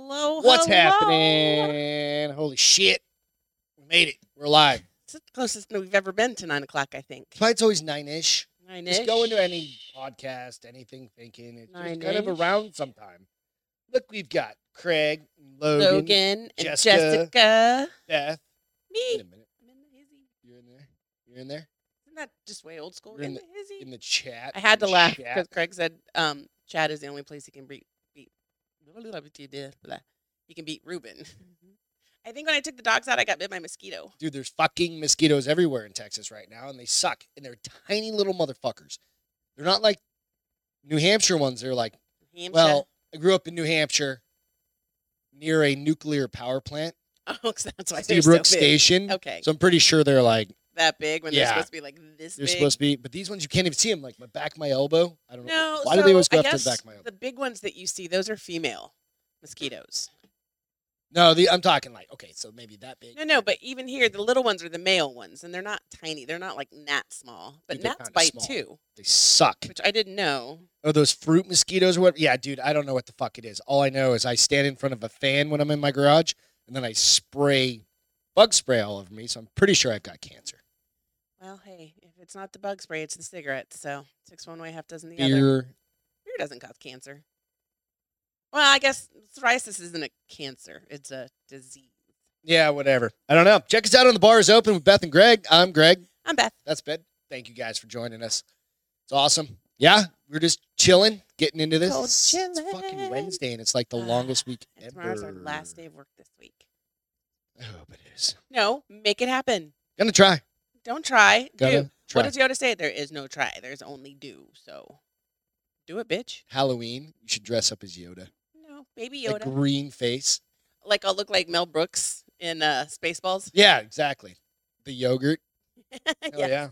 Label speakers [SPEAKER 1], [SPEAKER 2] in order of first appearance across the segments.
[SPEAKER 1] What's happening? Holy shit. We made it. We're live.
[SPEAKER 2] It's the closest that we've ever been to nine o'clock, I think.
[SPEAKER 1] Tonight's always nine ish.
[SPEAKER 2] Nine
[SPEAKER 1] Just go into any podcast, anything thinking. It's just kind of
[SPEAKER 2] Nine-ish.
[SPEAKER 1] around sometime. Look, we've got Craig, Logan,
[SPEAKER 2] Logan and
[SPEAKER 1] Jessica.
[SPEAKER 2] Jessica.
[SPEAKER 1] Beth. Wait
[SPEAKER 2] Me.
[SPEAKER 1] a minute.
[SPEAKER 2] I'm in the hizzy.
[SPEAKER 1] You're in there. You're in there.
[SPEAKER 2] Isn't that just way old school?
[SPEAKER 1] You're in
[SPEAKER 2] in the, hizzy.
[SPEAKER 1] In the chat.
[SPEAKER 2] I had to
[SPEAKER 1] The
[SPEAKER 2] laugh
[SPEAKER 1] chat.
[SPEAKER 2] because Craig said um, Chad is the only place he can beat. beat blah. He can beat Ruben.
[SPEAKER 1] Mm-hmm.
[SPEAKER 2] I think when I took the dogs out, I got bit by mosquito.
[SPEAKER 1] Dude, there's fucking mosquitoes everywhere in Texas right now, and they suck. And they're tiny little motherfuckers. They're not like New Hampshire ones. They're like
[SPEAKER 2] Hampshire.
[SPEAKER 1] Well, I grew up in New Hampshire near a nuclear power plant,
[SPEAKER 2] oh, 'cause that's why they're
[SPEAKER 1] Seabrook
[SPEAKER 2] so big.
[SPEAKER 1] Station.
[SPEAKER 2] Okay,
[SPEAKER 1] So I'm pretty sure they're like
[SPEAKER 2] that big when
[SPEAKER 1] Yeah.
[SPEAKER 2] they're supposed to be like this
[SPEAKER 1] they're
[SPEAKER 2] big.
[SPEAKER 1] supposed to be, but these ones you can't even see them. Like my back, my elbow. I don't know.
[SPEAKER 2] No,
[SPEAKER 1] Why do they
[SPEAKER 2] so
[SPEAKER 1] always go
[SPEAKER 2] I
[SPEAKER 1] up to the
[SPEAKER 2] guess
[SPEAKER 1] back of my elbow?
[SPEAKER 2] The big ones that you see, those are female mosquitoes.
[SPEAKER 1] No, the, I'm talking like okay, so maybe that big.
[SPEAKER 2] No, no, but even here, the little ones are the male ones, and they're not tiny. They're not like gnat small, but
[SPEAKER 1] Dude, they're
[SPEAKER 2] gnats
[SPEAKER 1] kinda
[SPEAKER 2] bite
[SPEAKER 1] small.
[SPEAKER 2] too,
[SPEAKER 1] They suck.
[SPEAKER 2] which I didn't know.
[SPEAKER 1] Or those fruit mosquitoes or what? Yeah, dude, I don't know what the fuck it is. All I know is I stand in front of a fan when I'm in my garage, and then I spray bug spray all over me. So I'm pretty sure I've got cancer.
[SPEAKER 2] Well, hey, if it's not the bug spray, it's the cigarettes. So six one way, half dozen the other.
[SPEAKER 1] Beer.
[SPEAKER 2] Beer doesn't cause cancer. Well, I guess psoriasis isn't a cancer; it's a disease.
[SPEAKER 1] Yeah, whatever. I don't know. Check us out on the bar is open with Beth and Greg. I'm Greg.
[SPEAKER 2] I'm Beth.
[SPEAKER 1] That's Ben. Thank you guys for joining us. It's awesome. Yeah, we're just chilling, getting into this.
[SPEAKER 2] Cold
[SPEAKER 1] it's, it's fucking
[SPEAKER 2] chillin'.
[SPEAKER 1] Wednesday, and it's like the
[SPEAKER 2] Ah,
[SPEAKER 1] longest week
[SPEAKER 2] And
[SPEAKER 1] ever.
[SPEAKER 2] tomorrow's our last day of work this week.
[SPEAKER 1] I hope it is.
[SPEAKER 2] No, make it happen.
[SPEAKER 1] Gonna try.
[SPEAKER 2] Don't try.
[SPEAKER 1] Gonna
[SPEAKER 2] do.
[SPEAKER 1] try.
[SPEAKER 2] What does Yoda say? There is no try. There's only do. So, do it, bitch.
[SPEAKER 1] Halloween, you should dress up as Yoda.
[SPEAKER 2] No, baby
[SPEAKER 1] The
[SPEAKER 2] Yoda.
[SPEAKER 1] green face.
[SPEAKER 2] like I'll look like Mel Brooks in uh, Spaceballs.
[SPEAKER 1] Yeah, exactly. The yogurt. Hell
[SPEAKER 2] yeah.
[SPEAKER 1] yeah.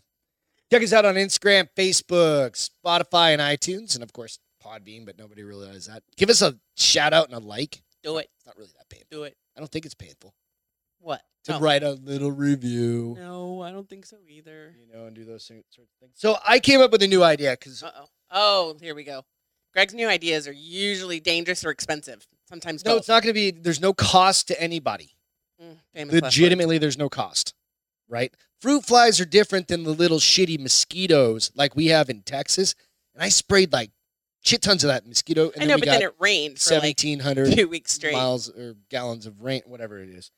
[SPEAKER 1] Check us out on Instagram, Facebook, Spotify, and iTunes, and of course Podbean. But nobody really does that. Give us a shout out and a like.
[SPEAKER 2] do it,
[SPEAKER 1] It's not really that painful.
[SPEAKER 2] do it.
[SPEAKER 1] I don't think it's painful
[SPEAKER 2] What?
[SPEAKER 1] to
[SPEAKER 2] No.
[SPEAKER 1] write a little review.
[SPEAKER 2] No, I don't think so either.
[SPEAKER 1] you know, and do those sort of things. So I came up with a new idea because
[SPEAKER 2] Uh oh. Oh, here we go. Greg's new ideas are usually dangerous or expensive. Sometimes
[SPEAKER 1] no,
[SPEAKER 2] both.
[SPEAKER 1] it's not going to be. There's no cost to anybody.
[SPEAKER 2] Mm, famous last word.
[SPEAKER 1] Legitimately, there's no cost, right? Fruit flies are different than the little shitty mosquitoes like we have in Texas. And I sprayed like shit tons of that mosquito, and
[SPEAKER 2] I
[SPEAKER 1] then
[SPEAKER 2] know,
[SPEAKER 1] we
[SPEAKER 2] but
[SPEAKER 1] got
[SPEAKER 2] then it rained for like
[SPEAKER 1] seventeen hundred
[SPEAKER 2] two weeks straight.
[SPEAKER 1] miles or gallons of rain, whatever it is.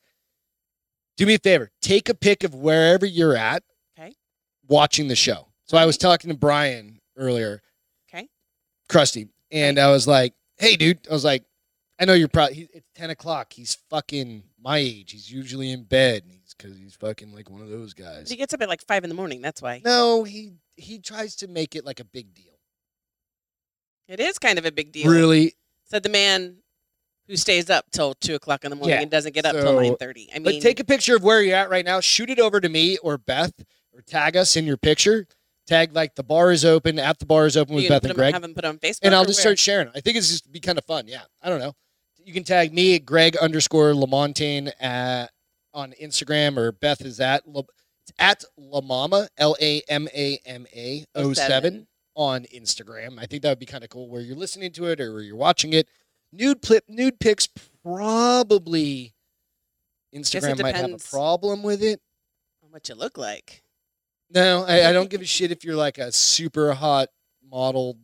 [SPEAKER 1] Do me a favor, take a pic of wherever you're at.
[SPEAKER 2] Okay.
[SPEAKER 1] Watching the show. So I was talking to Brian earlier.
[SPEAKER 2] Okay.
[SPEAKER 1] Krusty, and I was like, "Hey, dude," I was like, "I know you're probably it's ten o'clock. He's fucking my age. He's usually in bed. and He's because he's fucking like one of those guys."
[SPEAKER 2] He gets up at like five in the morning. That's why
[SPEAKER 1] No, he he tries to make it like a big deal.
[SPEAKER 2] it is kind of a big deal.
[SPEAKER 1] Really,
[SPEAKER 2] Said the man who stays up till two o'clock in the morning
[SPEAKER 1] Yeah,
[SPEAKER 2] and doesn't get up
[SPEAKER 1] so-
[SPEAKER 2] till nine thirty. I mean,
[SPEAKER 1] but take a picture of where you're at right now. Shoot it over to me or Beth, or tag us in your picture. Tag like the bar is open at the bar is open
[SPEAKER 2] you
[SPEAKER 1] with
[SPEAKER 2] can
[SPEAKER 1] Beth
[SPEAKER 2] put
[SPEAKER 1] and
[SPEAKER 2] him-
[SPEAKER 1] Greg,
[SPEAKER 2] have him put on Facebook,
[SPEAKER 1] and I'll
[SPEAKER 2] or
[SPEAKER 1] just
[SPEAKER 2] where?
[SPEAKER 1] start sharing. I think it's just be kind of fun. Yeah, I don't know. You can tag me at Greg underscore Lamontagne at on Instagram or Beth is at La, it's at La Mama L A M A M A
[SPEAKER 2] Oh,
[SPEAKER 1] 07
[SPEAKER 2] seven.
[SPEAKER 1] on Instagram. I think that would be kind of cool where you're listening to it or where you're watching it. Nude clip, nude pics, probably Instagram might have a
[SPEAKER 2] depends.
[SPEAKER 1] problem with it.
[SPEAKER 2] on what you look like.
[SPEAKER 1] No, I, I don't give a shit if you're like a super hot model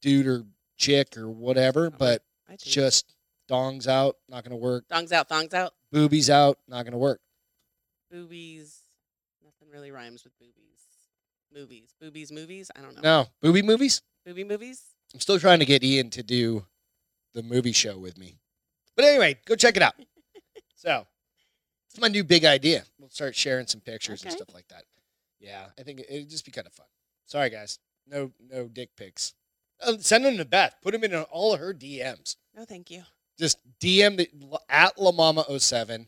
[SPEAKER 1] dude or chick or whatever, but
[SPEAKER 2] I do.
[SPEAKER 1] just dongs out, not gonna work.
[SPEAKER 2] thongs out, thongs out,
[SPEAKER 1] Boobies out, not gonna work.
[SPEAKER 2] boobies. Nothing really rhymes with boobies. Movies, boobies, movies. I don't know.
[SPEAKER 1] No, booby movies.
[SPEAKER 2] Boobie movies.
[SPEAKER 1] I'm still trying to get Ian to do the movie show with me. But anyway, go check it out. so it's my new big idea. We'll start sharing some pictures and
[SPEAKER 2] Okay.
[SPEAKER 1] stuff like that. Yeah, I think it- it'd just be kind of fun. Sorry, guys. No, no dick pics. Uh, send them to Beth. Put them in all her DMs.
[SPEAKER 2] No, thank you.
[SPEAKER 1] Just DM the, at LaMama07,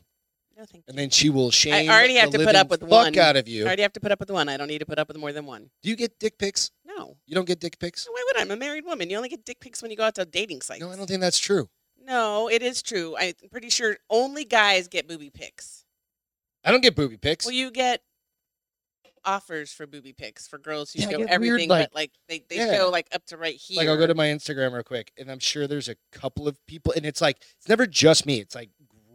[SPEAKER 2] No, thank you.
[SPEAKER 1] and then she will shame.
[SPEAKER 2] already have
[SPEAKER 1] the
[SPEAKER 2] to put up
[SPEAKER 1] living
[SPEAKER 2] with
[SPEAKER 1] fuck
[SPEAKER 2] one.
[SPEAKER 1] out of you.
[SPEAKER 2] I already have to put up with one. I don't need to put up with more than one.
[SPEAKER 1] Do you get dick pics?
[SPEAKER 2] No.
[SPEAKER 1] You don't get dick pics?
[SPEAKER 2] So why would I? I'm a married woman. You only get dick pics when you go out to dating sites.
[SPEAKER 1] No, I don't think that's true.
[SPEAKER 2] No, it is true. I'm pretty sure only guys get boobie pics.
[SPEAKER 1] I don't get booby pics.
[SPEAKER 2] Well, you get offers for booby pics for girls who
[SPEAKER 1] Yeah, I
[SPEAKER 2] show
[SPEAKER 1] get weird,
[SPEAKER 2] everything,
[SPEAKER 1] like-
[SPEAKER 2] but like they, they
[SPEAKER 1] Yeah.
[SPEAKER 2] show like up to right here.
[SPEAKER 1] Like I'll go to my Instagram real quick, and I'm sure there's a couple of people, and it's like it's never just me. It's like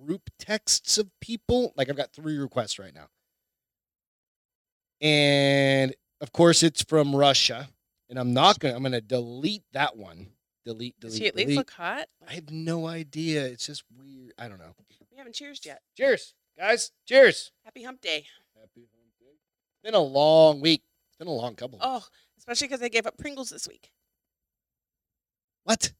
[SPEAKER 1] group texts of people. Like I've got three requests right now, and of course it's from Russia, and I'm not gonna. I'm gonna delete that one. Delete,
[SPEAKER 2] Does
[SPEAKER 1] delete,
[SPEAKER 2] she at least
[SPEAKER 1] delete.
[SPEAKER 2] look hot?
[SPEAKER 1] I have no idea. It's just weird. I don't know.
[SPEAKER 2] We haven't cheers yet.
[SPEAKER 1] Cheers, guys. Cheers.
[SPEAKER 2] Happy hump day.
[SPEAKER 1] Happy hump day. It's been a long week. It's been a long couple.
[SPEAKER 2] Oh, especially because I gave up Pringles this week.
[SPEAKER 1] What?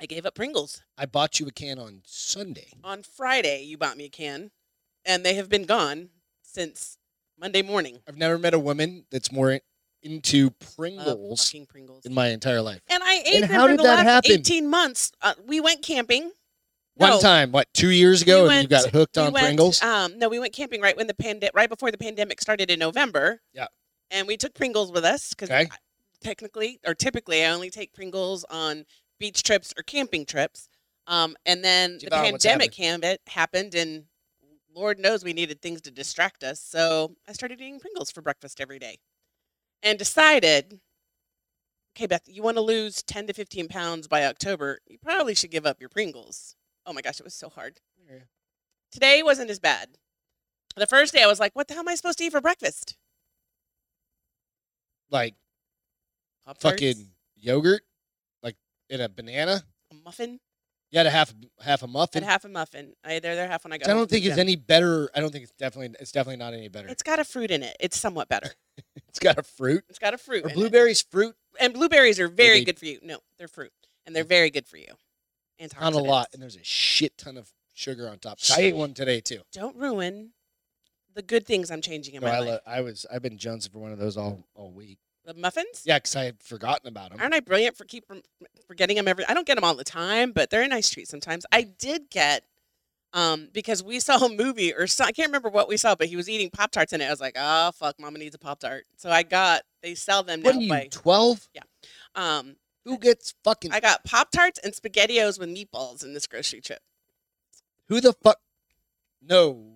[SPEAKER 2] I gave up Pringles.
[SPEAKER 1] I bought you a can on Sunday.
[SPEAKER 2] On Friday, you bought me a can, and they have been gone since Monday morning.
[SPEAKER 1] I've never met a woman that's more into
[SPEAKER 2] Love
[SPEAKER 1] Pringles
[SPEAKER 2] fucking Pringles.
[SPEAKER 1] in my entire life.
[SPEAKER 2] and I ate
[SPEAKER 1] And
[SPEAKER 2] them
[SPEAKER 1] how
[SPEAKER 2] for
[SPEAKER 1] did
[SPEAKER 2] the
[SPEAKER 1] that
[SPEAKER 2] last
[SPEAKER 1] happen?
[SPEAKER 2] 18 months. Uh, we went camping. No,
[SPEAKER 1] One time, what, two years ago,
[SPEAKER 2] We
[SPEAKER 1] and you
[SPEAKER 2] went-
[SPEAKER 1] got hooked
[SPEAKER 2] we
[SPEAKER 1] on
[SPEAKER 2] went,
[SPEAKER 1] Pringles?
[SPEAKER 2] Um, no, we went camping right when the pandemic, right before the pandemic started in November.
[SPEAKER 1] Yeah.
[SPEAKER 2] And we took Pringles with us because
[SPEAKER 1] Okay.
[SPEAKER 2] technically or typically I only take Pringles on beach trips or camping trips. Um, and then the
[SPEAKER 1] Javon, what's
[SPEAKER 2] pandemic happened? happened, and Lord knows we needed things to distract us. So I started eating Pringles for breakfast every day, and decided, okay, Beth, you want to lose ten to fifteen pounds by October? You probably should give up your Pringles. Oh my gosh, it was so hard today wasn't as bad. The first day I was like, what the hell am I supposed to eat for breakfast?
[SPEAKER 1] Like
[SPEAKER 2] Pop-Tarts,
[SPEAKER 1] fucking yogurt, like in a banana.
[SPEAKER 2] a muffin.
[SPEAKER 1] You had a half, half a
[SPEAKER 2] I had
[SPEAKER 1] muffin.
[SPEAKER 2] half a muffin. I ate there there half when I got
[SPEAKER 1] I
[SPEAKER 2] home
[SPEAKER 1] don't
[SPEAKER 2] from
[SPEAKER 1] think
[SPEAKER 2] the
[SPEAKER 1] it's
[SPEAKER 2] gym.
[SPEAKER 1] any better. I don't think it's definitely. It's definitely not any better.
[SPEAKER 2] It's got a fruit in it. It's somewhat better.
[SPEAKER 1] it's got a fruit.
[SPEAKER 2] It's got a fruit.
[SPEAKER 1] Are
[SPEAKER 2] in it.
[SPEAKER 1] blueberries fruit?
[SPEAKER 2] And blueberries are very
[SPEAKER 1] they- Mm.
[SPEAKER 2] good for you. No, they're fruit. And they're very good for you. And
[SPEAKER 1] Not a lot,
[SPEAKER 2] antioxidants.
[SPEAKER 1] and there's a shit ton of sugar on top. I ate one today too.
[SPEAKER 2] Don't ruin the good things I'm changing in
[SPEAKER 1] No,
[SPEAKER 2] my
[SPEAKER 1] I,
[SPEAKER 2] life.
[SPEAKER 1] lo- I was. I've been jonesing for one of those all all week.
[SPEAKER 2] the muffins?
[SPEAKER 1] Yeah, because I had forgotten about them.
[SPEAKER 2] Aren't I brilliant for keep from forgetting them every? I don't get them all the time, but they're a nice treat sometimes. I did get um because we saw a movie or so, I can't remember what we saw, but he was eating pop tarts in it. I was like, oh fuck, mama needs a pop tart. So I got they sell them
[SPEAKER 1] What
[SPEAKER 2] now
[SPEAKER 1] are you?
[SPEAKER 2] by
[SPEAKER 1] Twelve?
[SPEAKER 2] um
[SPEAKER 1] Who gets fucking?
[SPEAKER 2] I got pop tarts and spaghettios with meatballs in this grocery trip.
[SPEAKER 1] Who the fuck? No,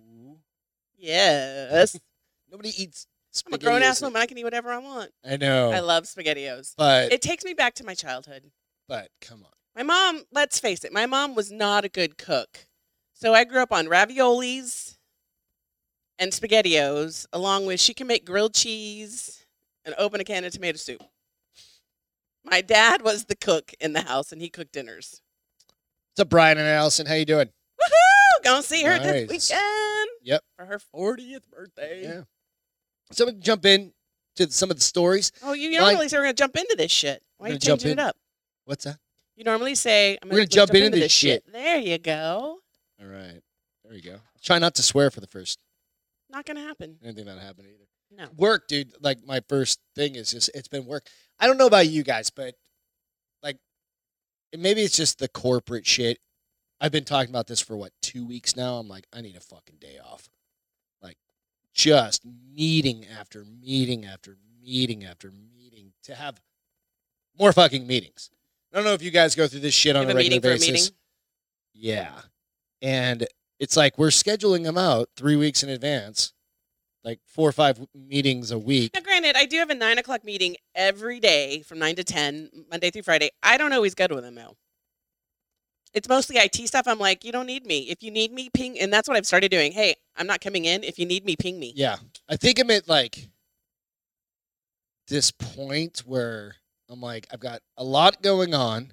[SPEAKER 2] Yes,
[SPEAKER 1] nobody eats.
[SPEAKER 2] I'm a grown ass
[SPEAKER 1] SpaghettiOs.
[SPEAKER 2] woman. I can eat whatever I want.
[SPEAKER 1] I know,
[SPEAKER 2] I love spaghettios.
[SPEAKER 1] but
[SPEAKER 2] It takes me back to my childhood.
[SPEAKER 1] but come on.
[SPEAKER 2] My mom, let's face it, my mom was not a good cook. So I grew up on raviolis and spaghettios, along with she can make grilled cheese and open a can of tomato soup. My dad was the cook in the house and he cooked dinners.
[SPEAKER 1] What's up, Brian and Allison? How you doing?
[SPEAKER 2] Woohoo! Gonna see her
[SPEAKER 1] Nice.
[SPEAKER 2] this weekend.
[SPEAKER 1] Yep.
[SPEAKER 2] For her 40th birthday.
[SPEAKER 1] Yeah. So we can jump in to some of the stories.
[SPEAKER 2] Oh, you
[SPEAKER 1] Like-
[SPEAKER 2] normally say we're gonna jump into this shit. Why
[SPEAKER 1] We're
[SPEAKER 2] are you
[SPEAKER 1] gonna jump
[SPEAKER 2] changing it
[SPEAKER 1] in.
[SPEAKER 2] up?
[SPEAKER 1] What's that?
[SPEAKER 2] You normally say, I'm
[SPEAKER 1] We're gonna
[SPEAKER 2] let's
[SPEAKER 1] jump into this
[SPEAKER 2] There you go.
[SPEAKER 1] All right, there we go. Try not to swear for the first.
[SPEAKER 2] Not gonna happen.
[SPEAKER 1] I didn't think that happened either.
[SPEAKER 2] No.
[SPEAKER 1] work, dude. Like my first thing is just it's been work. I don't know about you guys, but like and maybe it's just the corporate shit. I've been talking about this for what two weeks now. I'm like, I need a fucking day off. Like just meeting after meeting after meeting after meeting to have more fucking meetings. I don't know if you guys go through this shit on
[SPEAKER 2] Give
[SPEAKER 1] a
[SPEAKER 2] a
[SPEAKER 1] regular
[SPEAKER 2] meeting for a
[SPEAKER 1] basis.
[SPEAKER 2] meeting.
[SPEAKER 1] Yeah. And it's like we're scheduling them out three weeks in advance, like four or five w- meetings a week.
[SPEAKER 2] Now, granted, I do have a nine o'clock meeting every day from nine to ten, Monday through Friday. I don't always go to them though. It's mostly IT stuff. I'm like, you don't need me. If you need me, ping. And that's what I've started doing. Hey, I'm not coming in. If you need me, ping me.
[SPEAKER 1] Yeah. I think I'm at like this point where I'm like, I've got a lot going on.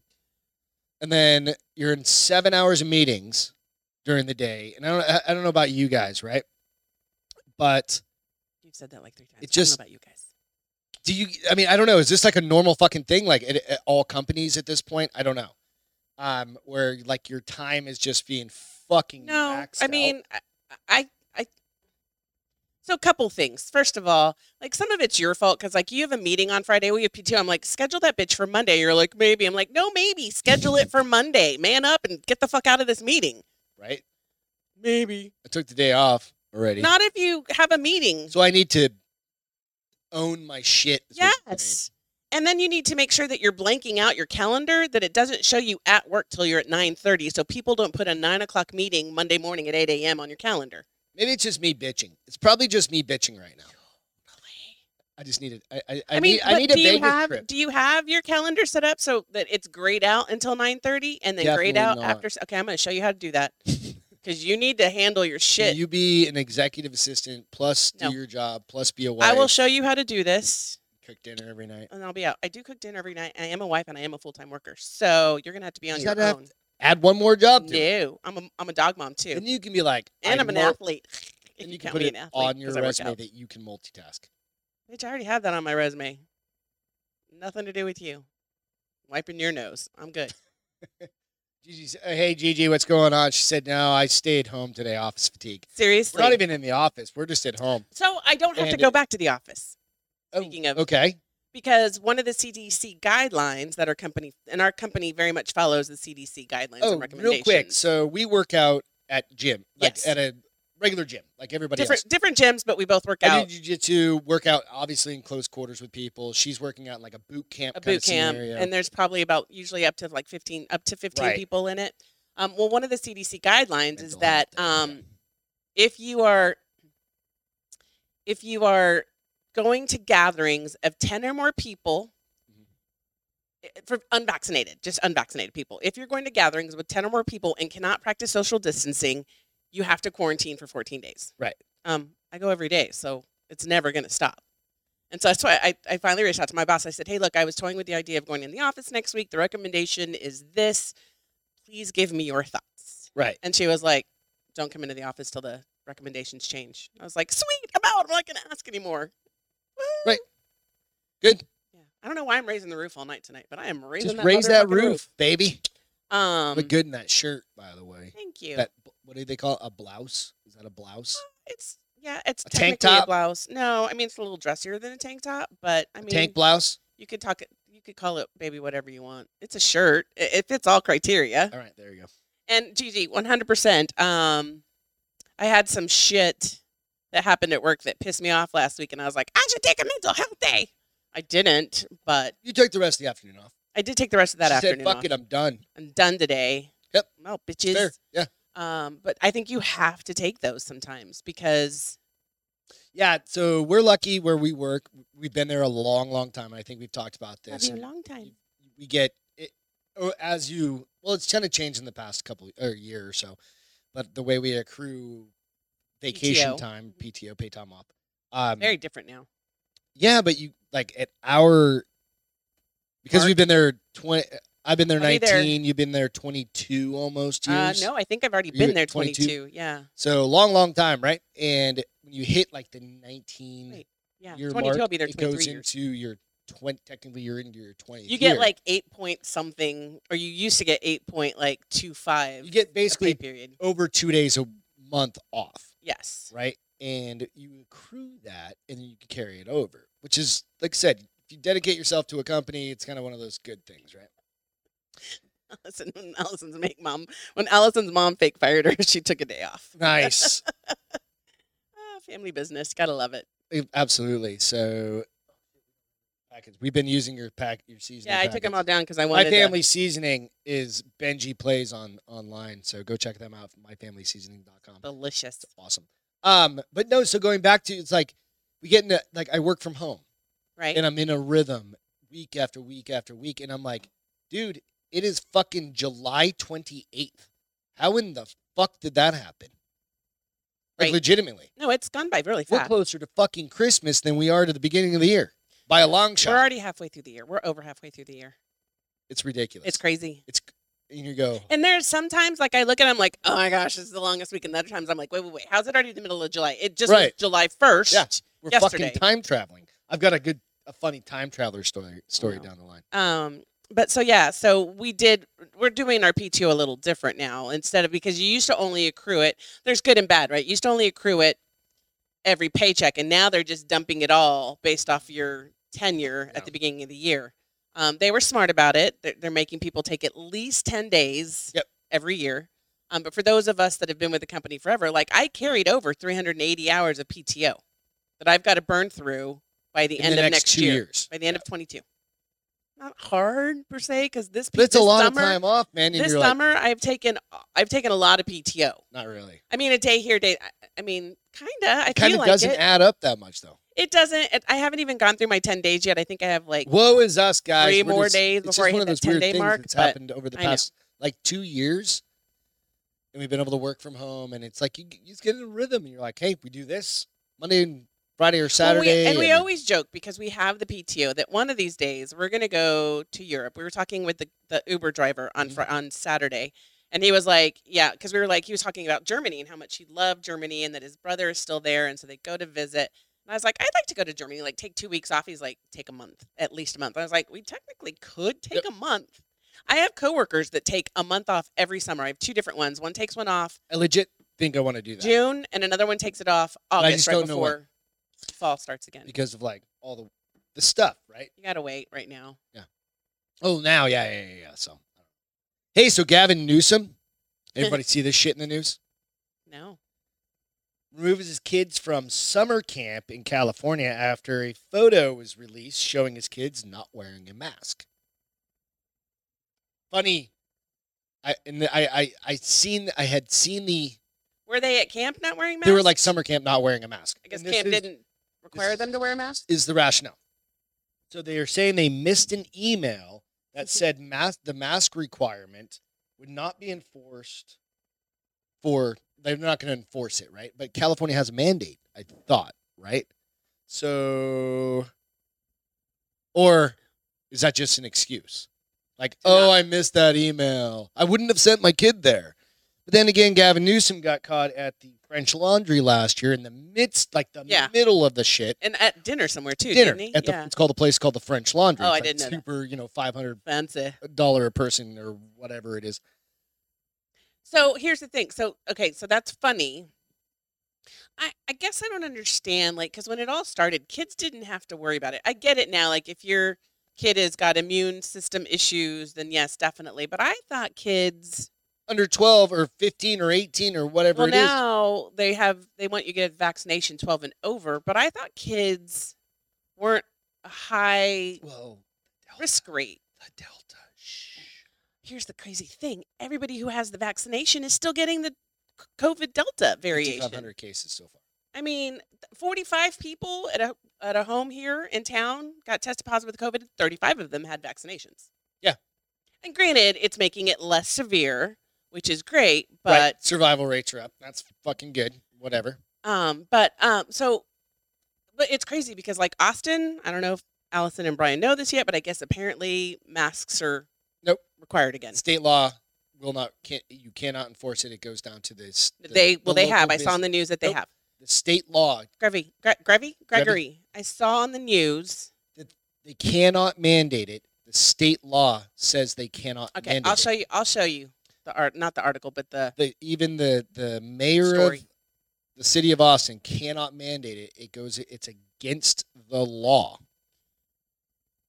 [SPEAKER 1] And then you're in seven hours of meetings during the day. And I don't, I- I don't know about you guys, right? But
[SPEAKER 2] You've said that like three times. I
[SPEAKER 1] It
[SPEAKER 2] don't know
[SPEAKER 1] just-
[SPEAKER 2] about you guys.
[SPEAKER 1] do you i mean i don't know is this like a normal fucking thing like at, at all companies at this point i don't know um where like your time is just being fucking
[SPEAKER 2] No,
[SPEAKER 1] maxed
[SPEAKER 2] I
[SPEAKER 1] out.
[SPEAKER 2] mean, I, I, I. So, a couple things. First of all, like some of it's your fault because like you have a meeting on Friday, we have PTO. I'm like, schedule that bitch for Monday. You're like, maybe. I'm like, no, maybe. Schedule it for Monday. Man up and get the fuck out of this meeting.
[SPEAKER 1] right
[SPEAKER 2] Maybe.
[SPEAKER 1] i took the day off already
[SPEAKER 2] Not if you have a meeting.
[SPEAKER 1] so i need to own my shit is what you're saying.
[SPEAKER 2] yes. And then you need to make sure that you're blanking out your calendar that it doesn't show you at work till you're at 9:30, so people don't put a nine o'clock meeting Monday morning at 8 a.m. on your calendar.
[SPEAKER 1] Maybe it's just me bitching. It's probably just me bitching right now. I just need a. I, I, I, need, I
[SPEAKER 2] but
[SPEAKER 1] need a
[SPEAKER 2] do you
[SPEAKER 1] Vegas
[SPEAKER 2] have
[SPEAKER 1] trip.
[SPEAKER 2] do you have your calendar set up so that it's grayed out until 9:30 and then grayed
[SPEAKER 1] Definitely
[SPEAKER 2] out
[SPEAKER 1] not.
[SPEAKER 2] after s- Okay, I'm going to show you how to do that. Cuz you need to handle your
[SPEAKER 1] Will
[SPEAKER 2] shit.
[SPEAKER 1] you be an executive assistant, plus do
[SPEAKER 2] No.
[SPEAKER 1] your job, plus be a wife.
[SPEAKER 2] I will show you how to do this
[SPEAKER 1] cook dinner every night.
[SPEAKER 2] and I'll be out. I do cook dinner every night. and I am a wife and I am a full-time worker. So, you're going to have to be on
[SPEAKER 1] You
[SPEAKER 2] your
[SPEAKER 1] gotta have
[SPEAKER 2] own.
[SPEAKER 1] Add one more job to it.
[SPEAKER 2] No. I'm a, I'm a dog mom too.
[SPEAKER 1] And you can be like,
[SPEAKER 2] and
[SPEAKER 1] I
[SPEAKER 2] I'm an
[SPEAKER 1] mul-
[SPEAKER 2] athlete. If
[SPEAKER 1] And you,
[SPEAKER 2] you
[SPEAKER 1] can
[SPEAKER 2] count
[SPEAKER 1] put
[SPEAKER 2] me
[SPEAKER 1] it
[SPEAKER 2] an athlete
[SPEAKER 1] on your
[SPEAKER 2] 'cause I work
[SPEAKER 1] resume
[SPEAKER 2] out.
[SPEAKER 1] that you can multitask.
[SPEAKER 2] Bitch, I already have that on my resume. Nothing to do with you. Wiping your nose. I'm good.
[SPEAKER 1] Gigi's, uh, hey Gigi, what's going on? She said, no, I stayed home today. Office fatigue.
[SPEAKER 2] Seriously.
[SPEAKER 1] We're not even in the office. We're just at home.
[SPEAKER 2] so I don't have to
[SPEAKER 1] And
[SPEAKER 2] go
[SPEAKER 1] it-
[SPEAKER 2] back to the office
[SPEAKER 1] Oh,
[SPEAKER 2] Speaking of-
[SPEAKER 1] okay,
[SPEAKER 2] because one of the CDC guidelines that our company and our company very much follows the CDC guidelines
[SPEAKER 1] oh,
[SPEAKER 2] and recommendations.
[SPEAKER 1] real quick. So we work out at gym, like
[SPEAKER 2] Yes.
[SPEAKER 1] at a regular gym, like everybody
[SPEAKER 2] different
[SPEAKER 1] else.
[SPEAKER 2] different gyms, but we both work
[SPEAKER 1] I
[SPEAKER 2] out.
[SPEAKER 1] do jiu-jitsu, work out obviously in close quarters with people. She's working out in like a boot camp
[SPEAKER 2] a
[SPEAKER 1] kind
[SPEAKER 2] boot camp,
[SPEAKER 1] of scenario.
[SPEAKER 2] and there's probably about usually up to like 15, up to 15
[SPEAKER 1] Right.
[SPEAKER 2] people in it. Um, well, one of the CDC guidelines is
[SPEAKER 1] Mental health
[SPEAKER 2] that
[SPEAKER 1] thing, yeah.
[SPEAKER 2] um, if you are if you are going to gatherings of 10 or more people
[SPEAKER 1] Mhm.
[SPEAKER 2] i- for unvaccinated just unvaccinated people if you're going to gatherings with 10 or more people and cannot practice social distancing you have to quarantine for 14 days
[SPEAKER 1] Right.
[SPEAKER 2] um, i go every day so it's never going to stop and so that's why I, I finally reached out to my boss i said hey look i was toying with the idea of going in the office next week the recommendation is this please give me your thoughts
[SPEAKER 1] right.
[SPEAKER 2] and she was like, "Don't come into the office till the recommendations change." I was like, "Sweet, I'm out. I'm not gonna ask anymore." Woo.
[SPEAKER 1] Right. Good.
[SPEAKER 2] Yeah. I don't know why I'm raising the roof all night tonight, but I am raising
[SPEAKER 1] Just
[SPEAKER 2] that
[SPEAKER 1] raise that
[SPEAKER 2] motherfucking
[SPEAKER 1] roof, baby.
[SPEAKER 2] Um,
[SPEAKER 1] Look good in that shirt, by the way.
[SPEAKER 2] Thank you.
[SPEAKER 1] That what do they call it? a blouse? Is that a blouse?
[SPEAKER 2] it's yeah, it's
[SPEAKER 1] A
[SPEAKER 2] technically
[SPEAKER 1] tank
[SPEAKER 2] a
[SPEAKER 1] top?
[SPEAKER 2] blouse. No, I mean it's a little dressier than a tank top, but I
[SPEAKER 1] A
[SPEAKER 2] mean
[SPEAKER 1] tank blouse?
[SPEAKER 2] you could talk it. You could call it baby whatever you want. It's a shirt. It, it fits all criteria.
[SPEAKER 1] All right, there you go.
[SPEAKER 2] And Gigi, one hundred percent. Um, I had some shit that happened at work that pissed me off last week, and I was like, I should take a mental health day. I didn't, but
[SPEAKER 1] You took the rest of the afternoon off.
[SPEAKER 2] I did take the rest of that
[SPEAKER 1] she
[SPEAKER 2] afternoon.
[SPEAKER 1] said, "Fuck
[SPEAKER 2] off.
[SPEAKER 1] it, I'm done."
[SPEAKER 2] I'm done today.
[SPEAKER 1] Yep.
[SPEAKER 2] No bitches.
[SPEAKER 1] Fair. Yeah,
[SPEAKER 2] Um, but I think you have to take those sometimes because
[SPEAKER 1] yeah. So we're lucky where we work. We've been there a long, long time, and I think we've talked about
[SPEAKER 2] I've
[SPEAKER 1] this.
[SPEAKER 2] been a
[SPEAKER 1] and
[SPEAKER 2] long time.
[SPEAKER 1] We get it or as you well. It's kind of changed in the past couple or year or so, but the way we accrue vacation
[SPEAKER 2] PTO.
[SPEAKER 1] time, PTO, pay time off. Um,
[SPEAKER 2] Very different now.
[SPEAKER 1] yeah, but you like at our because
[SPEAKER 2] Mark?
[SPEAKER 1] we've been there twenty. I've been there
[SPEAKER 2] I'll be there.
[SPEAKER 1] nineteen. You've been there twenty-two almost
[SPEAKER 2] Uh,
[SPEAKER 1] years.
[SPEAKER 2] no, I think I've already
[SPEAKER 1] Are you
[SPEAKER 2] been
[SPEAKER 1] at
[SPEAKER 2] there.
[SPEAKER 1] 22?
[SPEAKER 2] 22. Yeah.
[SPEAKER 1] So long, long time, right? And when you hit like the 19
[SPEAKER 2] Wait, Yeah.
[SPEAKER 1] year
[SPEAKER 2] 22.
[SPEAKER 1] mark,
[SPEAKER 2] I'll be there
[SPEAKER 1] it
[SPEAKER 2] 23
[SPEAKER 1] goes
[SPEAKER 2] years.
[SPEAKER 1] into your 20. Technically, you're into your 20.
[SPEAKER 2] you get like eight point something, or you used to get eight point like two five.
[SPEAKER 1] you
[SPEAKER 2] a
[SPEAKER 1] get
[SPEAKER 2] pay
[SPEAKER 1] basically
[SPEAKER 2] period.
[SPEAKER 1] over two days a month off,
[SPEAKER 2] Yes.
[SPEAKER 1] right? And you accrue that, and then you can carry it over, which is like I said, if you dedicate yourself to a company, it's kind of one of those good things, right?
[SPEAKER 2] Allison, when Allison's make mom, when Allison's mom fake fired her, she took a day off.
[SPEAKER 1] Nice,
[SPEAKER 2] Ah, family business, gotta love it.
[SPEAKER 1] Eh, absolutely. So. Package. We've been using your pack, your season.
[SPEAKER 2] yeah, I took them all down because I
[SPEAKER 1] My
[SPEAKER 2] wanted. to-
[SPEAKER 1] Family Seasoning is Benji Plays on online, so go check them out. MyFamilySeasoning.com.
[SPEAKER 2] delicious.
[SPEAKER 1] It's awesome. Um, but no, so going back to it's like we get into like I work from home
[SPEAKER 2] Right?
[SPEAKER 1] and I'm in a rhythm week after week after week, and I'm like, dude, it is fucking July 28th. How in the fuck did that happen? Like
[SPEAKER 2] Right.
[SPEAKER 1] legitimately,
[SPEAKER 2] no, it's gone by really
[SPEAKER 1] we're
[SPEAKER 2] fast. We're,
[SPEAKER 1] closer to fucking Christmas than we are to the beginning of the year by a long shot.
[SPEAKER 2] already halfway through the year. We're over halfway through the year.
[SPEAKER 1] it's ridiculous.
[SPEAKER 2] It's crazy.
[SPEAKER 1] It's and you go.
[SPEAKER 2] And there's sometimes like I look at, it, I'm like, oh my gosh, this is the longest week. And other times I'm like, wait, wait, wait, how's it already the middle of July? It just was
[SPEAKER 1] Right.
[SPEAKER 2] July first.
[SPEAKER 1] Yeah. We're
[SPEAKER 2] Yesterday.
[SPEAKER 1] fucking time traveling. I've got a good, a funny time traveler story story
[SPEAKER 2] Wow.
[SPEAKER 1] down the line.
[SPEAKER 2] Um, but so yeah, so we did. We're doing our PTO a little different now instead of because you used to only accrue it. There's good and bad, right? You used to only accrue it every paycheck, and now they're just dumping it all based off your tenure
[SPEAKER 1] Yeah.
[SPEAKER 2] at the beginning of the year. Um, they were smart about it. They're, they're making people take at least ten days
[SPEAKER 1] Yep.
[SPEAKER 2] every year. Um, but for those of us that have been with the company forever, like I carried over 380 hours of PTO that I've got to burn through by the
[SPEAKER 1] In
[SPEAKER 2] end
[SPEAKER 1] the
[SPEAKER 2] of
[SPEAKER 1] next two
[SPEAKER 2] year
[SPEAKER 1] years.
[SPEAKER 2] by the end of 22. not hard per se because this
[SPEAKER 1] But it's a
[SPEAKER 2] this
[SPEAKER 1] lot
[SPEAKER 2] summer,
[SPEAKER 1] of time off, man. And
[SPEAKER 2] This
[SPEAKER 1] you're like,
[SPEAKER 2] summer, I've taken I've taken a lot of PTO.
[SPEAKER 1] not really.
[SPEAKER 2] I mean, a day here, day. I- I mean, kinda. I feel
[SPEAKER 1] Kind of
[SPEAKER 2] like
[SPEAKER 1] doesn't
[SPEAKER 2] it.
[SPEAKER 1] add up that much, though.
[SPEAKER 2] it doesn't. It, I haven't even gone through my ten days yet. I think I have like
[SPEAKER 1] Woe is us, guys.
[SPEAKER 2] Three
[SPEAKER 1] We're
[SPEAKER 2] more
[SPEAKER 1] just-
[SPEAKER 2] days
[SPEAKER 1] it's
[SPEAKER 2] before
[SPEAKER 1] just
[SPEAKER 2] I hit
[SPEAKER 1] one of
[SPEAKER 2] that
[SPEAKER 1] those weird
[SPEAKER 2] 10-day
[SPEAKER 1] things
[SPEAKER 2] mark,
[SPEAKER 1] that's
[SPEAKER 2] but
[SPEAKER 1] happened over the
[SPEAKER 2] I know.
[SPEAKER 1] past like two years, and we've been able to work from home, and it's like you, you just get in a rhythm, and you're like, hey, we do this Monday and Friday or
[SPEAKER 2] Well, we-
[SPEAKER 1] Saturday,
[SPEAKER 2] and we always joke because we have the PTO that one of these days we're going to go to Europe. We were talking with the, the Uber driver on
[SPEAKER 1] Mhm.
[SPEAKER 2] Fri on Saturday, and he was like, "Yeah," because we were like, he was talking about Germany and how much he loved Germany and that his brother is still there, and so they go to visit. And I was like, "I'd like to go to Germany, like take two weeks off." He's like, "Take a month, at least a month." I was like, "We technically could take a month." I have coworkers that take a month off every summer. I have two different ones. One takes one off
[SPEAKER 1] I legit think I want to do that
[SPEAKER 2] June, and another one takes it off
[SPEAKER 1] I
[SPEAKER 2] August,
[SPEAKER 1] just
[SPEAKER 2] right
[SPEAKER 1] don't know when.
[SPEAKER 2] before fall starts again.
[SPEAKER 1] because of like all the the stuff, right?
[SPEAKER 2] You gotta wait right now.
[SPEAKER 1] Oh, now, yeah, yeah, yeah. yeah. So, hey, so Gavin Newsom, anybody see this shit in the news?
[SPEAKER 2] No.
[SPEAKER 1] removes his kids from summer camp in California after a photo was released showing his kids not wearing a mask. Funny, I and I I I seen I had seen the
[SPEAKER 2] Were they at camp not wearing masks?
[SPEAKER 1] they were like summer camp not wearing a mask.
[SPEAKER 2] I guess
[SPEAKER 1] And this
[SPEAKER 2] camp
[SPEAKER 1] is-
[SPEAKER 2] didn't require them to wear a mask.
[SPEAKER 1] Is the rationale? So they are saying they missed an email that
[SPEAKER 2] Mm-hmm.
[SPEAKER 1] said mask the mask requirement would not be enforced for they're not going to enforce it, right? But California has a mandate, I thought, right? So or is that just an excuse? Like,
[SPEAKER 2] To
[SPEAKER 1] oh, I missed that email. I wouldn't have sent my kid there. But then again, Gavin Newsom got caught at the French Laundry last year in the midst, like the
[SPEAKER 2] Yeah.
[SPEAKER 1] middle of the shit
[SPEAKER 2] And at dinner somewhere too,
[SPEAKER 1] dinner
[SPEAKER 2] didn't he?
[SPEAKER 1] at the
[SPEAKER 2] yeah.
[SPEAKER 1] it's called a place called the French Laundry.
[SPEAKER 2] Oh,
[SPEAKER 1] It's
[SPEAKER 2] I
[SPEAKER 1] like
[SPEAKER 2] didn't know that.
[SPEAKER 1] Super, you know, five hundred
[SPEAKER 2] Fancy.
[SPEAKER 1] dollar a person or whatever it is.
[SPEAKER 2] So here's the thing. So okay, so that's funny. I, I guess I don't understand, like, because when it all started, kids didn't have to worry about it. I get it now. Like, if your kid has got immune system issues, then yes, definitely. But I thought kids
[SPEAKER 1] Under twelve or fifteen or eighteen or whatever
[SPEAKER 2] well
[SPEAKER 1] it is.
[SPEAKER 2] now they have they want you to get vaccination 12 and over but i thought kids weren't a high
[SPEAKER 1] Well, the
[SPEAKER 2] risk rate
[SPEAKER 1] Delta, the Delta. Shh.
[SPEAKER 2] here's the crazy thing everybody who has the vaccination is still getting the c- covid delta variation
[SPEAKER 1] 500 cases so far.
[SPEAKER 2] i mean th- 45 people at a at a home here in town got tested positive with covid 35 of them had vaccinations
[SPEAKER 1] Yeah.
[SPEAKER 2] and granted it's making it less severe which is great but
[SPEAKER 1] right. survival rates are up. That's fucking good. Whatever.
[SPEAKER 2] Um, but um, so, but it's crazy because like Austin, I don't know if Allison and Brian know this yet, but I guess apparently masks are
[SPEAKER 1] Nope.
[SPEAKER 2] required again.
[SPEAKER 1] State law will not can't you cannot enforce it. It goes down to this. the-
[SPEAKER 2] they
[SPEAKER 1] the
[SPEAKER 2] well, they have.
[SPEAKER 1] local
[SPEAKER 2] I saw on
[SPEAKER 1] business-
[SPEAKER 2] the news that they
[SPEAKER 1] Nope.
[SPEAKER 2] have.
[SPEAKER 1] the state law.
[SPEAKER 2] Grevy, Gre- Grevy, Gregory. I saw on the news.
[SPEAKER 1] They cannot mandate it. The state law says they cannot.
[SPEAKER 2] Okay,
[SPEAKER 1] mandate
[SPEAKER 2] I'll
[SPEAKER 1] it.
[SPEAKER 2] show you. I'll show you the art, not the article, but the
[SPEAKER 1] the even the the mayor of
[SPEAKER 2] Story.
[SPEAKER 1] the city of Austin cannot mandate it. It goes it's against the law.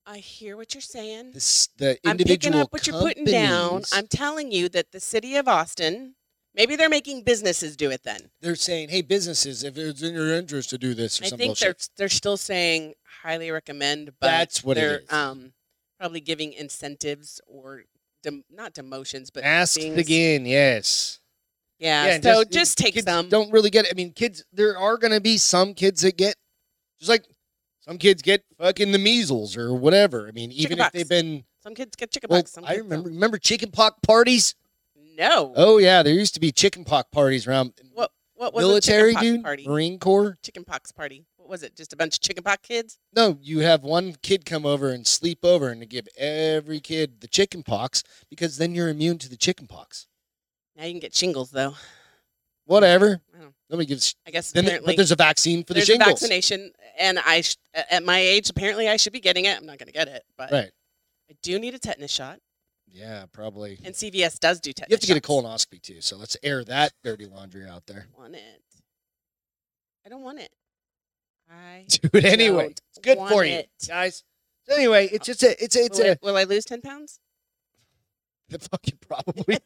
[SPEAKER 2] I hear what you're saying.
[SPEAKER 1] This the
[SPEAKER 2] I'm
[SPEAKER 1] individual
[SPEAKER 2] picking up what you're putting down.
[SPEAKER 1] companies,
[SPEAKER 2] I'm telling you that the city of Austin, maybe they're making businesses do it then.
[SPEAKER 1] they're saying, "Hey businesses, if it's in your interest to do this or
[SPEAKER 2] I
[SPEAKER 1] some
[SPEAKER 2] think they're
[SPEAKER 1] bullshit."
[SPEAKER 2] they're still saying highly recommend, but
[SPEAKER 1] That's what it
[SPEAKER 2] they're
[SPEAKER 1] is.
[SPEAKER 2] um probably giving incentives or dem- not demotions, but
[SPEAKER 1] Asked
[SPEAKER 2] things.
[SPEAKER 1] again, yes.
[SPEAKER 2] Yeah,
[SPEAKER 1] and
[SPEAKER 2] so just,
[SPEAKER 1] and
[SPEAKER 2] take
[SPEAKER 1] kids
[SPEAKER 2] some.
[SPEAKER 1] Don't really get it. I mean, kids there are going to be some kids that get just like some kids get fucking the measles or whatever. I mean, even if
[SPEAKER 2] Chickenpox.
[SPEAKER 1] they've been
[SPEAKER 2] Some kids get chicken
[SPEAKER 1] well,
[SPEAKER 2] pox. some
[SPEAKER 1] I
[SPEAKER 2] kids don't.
[SPEAKER 1] remember remember chicken pox parties?
[SPEAKER 2] No.
[SPEAKER 1] Oh yeah, there used to be chicken pox parties around
[SPEAKER 2] What what was
[SPEAKER 1] military
[SPEAKER 2] a chicken pox
[SPEAKER 1] dude,
[SPEAKER 2] party?
[SPEAKER 1] Marine Corps.
[SPEAKER 2] Chicken pox party. What was it? Just a bunch of chicken pox kids?
[SPEAKER 1] No, you have one kid come over and sleep over and to give every kid the chicken pox because then you're immune to the chicken pox.
[SPEAKER 2] Now you can get shingles though.
[SPEAKER 1] Whatever.
[SPEAKER 2] I don't know.
[SPEAKER 1] Nobody gives
[SPEAKER 2] I guess
[SPEAKER 1] then
[SPEAKER 2] apparently
[SPEAKER 1] but there's a vaccine for the
[SPEAKER 2] there's a
[SPEAKER 1] shingles.
[SPEAKER 2] vaccination and I sh- a- at my age apparently I should be getting it. I'm not going to get it, but
[SPEAKER 1] Right.
[SPEAKER 2] I do need a tetanus shot
[SPEAKER 1] Yeah, probably.
[SPEAKER 2] and CVS does do tetanus.
[SPEAKER 1] you have to get a
[SPEAKER 2] shots.
[SPEAKER 1] colonoscopy too, so let's air that dirty laundry out there.
[SPEAKER 2] want it. I don't want it. I
[SPEAKER 1] Dude, anyway,
[SPEAKER 2] don't
[SPEAKER 1] it's good for
[SPEAKER 2] want
[SPEAKER 1] you,
[SPEAKER 2] it.
[SPEAKER 1] guys. So anyway, it's just a it's a, it's
[SPEAKER 2] will,
[SPEAKER 1] a
[SPEAKER 2] I, will I lose ten pounds
[SPEAKER 1] fucking probably.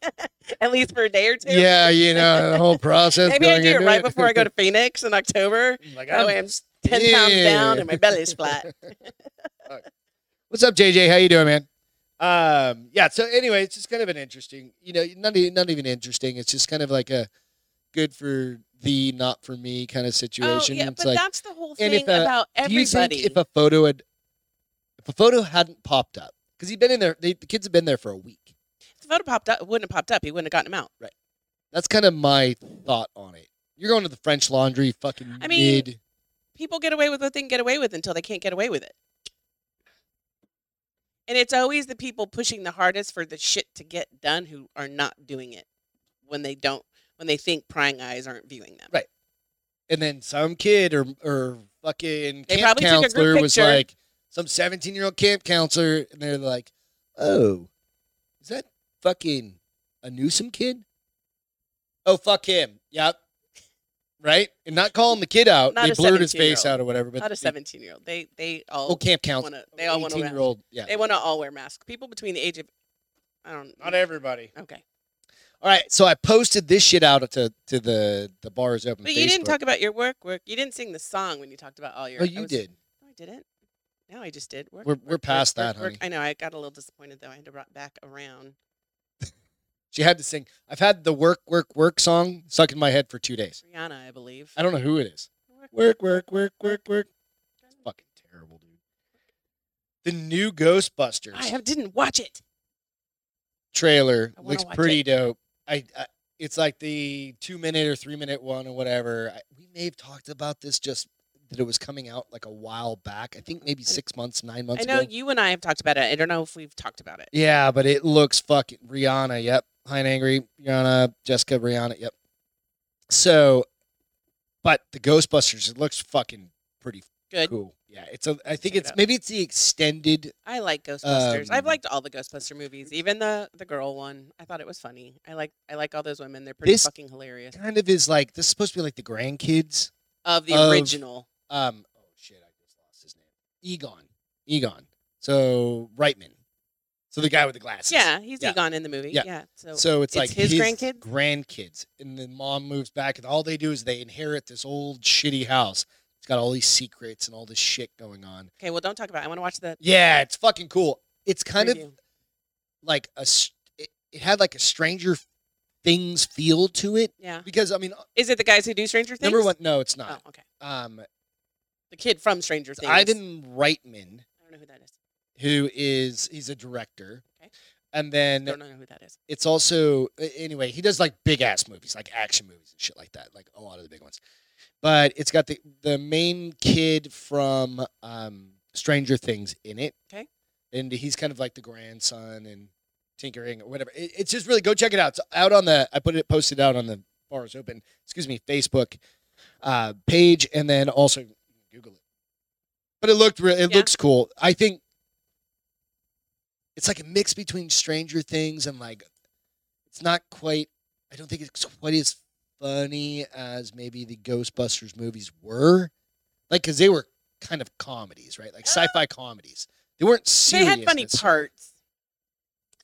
[SPEAKER 2] at least for a day or two?
[SPEAKER 1] yeah, you know, the whole process
[SPEAKER 2] maybe I
[SPEAKER 1] going
[SPEAKER 2] do it
[SPEAKER 1] into
[SPEAKER 2] right before I go to Phoenix in October.
[SPEAKER 1] like
[SPEAKER 2] That
[SPEAKER 1] I'm
[SPEAKER 2] way I'm ten pounds down and my Oh,
[SPEAKER 1] Yeah.
[SPEAKER 2] belly's flat.
[SPEAKER 1] Fuck. What's up, JJ? How you doing, man? Um, yeah. So anyway, it's just kind of an interesting, you know, not e- not even interesting. It's just kind of like a good for thee, not for me kind of situation.
[SPEAKER 2] Oh, yeah,
[SPEAKER 1] it's
[SPEAKER 2] but
[SPEAKER 1] like,
[SPEAKER 2] that's the whole
[SPEAKER 1] and
[SPEAKER 2] thing
[SPEAKER 1] if a-
[SPEAKER 2] about
[SPEAKER 1] do you think
[SPEAKER 2] everybody.
[SPEAKER 1] if a photo had, if a photo hadn't popped up, because he'd been in there, they, the kids have been there for a week.
[SPEAKER 2] If the photo popped up, it wouldn't have popped up. He wouldn't have gotten him out.
[SPEAKER 1] That's kind of my thought on it. You're going to the French Laundry, fucking
[SPEAKER 2] I mean,
[SPEAKER 1] mid.
[SPEAKER 2] People get away with what they can get away with until they can't get away with it. And it's always the people pushing the hardest for the shit to get done who are not doing it when they don't when they think prying eyes aren't viewing them.
[SPEAKER 1] Right. and then some kid or or fucking
[SPEAKER 2] They
[SPEAKER 1] camp
[SPEAKER 2] probably took a group
[SPEAKER 1] counselor was
[SPEAKER 2] picture.
[SPEAKER 1] like some 17 year old camp counselor and they're like oh is that fucking a Newsom kid oh fuck him yep right and not calling the kid out
[SPEAKER 2] Not
[SPEAKER 1] they
[SPEAKER 2] a
[SPEAKER 1] blurred his face
[SPEAKER 2] 17-year-old.
[SPEAKER 1] out or whatever but
[SPEAKER 2] not
[SPEAKER 1] they-
[SPEAKER 2] a 17 year old. They they all
[SPEAKER 1] oh camp counselor
[SPEAKER 2] wanna, they all want to
[SPEAKER 1] 18 year old yeah
[SPEAKER 2] they want to all wear masks. People between the age of I don't
[SPEAKER 1] not everybody
[SPEAKER 2] okay.
[SPEAKER 1] all right so I posted this shit out to to the the bars open
[SPEAKER 2] But you didn't
[SPEAKER 1] Facebook.
[SPEAKER 2] talk about your work work. You didn't sing the song when you talked about all your
[SPEAKER 1] oh
[SPEAKER 2] I
[SPEAKER 1] you
[SPEAKER 2] was-
[SPEAKER 1] did
[SPEAKER 2] No, I didn't. No, I just did. Work,
[SPEAKER 1] We're-
[SPEAKER 2] work,
[SPEAKER 1] we're past that, honey.
[SPEAKER 2] I know. I got a little disappointed though. I had to brought back around.
[SPEAKER 1] she had to sing I've had the work work work song stuck in my head for two days
[SPEAKER 2] Rihanna, I believe.
[SPEAKER 1] I don't know who it is
[SPEAKER 2] Work,
[SPEAKER 1] Work, work, work, work, work. It's fucking terrible, dude. The new Ghostbusters
[SPEAKER 2] I have, didn't watch it.
[SPEAKER 1] trailer
[SPEAKER 2] I wanna
[SPEAKER 1] looks
[SPEAKER 2] watch
[SPEAKER 1] pretty dope. I, I, it's like the two minute or three minute one or whatever. I, we may have talked about this just that it was coming out like a while back. I think maybe
[SPEAKER 2] I-
[SPEAKER 1] six months, nine
[SPEAKER 2] I
[SPEAKER 1] months
[SPEAKER 2] know
[SPEAKER 1] ago.
[SPEAKER 2] you and I have talked about it. I don't know if we've talked about it.
[SPEAKER 1] Yeah, but it looks fucking Rihanna. Yep, High and Angry Rihanna, Jessica Rihanna. Yep. So, but the Ghostbusters it looks fucking pretty
[SPEAKER 2] Good.
[SPEAKER 1] cool. Yeah, it's a. I think
[SPEAKER 2] Check it
[SPEAKER 1] it's
[SPEAKER 2] out.
[SPEAKER 1] maybe it's the extended
[SPEAKER 2] I like Ghostbusters. I've
[SPEAKER 1] Um,
[SPEAKER 2] liked all the Ghostbuster movies, even the the girl one. I thought it was funny. I like I like all those women. They're pretty
[SPEAKER 1] This-
[SPEAKER 2] fucking hilarious.
[SPEAKER 1] kind of is like this is supposed to be like the grandkids.
[SPEAKER 2] Of the
[SPEAKER 1] of-
[SPEAKER 2] original.
[SPEAKER 1] Um, oh shit, I just lost his name. Egon. Egon. So Reitman. So the guy with the glasses.
[SPEAKER 2] Yeah, he's
[SPEAKER 1] yeah.
[SPEAKER 2] Egon in the movie.
[SPEAKER 1] Yeah.
[SPEAKER 2] Yeah. So,
[SPEAKER 1] So it's,
[SPEAKER 2] it's
[SPEAKER 1] like
[SPEAKER 2] his grandkids?
[SPEAKER 1] grandkids, and the mom moves back, and all they do is they inherit this old shitty house. It's got all these secrets and all this shit going on.
[SPEAKER 2] okay, well, don't talk about. it. I want to watch the
[SPEAKER 1] Yeah, it's fucking cool. It's kind of
[SPEAKER 2] preview.
[SPEAKER 1] like a. s- It, it had like a Stranger Things feel to it
[SPEAKER 2] Yeah.
[SPEAKER 1] because I mean, uh,
[SPEAKER 2] Is it the guys who do Stranger Things?
[SPEAKER 1] number one, no, it's
[SPEAKER 2] Oh,
[SPEAKER 1] not.
[SPEAKER 2] okay.
[SPEAKER 1] Um,
[SPEAKER 2] The kid from Stranger Things.
[SPEAKER 1] Ivan Reitman,
[SPEAKER 2] I don't know who that is.
[SPEAKER 1] who is he's a director,
[SPEAKER 2] Okay.
[SPEAKER 1] and then
[SPEAKER 2] Don't know who that is.
[SPEAKER 1] it's also a- anyway he does like big ass movies, like action movies and shit like that, like a lot of the big ones. But it's got the the main kid from um, Stranger Things in it.
[SPEAKER 2] Okay.
[SPEAKER 1] and he's kind of like the grandson and tinkering or whatever. It, it's just really go check it out. It's out on the I put it posted out on the bars open. Excuse me, Facebook uh, page, and then also Google it. But it looked real. It
[SPEAKER 2] Yeah.
[SPEAKER 1] looks cool. I think it's like a mix between Stranger Things and like it's not quite. I don't think it's quite as funny as maybe the Ghostbusters movies were, like because they were kind of comedies, right? Like sci-fi comedies. They weren't
[SPEAKER 2] Uh, They
[SPEAKER 1] serious.
[SPEAKER 2] had funny
[SPEAKER 1] necessarily.
[SPEAKER 2] parts.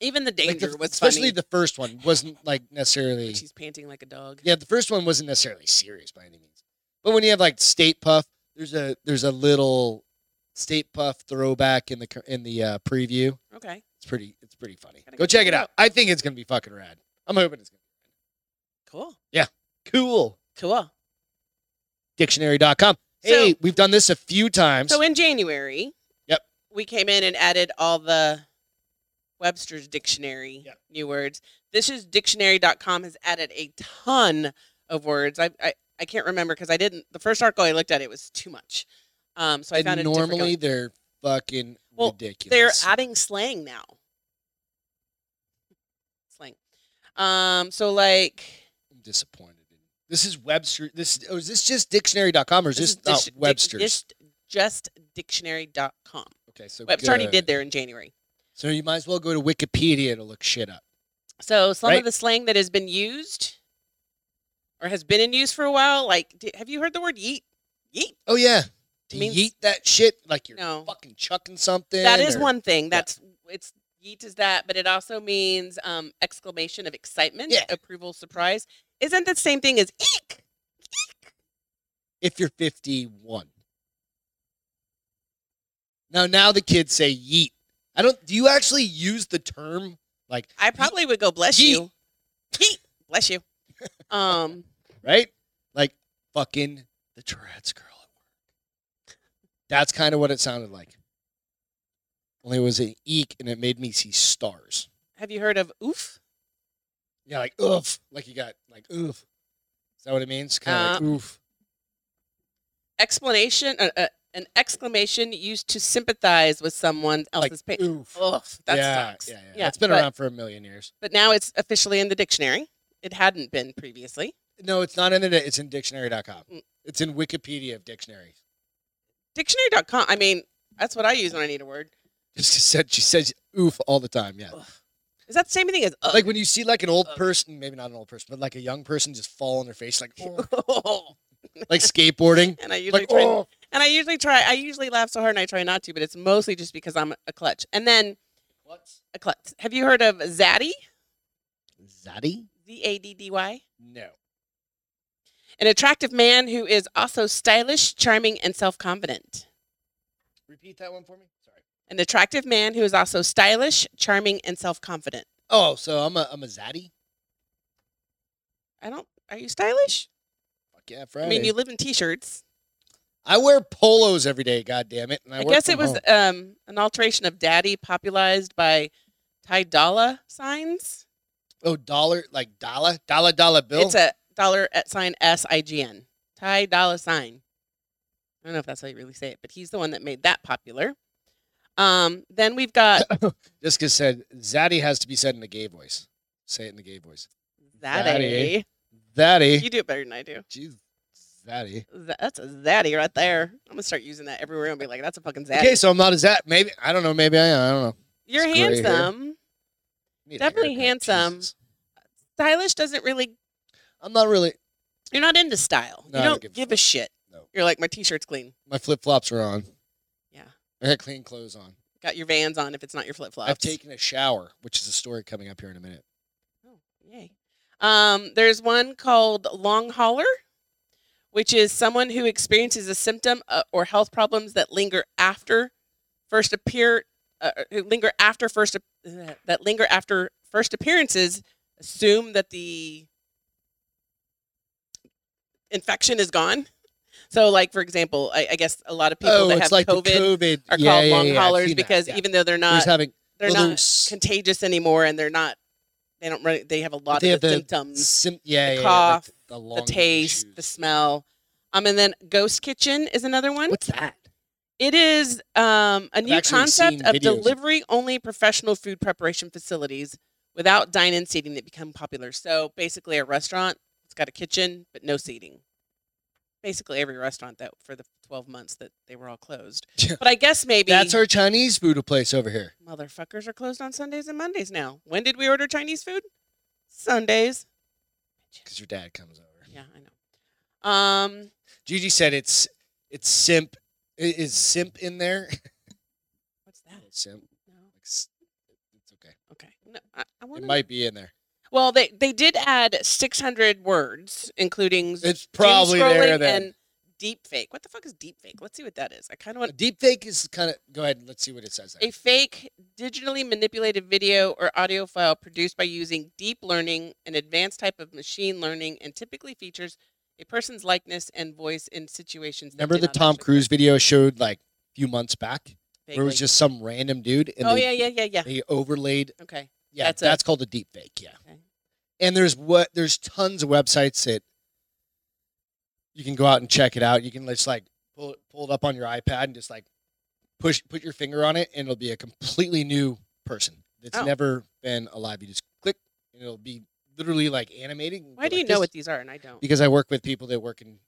[SPEAKER 2] Even the
[SPEAKER 1] Like
[SPEAKER 2] danger
[SPEAKER 1] the-
[SPEAKER 2] was
[SPEAKER 1] especially
[SPEAKER 2] funny.
[SPEAKER 1] the first one wasn't like
[SPEAKER 2] when
[SPEAKER 1] necessarily.
[SPEAKER 2] she's panting like a dog.
[SPEAKER 1] Yeah, the first one wasn't necessarily serious by any means. But when you have like State Puff, there's a there's a little State Puff throwback in the cur- in the uh, preview.
[SPEAKER 2] Okay.
[SPEAKER 1] It's pretty it's pretty funny.
[SPEAKER 2] Gotta
[SPEAKER 1] Go
[SPEAKER 2] go
[SPEAKER 1] check
[SPEAKER 2] check it
[SPEAKER 1] it out. I think it's gonna be fucking rad. I'm hoping it's gonna
[SPEAKER 2] Cool.
[SPEAKER 1] be cool.
[SPEAKER 2] Cool.
[SPEAKER 1] Dictionary.com.
[SPEAKER 2] So-
[SPEAKER 1] Hey, we've done this a few times.
[SPEAKER 2] So in January,
[SPEAKER 1] Yep.
[SPEAKER 2] we came in and added all the Webster's dictionary
[SPEAKER 1] Yep.
[SPEAKER 2] new words. This is dictionary.com has added a ton of words. I I, I can't remember because I didn't. The first article I looked at it was too much. Um, so I
[SPEAKER 1] and
[SPEAKER 2] found it
[SPEAKER 1] normally they're fucking
[SPEAKER 2] Well, They're
[SPEAKER 1] ridiculous.
[SPEAKER 2] adding slang now. Slang. Um, so like
[SPEAKER 1] I'm disappointed. in- This is Webster. This oh, is this just dictionary.com or is this, not
[SPEAKER 2] dic- dic-
[SPEAKER 1] Webster's?
[SPEAKER 2] Just, just dictionary.com.
[SPEAKER 1] okay, so
[SPEAKER 2] Webster already
[SPEAKER 1] go-
[SPEAKER 2] did there in January.
[SPEAKER 1] So you might as well go to Wikipedia to look shit up.
[SPEAKER 2] So some
[SPEAKER 1] Right.
[SPEAKER 2] of the slang that has been used or has been in use for a while, like d have you heard the word yeet? Yeet.
[SPEAKER 1] Oh yeah, to
[SPEAKER 2] Means-
[SPEAKER 1] yeet that shit like you're
[SPEAKER 2] No.
[SPEAKER 1] fucking chucking something.
[SPEAKER 2] That is
[SPEAKER 1] or-
[SPEAKER 2] one thing. That's it's yeet is that, but it also means um, exclamation of excitement,
[SPEAKER 1] Yeah.
[SPEAKER 2] approval, surprise. Isn't that the same thing as eek?
[SPEAKER 1] If you're 51. Now, now the kids say yeet. I don't. Do you actually use the term like
[SPEAKER 2] I probably would go bless
[SPEAKER 1] Yeet.
[SPEAKER 2] you. Yeet. bless you. Um,
[SPEAKER 1] right? Like fucking the Tourette's girl at work. That's kind of what it sounded like. Only it was an eek, and it made me see stars.
[SPEAKER 2] have you heard of oof?
[SPEAKER 1] Yeah, like oof, like you got like oof. Is that what it means? Kind of like oof.
[SPEAKER 2] Explanation, uh, uh, an exclamation used to sympathize with someone
[SPEAKER 1] Like
[SPEAKER 2] else's pain.
[SPEAKER 1] oof.
[SPEAKER 2] Ugh, that
[SPEAKER 1] yeah,
[SPEAKER 2] sucks.
[SPEAKER 1] oh, yeah, yeah, It's been
[SPEAKER 2] but,
[SPEAKER 1] around for a million years.
[SPEAKER 2] but now it's officially in the dictionary. It hadn't been previously.
[SPEAKER 1] No, it's not in it. It's in dictionary.com.
[SPEAKER 2] Mm.
[SPEAKER 1] It's in Wikipedia of dictionaries.
[SPEAKER 2] Dictionary.com. I mean, that's what I use when I need a word.
[SPEAKER 1] Just said she says oof all the time. Yeah.
[SPEAKER 2] Ugh. Is that the same thing as ugh?
[SPEAKER 1] Like when you see like an old
[SPEAKER 2] Ugh.
[SPEAKER 1] person, maybe not an old person, but like a young person just fall on their face, like "Oh,"
[SPEAKER 2] and
[SPEAKER 1] like skateboarding,
[SPEAKER 2] I usually
[SPEAKER 1] like
[SPEAKER 2] try.
[SPEAKER 1] oh,
[SPEAKER 2] And I usually try. I usually laugh so hard, and I try not to. But it's mostly just because I'm a clutch. And then a clutch. Have you heard of zaddy?
[SPEAKER 1] zaddy?
[SPEAKER 2] Z a d d y.
[SPEAKER 1] No,
[SPEAKER 2] An attractive man who is also stylish, charming, and self-confident.
[SPEAKER 1] repeat that one for me. Sorry.
[SPEAKER 2] An attractive man who is also stylish, charming, and self-confident.
[SPEAKER 1] Oh, so I'm a I'm a zaddy.
[SPEAKER 2] I don't. Are you stylish?
[SPEAKER 1] Fuck yeah,
[SPEAKER 2] I
[SPEAKER 1] Friday.
[SPEAKER 2] mean, you live in t-shirts.
[SPEAKER 1] I wear polos every day. God damn it! And
[SPEAKER 2] I,
[SPEAKER 1] I, work
[SPEAKER 2] guess it
[SPEAKER 1] from
[SPEAKER 2] was
[SPEAKER 1] home.
[SPEAKER 2] um, an alteration of "daddy" popularized by Ty Dolla signs.
[SPEAKER 1] oh dollar like dollar dollar dollar bill.
[SPEAKER 2] It's a dollar at sign S I G N. Ty Dolla Sign. I don't know if that's how you really say it, but he's the one that made that popular. Um, then we've got
[SPEAKER 1] Jessica said zaddy has to be said in the gay voice. Say it in the gay voice.
[SPEAKER 2] Zaddy.
[SPEAKER 1] Zaddy. eh?
[SPEAKER 2] You do it better than I do.
[SPEAKER 1] Jeez, zaddy.
[SPEAKER 2] Th- That's a Zaddy right there. I'm gonna start using that everywhere and be like, "That's a fucking Zaddy."
[SPEAKER 1] Okay, so I'm not as that. Maybe I don't know. Maybe I am. I don't know.
[SPEAKER 2] You're
[SPEAKER 1] it's gray hair.
[SPEAKER 2] handsome.
[SPEAKER 1] Need a
[SPEAKER 2] Definitely
[SPEAKER 1] haircut,
[SPEAKER 2] handsome.
[SPEAKER 1] Jesus.
[SPEAKER 2] Stylish doesn't really.
[SPEAKER 1] I'm not really.
[SPEAKER 2] You're not into style.
[SPEAKER 1] No,
[SPEAKER 2] you
[SPEAKER 1] I don't
[SPEAKER 2] don't
[SPEAKER 1] give a
[SPEAKER 2] give a shit.
[SPEAKER 1] No.
[SPEAKER 2] You're like my t-shirt's clean.
[SPEAKER 1] My flip flops are on.
[SPEAKER 2] Yeah.
[SPEAKER 1] I got clean clothes on.
[SPEAKER 2] Got your Vans on if it's not your flip flops.
[SPEAKER 1] I've taken a shower, which is a story coming up here in a minute.
[SPEAKER 2] Oh, yay. Um, there's one called long hauler, which is someone who experiences a symptom uh, or health problems that linger after first appear uh, uh, who linger after first ap- uh, that linger after first appearances assume that the infection is gone. So like for example, I, I guess a lot of people
[SPEAKER 1] oh,
[SPEAKER 2] that
[SPEAKER 1] it's
[SPEAKER 2] have
[SPEAKER 1] like
[SPEAKER 2] COVID,
[SPEAKER 1] the COVID
[SPEAKER 2] are
[SPEAKER 1] yeah,
[SPEAKER 2] called
[SPEAKER 1] yeah,
[SPEAKER 2] long
[SPEAKER 1] yeah, I've
[SPEAKER 2] haulers
[SPEAKER 1] seen that,
[SPEAKER 2] because
[SPEAKER 1] yeah.
[SPEAKER 2] even though they're
[SPEAKER 1] They're
[SPEAKER 2] not
[SPEAKER 1] just having
[SPEAKER 2] they're
[SPEAKER 1] little
[SPEAKER 2] not
[SPEAKER 1] s-
[SPEAKER 2] contagious anymore and they're not they don't really they have a lot
[SPEAKER 1] They
[SPEAKER 2] of the
[SPEAKER 1] have
[SPEAKER 2] symptoms
[SPEAKER 1] sim- yeah,
[SPEAKER 2] the
[SPEAKER 1] yeah, yeah, like
[SPEAKER 2] cough,
[SPEAKER 1] the,
[SPEAKER 2] the
[SPEAKER 1] longing
[SPEAKER 2] taste the
[SPEAKER 1] issues.
[SPEAKER 2] smell um and then ghost kitchen is another one
[SPEAKER 1] What's that?
[SPEAKER 2] it is um a new
[SPEAKER 1] actually
[SPEAKER 2] concept
[SPEAKER 1] seen
[SPEAKER 2] of
[SPEAKER 1] videos.
[SPEAKER 2] delivery only professional food preparation facilities without dine-in seating that become popular so basically a restaurant it's got a kitchen but no seating basically every restaurant that for the 12 months that they were all closed
[SPEAKER 1] Yeah.
[SPEAKER 2] but i guess maybe
[SPEAKER 1] That's our Chinese food place over here.
[SPEAKER 2] Motherfuckers are closed on Sundays and Mondays now. When did we order Chinese food? Sundays.
[SPEAKER 1] Because your dad comes over.
[SPEAKER 2] Yeah, I know. Um,
[SPEAKER 1] Gigi said it's it's simp. I- Is simp in there?
[SPEAKER 2] what's that?
[SPEAKER 1] simp.
[SPEAKER 2] No.
[SPEAKER 1] Like, s- It's okay.
[SPEAKER 2] Okay. No, I, I
[SPEAKER 1] It
[SPEAKER 2] want.
[SPEAKER 1] might be in there.
[SPEAKER 2] Well, they they did add 600 words, including doom
[SPEAKER 1] It's probably there
[SPEAKER 2] scrolling
[SPEAKER 1] then.
[SPEAKER 2] and deep fake. What the fuck is deep fake? Let's see what that is. I kind of
[SPEAKER 1] A
[SPEAKER 2] want
[SPEAKER 1] deep fake is kind of go ahead. Let's see what it says. There.
[SPEAKER 2] a fake digitally manipulated video or audio file produced by using deep learning, an advanced type of machine learning, and typically features a person's likeness and voice in situations. that
[SPEAKER 1] Remember
[SPEAKER 2] did
[SPEAKER 1] the
[SPEAKER 2] not
[SPEAKER 1] Tom
[SPEAKER 2] actually
[SPEAKER 1] Cruise video showed like a few months back, where it
[SPEAKER 2] Vaguely.
[SPEAKER 1] was just some random dude and
[SPEAKER 2] oh
[SPEAKER 1] they,
[SPEAKER 2] yeah, yeah, yeah, yeah.
[SPEAKER 1] they overlaid.
[SPEAKER 2] Okay.
[SPEAKER 1] Yeah, that's,
[SPEAKER 2] That's a-
[SPEAKER 1] called a deep fake. Yeah,
[SPEAKER 2] Okay.
[SPEAKER 1] and there's what there's tons of websites that you can go out and check it out. You can just like pull it, pull it up on your iPad and just like push put your finger on it, and it'll be a completely new person that's
[SPEAKER 2] Oh.
[SPEAKER 1] never been alive. You just click, and it'll be literally like animated. and
[SPEAKER 2] Why
[SPEAKER 1] go
[SPEAKER 2] do
[SPEAKER 1] like
[SPEAKER 2] you know
[SPEAKER 1] this.
[SPEAKER 2] what these are and I don't?
[SPEAKER 1] because I work with people that work in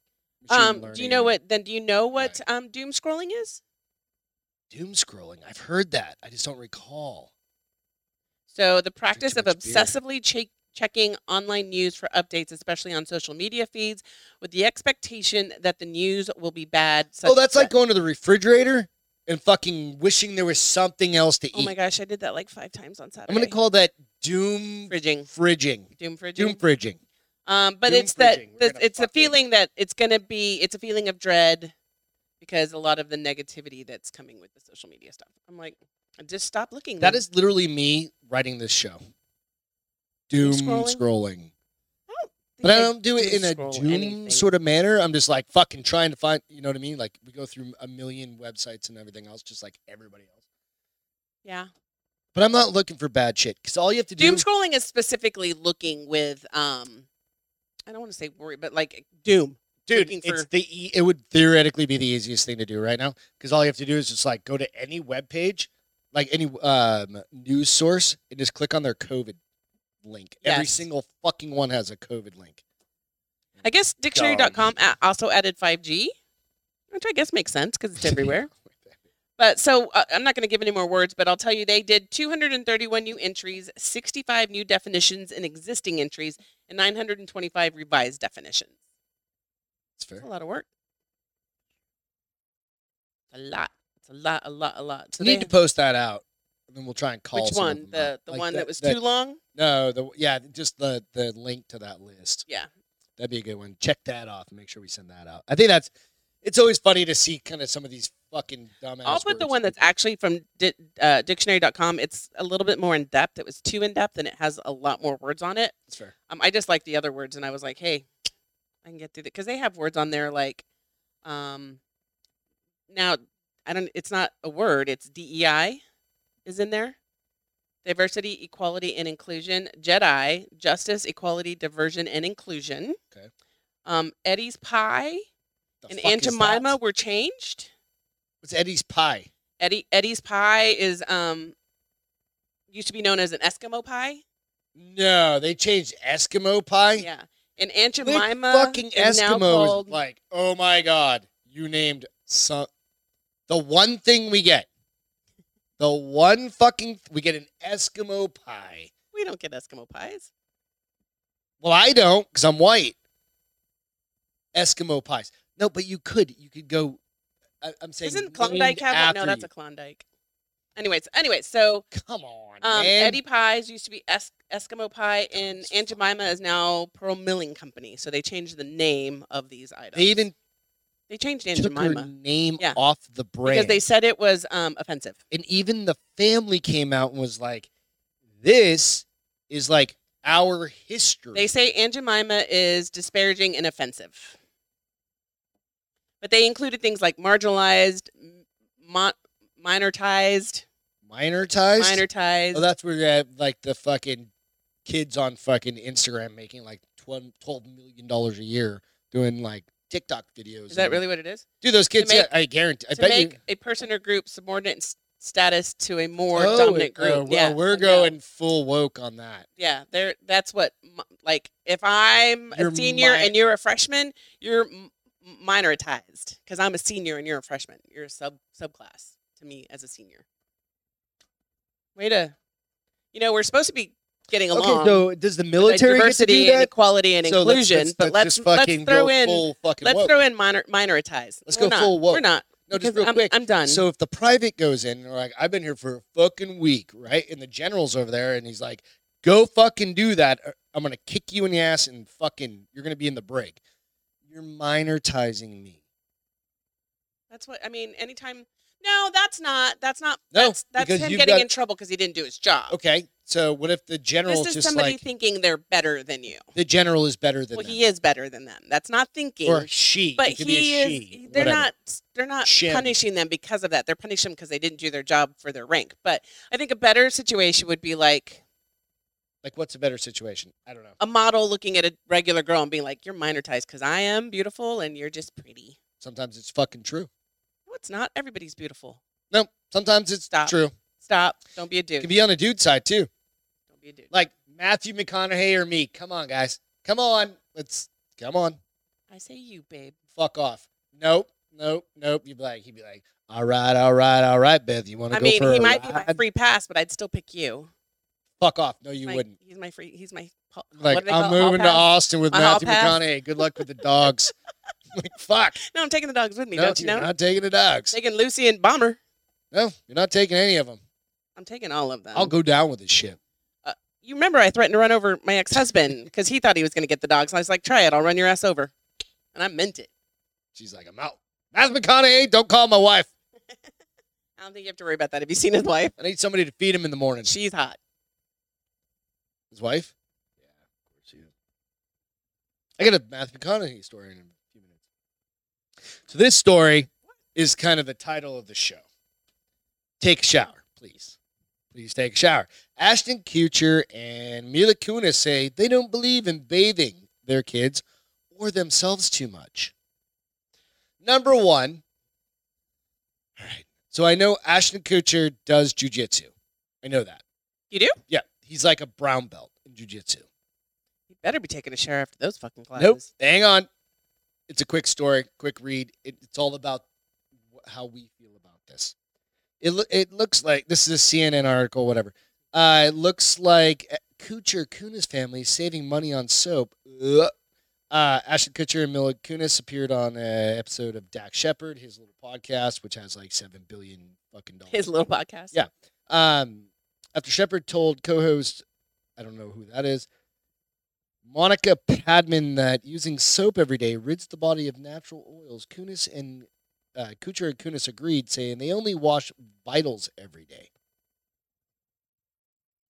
[SPEAKER 1] machine
[SPEAKER 2] Um,
[SPEAKER 1] learning.
[SPEAKER 2] do you know
[SPEAKER 1] and
[SPEAKER 2] what? Then do you know what um, doom scrolling is?
[SPEAKER 1] doom scrolling? I've heard that. I just don't recall.
[SPEAKER 2] So the practice of
[SPEAKER 1] much beer.
[SPEAKER 2] obsessively che- checking online news for updates, especially on social media feeds, with the expectation that the news will be bad. such
[SPEAKER 1] oh, that's
[SPEAKER 2] that-
[SPEAKER 1] like going to the refrigerator and fucking wishing there was something else to
[SPEAKER 2] oh
[SPEAKER 1] eat.
[SPEAKER 2] my gosh, I did that like five times on Saturday.
[SPEAKER 1] I'm gonna call that doom
[SPEAKER 2] fridging,
[SPEAKER 1] fridging.
[SPEAKER 2] doom fridging,
[SPEAKER 1] Doom fridging.
[SPEAKER 2] Um, but
[SPEAKER 1] Doom
[SPEAKER 2] it's that
[SPEAKER 1] bridging. We're
[SPEAKER 2] that
[SPEAKER 1] gonna
[SPEAKER 2] it's a
[SPEAKER 1] fucking-
[SPEAKER 2] feeling that it's gonna be it's a feeling of dread because a lot of the negativity that's coming with the social media stuff. I'm like, I just stop looking.
[SPEAKER 1] That
[SPEAKER 2] then.
[SPEAKER 1] is literally me writing this show. Doom
[SPEAKER 2] Scrolling?
[SPEAKER 1] scrolling. But I
[SPEAKER 2] think
[SPEAKER 1] don't do it
[SPEAKER 2] doom
[SPEAKER 1] in a
[SPEAKER 2] scroll
[SPEAKER 1] doom
[SPEAKER 2] anything.
[SPEAKER 1] sort of manner. I'm just like fucking trying to find, you know what I mean? Like we go through a million websites and everything else, just like everybody else.
[SPEAKER 2] yeah.
[SPEAKER 1] But I'm not looking for bad shit because all you have to do.
[SPEAKER 2] Doom scrolling is specifically looking with um I don't want to say worry, but like doom.
[SPEAKER 1] dude,
[SPEAKER 2] looking
[SPEAKER 1] it's
[SPEAKER 2] for-
[SPEAKER 1] the e- it would theoretically be the easiest thing to do right now because all you have to do is just like go to any web page, like any um, news source, and just click on their COVID link. Every
[SPEAKER 2] Yes.
[SPEAKER 1] single fucking one has a COVID link.
[SPEAKER 2] I guess dictionary.com a- also added 5G, which I guess makes sense because it's everywhere. But so uh, I'm not going to give any more words, but I'll tell you they did 231 new entries, 65 new definitions in existing entries, and 925 revised definitions.
[SPEAKER 1] It's fair.
[SPEAKER 2] That's a lot of work. A lot. It's a lot, a lot, a lot. So
[SPEAKER 1] we need
[SPEAKER 2] they-
[SPEAKER 1] to post that out, and then we'll try and call.
[SPEAKER 2] which
[SPEAKER 1] some
[SPEAKER 2] one?
[SPEAKER 1] of them
[SPEAKER 2] The
[SPEAKER 1] out.
[SPEAKER 2] the
[SPEAKER 1] Like
[SPEAKER 2] one
[SPEAKER 1] the-
[SPEAKER 2] that was
[SPEAKER 1] the-
[SPEAKER 2] too long?
[SPEAKER 1] No, the yeah, just the the link to that list.
[SPEAKER 2] Yeah.
[SPEAKER 1] that'd be a good one. Check that off. and Make sure we send that out. I think that's. It's always funny to see kind of some of these fucking dumbass.
[SPEAKER 2] I'll put the
[SPEAKER 1] words
[SPEAKER 2] one that's actually from di- uh, dictionary.com. It's a little bit more in depth. It was too in depth and it has a lot more words on it.
[SPEAKER 1] It's fair.
[SPEAKER 2] Um, I just like the other words, and I was like, hey, I can get through that because they have words on there like, um, now I don't. It's not a word. It's DEI is in there. Diversity, equality, and inclusion. Jedi, justice, equality, diversion, and inclusion.
[SPEAKER 1] Okay.
[SPEAKER 2] Um, Eddie's pie
[SPEAKER 1] The
[SPEAKER 2] and
[SPEAKER 1] fuck
[SPEAKER 2] Aunt
[SPEAKER 1] is
[SPEAKER 2] Jemima
[SPEAKER 1] that?
[SPEAKER 2] were changed.
[SPEAKER 1] It's Eddie's pie.
[SPEAKER 2] Eddie Eddie's pie is um used to be known as an Eskimo pie.
[SPEAKER 1] No, they changed Eskimo pie.
[SPEAKER 2] Yeah. And Aunt
[SPEAKER 1] They
[SPEAKER 2] Jemima
[SPEAKER 1] fucking
[SPEAKER 2] is now
[SPEAKER 1] Eskimos.
[SPEAKER 2] called
[SPEAKER 1] Like, oh my god, you named some. The one thing we get, the one fucking we get an Eskimo pie.
[SPEAKER 2] we don't get Eskimo pies.
[SPEAKER 1] Well, I don't because I'm white. Eskimo pies. No, but you could. You could go. I, I'm saying.
[SPEAKER 2] Isn't
[SPEAKER 1] named
[SPEAKER 2] Klondike have
[SPEAKER 1] after
[SPEAKER 2] one? No, that's
[SPEAKER 1] you.
[SPEAKER 2] a Klondike. Anyways, anyway, so
[SPEAKER 1] Come on,
[SPEAKER 2] um,
[SPEAKER 1] man.
[SPEAKER 2] Eddie Pies used to be es- Eskimo Pie, and
[SPEAKER 1] That's
[SPEAKER 2] Aunt Jemima is now Pearl Milling Company. So they changed the name of these items.
[SPEAKER 1] they even
[SPEAKER 2] they changed Aunt
[SPEAKER 1] took her
[SPEAKER 2] Jemima
[SPEAKER 1] name
[SPEAKER 2] Yeah.
[SPEAKER 1] off the brand
[SPEAKER 2] because they said it was um, offensive.
[SPEAKER 1] and even the family came out and was like, "This is like our history."
[SPEAKER 2] They say Aunt Jemima is disparaging and offensive. But they included things like marginalized, m- mon- minoritized,
[SPEAKER 1] minoritized.
[SPEAKER 2] minoritized.
[SPEAKER 1] Oh, that's where you have like the fucking kids on fucking Instagram making like 12 12 million dollars a year doing like TikTok videos.
[SPEAKER 2] is that
[SPEAKER 1] and-
[SPEAKER 2] really what it is?
[SPEAKER 1] Dude, those kids.
[SPEAKER 2] make-
[SPEAKER 1] yeah, I guarantee. I
[SPEAKER 2] to
[SPEAKER 1] bet
[SPEAKER 2] make
[SPEAKER 1] you.
[SPEAKER 2] a person or group subordinate s- status to a more
[SPEAKER 1] Oh,
[SPEAKER 2] dominant
[SPEAKER 1] uh,
[SPEAKER 2] group.
[SPEAKER 1] well,
[SPEAKER 2] yeah,
[SPEAKER 1] we're
[SPEAKER 2] I know.
[SPEAKER 1] going full woke on that.
[SPEAKER 2] Yeah, there. That's what. m- Like, if I'm
[SPEAKER 1] You're
[SPEAKER 2] a senior
[SPEAKER 1] mi-
[SPEAKER 2] and you're a freshman, you're m- m- minoritized because I'm a senior and you're a freshman. You're a sub subclass to me as a senior. Way to, you know, we're supposed to be getting along.
[SPEAKER 1] Okay, so does the
[SPEAKER 2] like
[SPEAKER 1] military get to
[SPEAKER 2] diversity
[SPEAKER 1] do
[SPEAKER 2] and
[SPEAKER 1] that?
[SPEAKER 2] equality and
[SPEAKER 1] So let's-
[SPEAKER 2] inclusion, but let's
[SPEAKER 1] just
[SPEAKER 2] let's,
[SPEAKER 1] fucking
[SPEAKER 2] throw
[SPEAKER 1] go
[SPEAKER 2] in
[SPEAKER 1] full fucking
[SPEAKER 2] let's
[SPEAKER 1] woke.
[SPEAKER 2] throw in minor minoritized.
[SPEAKER 1] Let's
[SPEAKER 2] We're
[SPEAKER 1] go
[SPEAKER 2] not,
[SPEAKER 1] full
[SPEAKER 2] We're
[SPEAKER 1] woke.
[SPEAKER 2] not.
[SPEAKER 1] No, just
[SPEAKER 2] because
[SPEAKER 1] real
[SPEAKER 2] I'm,
[SPEAKER 1] quick.
[SPEAKER 2] I'm done.
[SPEAKER 1] So if the private goes in and they're like, I've been here for a fucking week, right? And the general's over there and he's like, go fucking do that. or I'm going to kick you in the ass and fucking, you're going to be in the break. You're minoritizing me.
[SPEAKER 2] That's what I mean. Anytime. No, that's not. That's not.
[SPEAKER 1] No,
[SPEAKER 2] that's that's
[SPEAKER 1] because
[SPEAKER 2] him
[SPEAKER 1] you've
[SPEAKER 2] getting
[SPEAKER 1] got-
[SPEAKER 2] in trouble because he didn't do his job.
[SPEAKER 1] Okay. So what if the general
[SPEAKER 2] This
[SPEAKER 1] is
[SPEAKER 2] is
[SPEAKER 1] just
[SPEAKER 2] somebody
[SPEAKER 1] like,
[SPEAKER 2] thinking they're better than you.
[SPEAKER 1] the general is better than
[SPEAKER 2] Well,
[SPEAKER 1] them.
[SPEAKER 2] he is better than them. That's not thinking.
[SPEAKER 1] Or she.
[SPEAKER 2] but
[SPEAKER 1] it could
[SPEAKER 2] he
[SPEAKER 1] be a
[SPEAKER 2] is.
[SPEAKER 1] she.
[SPEAKER 2] They're
[SPEAKER 1] whatever.
[SPEAKER 2] not. They're not
[SPEAKER 1] Shim.
[SPEAKER 2] punishing them because of that. They're punishing them because they didn't do their job for their rank. But I think a better situation would be like
[SPEAKER 1] Like, what's a better situation? I don't know.
[SPEAKER 2] a model looking at a regular girl and being like, "You're minoritized because I am beautiful and you're just pretty."
[SPEAKER 1] Sometimes it's fucking true.
[SPEAKER 2] No, it's not. Everybody's beautiful.
[SPEAKER 1] No, sometimes it's
[SPEAKER 2] Stop.
[SPEAKER 1] true.
[SPEAKER 2] Stop. Don't be a
[SPEAKER 1] It
[SPEAKER 2] dude.
[SPEAKER 1] can be on a dude side too.
[SPEAKER 2] Don't be a dude.
[SPEAKER 1] like Matthew McConaughey or me. Come on, guys. Come on. Let's come on.
[SPEAKER 2] I say you, babe.
[SPEAKER 1] Fuck off. Nope. Nope. Nope. You'd be like, he'd be like, all right, all right, all right, Beth. You want to
[SPEAKER 2] I
[SPEAKER 1] go
[SPEAKER 2] mean,
[SPEAKER 1] for
[SPEAKER 2] he
[SPEAKER 1] a
[SPEAKER 2] might be my
[SPEAKER 1] ride?
[SPEAKER 2] free pass, but I'd still pick you.
[SPEAKER 1] Fuck off. No, you
[SPEAKER 2] My-
[SPEAKER 1] wouldn't.
[SPEAKER 2] He's my free. He's my. pa- what do
[SPEAKER 1] Like,
[SPEAKER 2] they
[SPEAKER 1] I'm
[SPEAKER 2] call it? Hall
[SPEAKER 1] moving to
[SPEAKER 2] pass?
[SPEAKER 1] Austin with
[SPEAKER 2] My hall
[SPEAKER 1] Matthew
[SPEAKER 2] pass?
[SPEAKER 1] McConaughey. Good luck with the dogs. like, fuck.
[SPEAKER 2] No, I'm taking the dogs with me.
[SPEAKER 1] no,
[SPEAKER 2] don't you
[SPEAKER 1] you're
[SPEAKER 2] know?
[SPEAKER 1] not taking the dogs.
[SPEAKER 2] Taking Lucy and Bomber.
[SPEAKER 1] No, you're not taking any of them.
[SPEAKER 2] I'm taking all of them.
[SPEAKER 1] I'll go down with this shit.
[SPEAKER 2] You remember I threatened to run over my ex-husband because he thought he was going to get the dogs, and I was like, "Try it. I'll run your ass over," and I meant it.
[SPEAKER 1] She's like, I'm out. Matthew McConaughey, don't call my wife.
[SPEAKER 2] I don't think you have to worry about that. Have you seen his wife?
[SPEAKER 1] I need somebody to feed him in the morning.
[SPEAKER 2] She's hot.
[SPEAKER 1] His wife?
[SPEAKER 3] Yeah, of course you.
[SPEAKER 1] I got a Matthew McConaughey story in a few minutes. So this story is kind of the title of the show. Take a shower, please. Please take a shower. Ashton Kutcher and Mila Kunis say they don't believe in bathing their kids or themselves too much. Number one. All right. So I know Ashton Kutcher does jujitsu. I know that.
[SPEAKER 2] You do?
[SPEAKER 1] Yeah. He's like a brown belt in jujitsu.
[SPEAKER 2] You better be taking a shower after those fucking classes.
[SPEAKER 1] Nope. Hang on. It's a quick story, quick read. It, it's all about wh- how we feel about this. It loo- it looks like this is a CNN article, whatever. Uh, it looks like uh, Kuchar Kunis family is saving money on soap. Ugh. Uh, Ashton Kutcher and Mila Kunis appeared on an episode of Dak Shepard, his little podcast, which has like seven billion fucking dollars.
[SPEAKER 2] His little podcast.
[SPEAKER 1] Yeah. Um, after Shepard told co-host, I don't know who that is, Monica Padman that using soap every day rids the body of natural oils. Kunis and uh, Kuchar and Kunis agreed, saying they only wash vitals every day.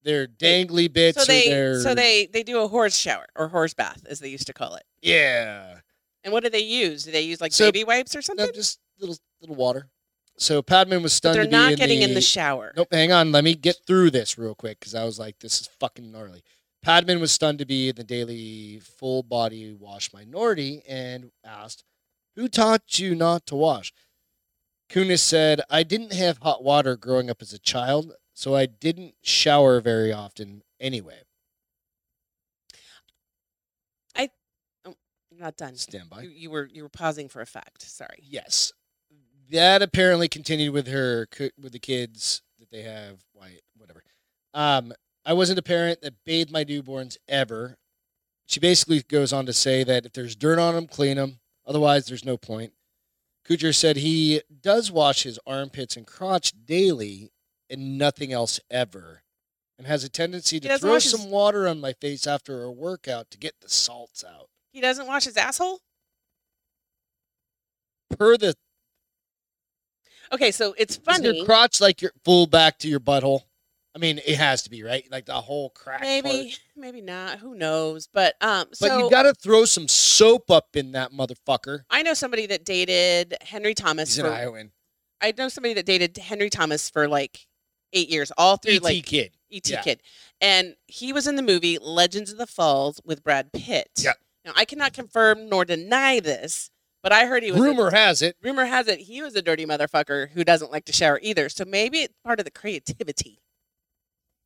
[SPEAKER 1] They're dangly bits.
[SPEAKER 2] So
[SPEAKER 1] or
[SPEAKER 2] they
[SPEAKER 1] they're,
[SPEAKER 2] so they they do a horse shower or horse bath as they used to call it.
[SPEAKER 1] yeah.
[SPEAKER 2] And what do they use? Do they use like
[SPEAKER 1] So-
[SPEAKER 2] baby wipes or something?
[SPEAKER 1] No, just little little water. So Padman was
[SPEAKER 2] but
[SPEAKER 1] stunned.
[SPEAKER 2] they're
[SPEAKER 1] to be
[SPEAKER 2] not getting in the
[SPEAKER 1] shower.
[SPEAKER 2] shower.
[SPEAKER 1] Nope, hang on. Let me get through this real quick because I was like, this is fucking gnarly. Padman was stunned to be in the daily full body wash minority and asked, Who taught you not to wash? Kunis said, I didn't have hot water growing up as a child, so I didn't shower very often anyway.
[SPEAKER 2] I'm not done.
[SPEAKER 1] Stand by.
[SPEAKER 2] You, you were you were pausing for a fact. Sorry.
[SPEAKER 1] Yes. That apparently continued with her co- with the kids that they have Wyatt whatever. Um I wasn't a parent that bathed my newborns ever. She basically goes on to say that if there's dirt on them, clean them. Otherwise, there's no point. Kuchar said he does wash his armpits and crotch daily and nothing else ever and has a tendency to
[SPEAKER 2] doesn't
[SPEAKER 1] throw
[SPEAKER 2] wash his-
[SPEAKER 1] some water on my face after a workout to get the salts out.
[SPEAKER 2] He doesn't wash his asshole.
[SPEAKER 1] Per the
[SPEAKER 2] Okay, so it's
[SPEAKER 1] Is
[SPEAKER 2] funny.
[SPEAKER 1] your crotch like your full back to your butthole? I mean, it has to be right, like the whole crack. part.
[SPEAKER 2] maybe maybe not. Who knows? But um,
[SPEAKER 1] but
[SPEAKER 2] so
[SPEAKER 1] you got to throw some soap up in that motherfucker.
[SPEAKER 2] I know somebody that dated Henry Thomas.
[SPEAKER 1] He's
[SPEAKER 2] For,
[SPEAKER 1] an Iowan.
[SPEAKER 2] I know somebody that dated Henry Thomas for like eight years, all through
[SPEAKER 1] ET
[SPEAKER 2] like
[SPEAKER 1] kid.
[SPEAKER 2] ET
[SPEAKER 1] E Yeah.
[SPEAKER 2] kid, and he was in the movie Legends of the Falls with Brad Pitt.
[SPEAKER 1] Yeah.
[SPEAKER 2] Now I cannot confirm nor deny this, but I heard he was a-
[SPEAKER 1] Rumor has it.
[SPEAKER 2] rumor has it he was a dirty motherfucker who doesn't like to shower either. So maybe it's part of the creativity.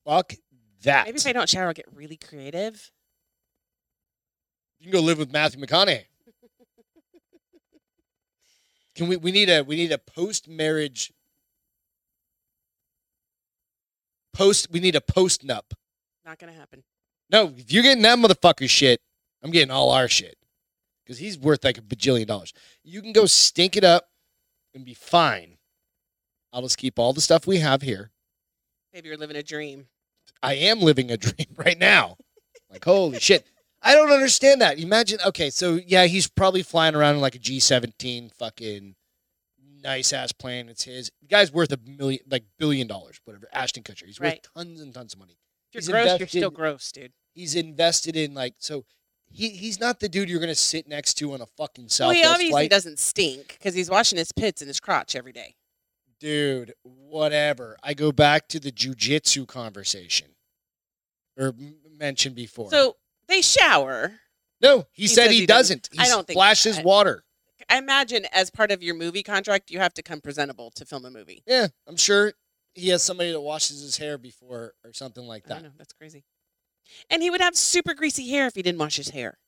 [SPEAKER 1] Fuck that.
[SPEAKER 2] Maybe if I don't shower, I'll get really creative.
[SPEAKER 1] you can go live with Matthew McConaughey. can we? We need a. We need a post-marriage. Post. We need a post-nup.
[SPEAKER 2] Not gonna happen.
[SPEAKER 1] No, if you're getting that motherfucker shit, I'm getting all our shit. Because he's worth like a bajillion dollars. You can go stink it up and be fine. I'll just keep all the stuff we have here.
[SPEAKER 2] Maybe you're living a dream.
[SPEAKER 1] I am living a dream right now. Like, holy shit. I don't understand that. Imagine, okay, so yeah, he's probably flying around in like a G 17 fucking nice ass plane. It's his. The guy's worth a million, like billion dollars, whatever. Ashton Kutcher. He's
[SPEAKER 2] Right.
[SPEAKER 1] worth tons and tons of money.
[SPEAKER 2] If
[SPEAKER 1] He's
[SPEAKER 2] you're gross, you're still
[SPEAKER 1] invested-
[SPEAKER 2] gross, dude.
[SPEAKER 1] he's invested in like so he he's not the dude you're gonna sit next to on a fucking
[SPEAKER 2] Well, he
[SPEAKER 1] Southwest
[SPEAKER 2] obviously
[SPEAKER 1] flight,
[SPEAKER 2] doesn't stink because he's washing his pits and his crotch every day.
[SPEAKER 1] dude. Whatever. I go back to the jujitsu conversation or m- mentioned before.
[SPEAKER 2] So they shower.
[SPEAKER 1] no, he,
[SPEAKER 2] He
[SPEAKER 1] said
[SPEAKER 2] says
[SPEAKER 1] he,
[SPEAKER 2] he doesn't.
[SPEAKER 1] doesn't.
[SPEAKER 2] I
[SPEAKER 1] He
[SPEAKER 2] don't think-
[SPEAKER 1] splashes
[SPEAKER 2] I-
[SPEAKER 1] water.
[SPEAKER 2] I imagine as part of your movie contract, you have to come presentable to film a movie.
[SPEAKER 1] Yeah, I'm sure he has somebody that washes his hair before or something like
[SPEAKER 2] I
[SPEAKER 1] that.
[SPEAKER 2] know. That's crazy. And he would have super greasy hair if he didn't wash his hair.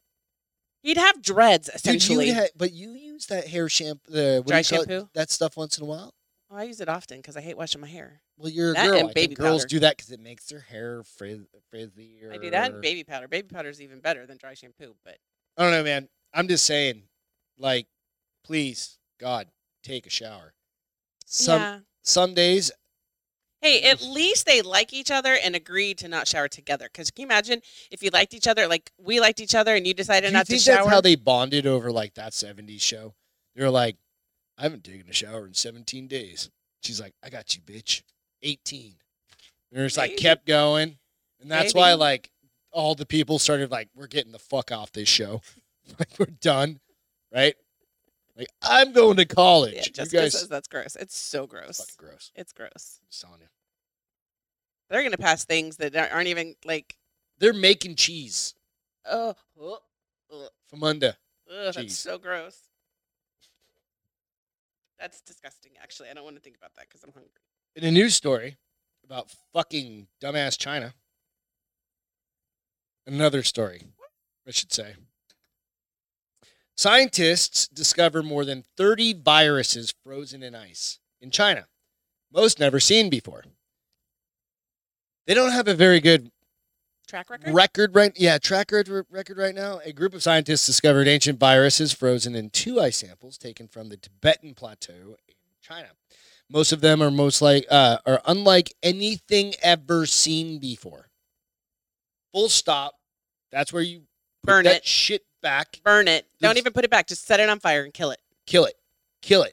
[SPEAKER 2] He'd have dreads
[SPEAKER 1] Dude, you
[SPEAKER 2] essentially.
[SPEAKER 1] ha- but you use that hair shampoo, the what do
[SPEAKER 2] Dry
[SPEAKER 1] you call it?
[SPEAKER 2] shampoo?
[SPEAKER 1] that stuff once in a while.
[SPEAKER 2] oh, I use it often because I hate washing my hair.
[SPEAKER 1] Well, you're a
[SPEAKER 2] That
[SPEAKER 1] girl.
[SPEAKER 2] and
[SPEAKER 1] I think
[SPEAKER 2] baby
[SPEAKER 1] girls
[SPEAKER 2] powder.
[SPEAKER 1] do that because it makes their hair frizz- frizzy. Or
[SPEAKER 2] I do that and baby powder. Baby powder is even better than dry shampoo. But
[SPEAKER 1] I don't know, man. I'm just saying, like, please, God, take a shower. Some
[SPEAKER 2] yeah.
[SPEAKER 1] some days,
[SPEAKER 2] Hey, at least they like each other and agree to not shower together. Because can you imagine if you liked each other, like we liked each other, and you
[SPEAKER 1] do
[SPEAKER 2] decided
[SPEAKER 1] you
[SPEAKER 2] not
[SPEAKER 1] think that's
[SPEAKER 2] to shower?
[SPEAKER 1] how they bonded over like that '70s show? They're like, I haven't taken a shower in 17 days. She's like, I got you, bitch. 18. And it's like
[SPEAKER 2] Maybe.
[SPEAKER 1] kept going. And that's why
[SPEAKER 2] Maybe.
[SPEAKER 1] like all the people started like, we're getting the fuck off this show. like we're done. Right? Like I'm going to college.
[SPEAKER 2] Yeah, Jessica
[SPEAKER 1] you guys
[SPEAKER 2] says that's gross. It's so gross.
[SPEAKER 1] fucking gross.
[SPEAKER 2] It's gross.
[SPEAKER 1] I'm telling you.
[SPEAKER 2] They're gonna pass things that aren't aren't even like
[SPEAKER 1] They're making cheese
[SPEAKER 2] oh, oh, oh,
[SPEAKER 1] from under.
[SPEAKER 2] oh,
[SPEAKER 1] Jeez.
[SPEAKER 2] that's so gross. That's disgusting. Actually, I don't want to think about that because I'm hungry.
[SPEAKER 1] In a news story about fucking dumbass China. Another story, I should say. Scientists discover more than 30 viruses frozen in ice in China, most never seen before. They don't have a very good
[SPEAKER 2] Track record.
[SPEAKER 1] record right yeah track record, record right now a group of scientists discovered ancient viruses frozen in two ice samples taken from the tibetan plateau in china most of them are most like uh, are unlike anything ever seen before full stop that's where you put
[SPEAKER 2] Burn
[SPEAKER 1] that
[SPEAKER 2] it.
[SPEAKER 1] shit back
[SPEAKER 2] Burn it. Don't
[SPEAKER 1] This-
[SPEAKER 2] even put it back. Just set it on fire and kill it.
[SPEAKER 1] kill it kill it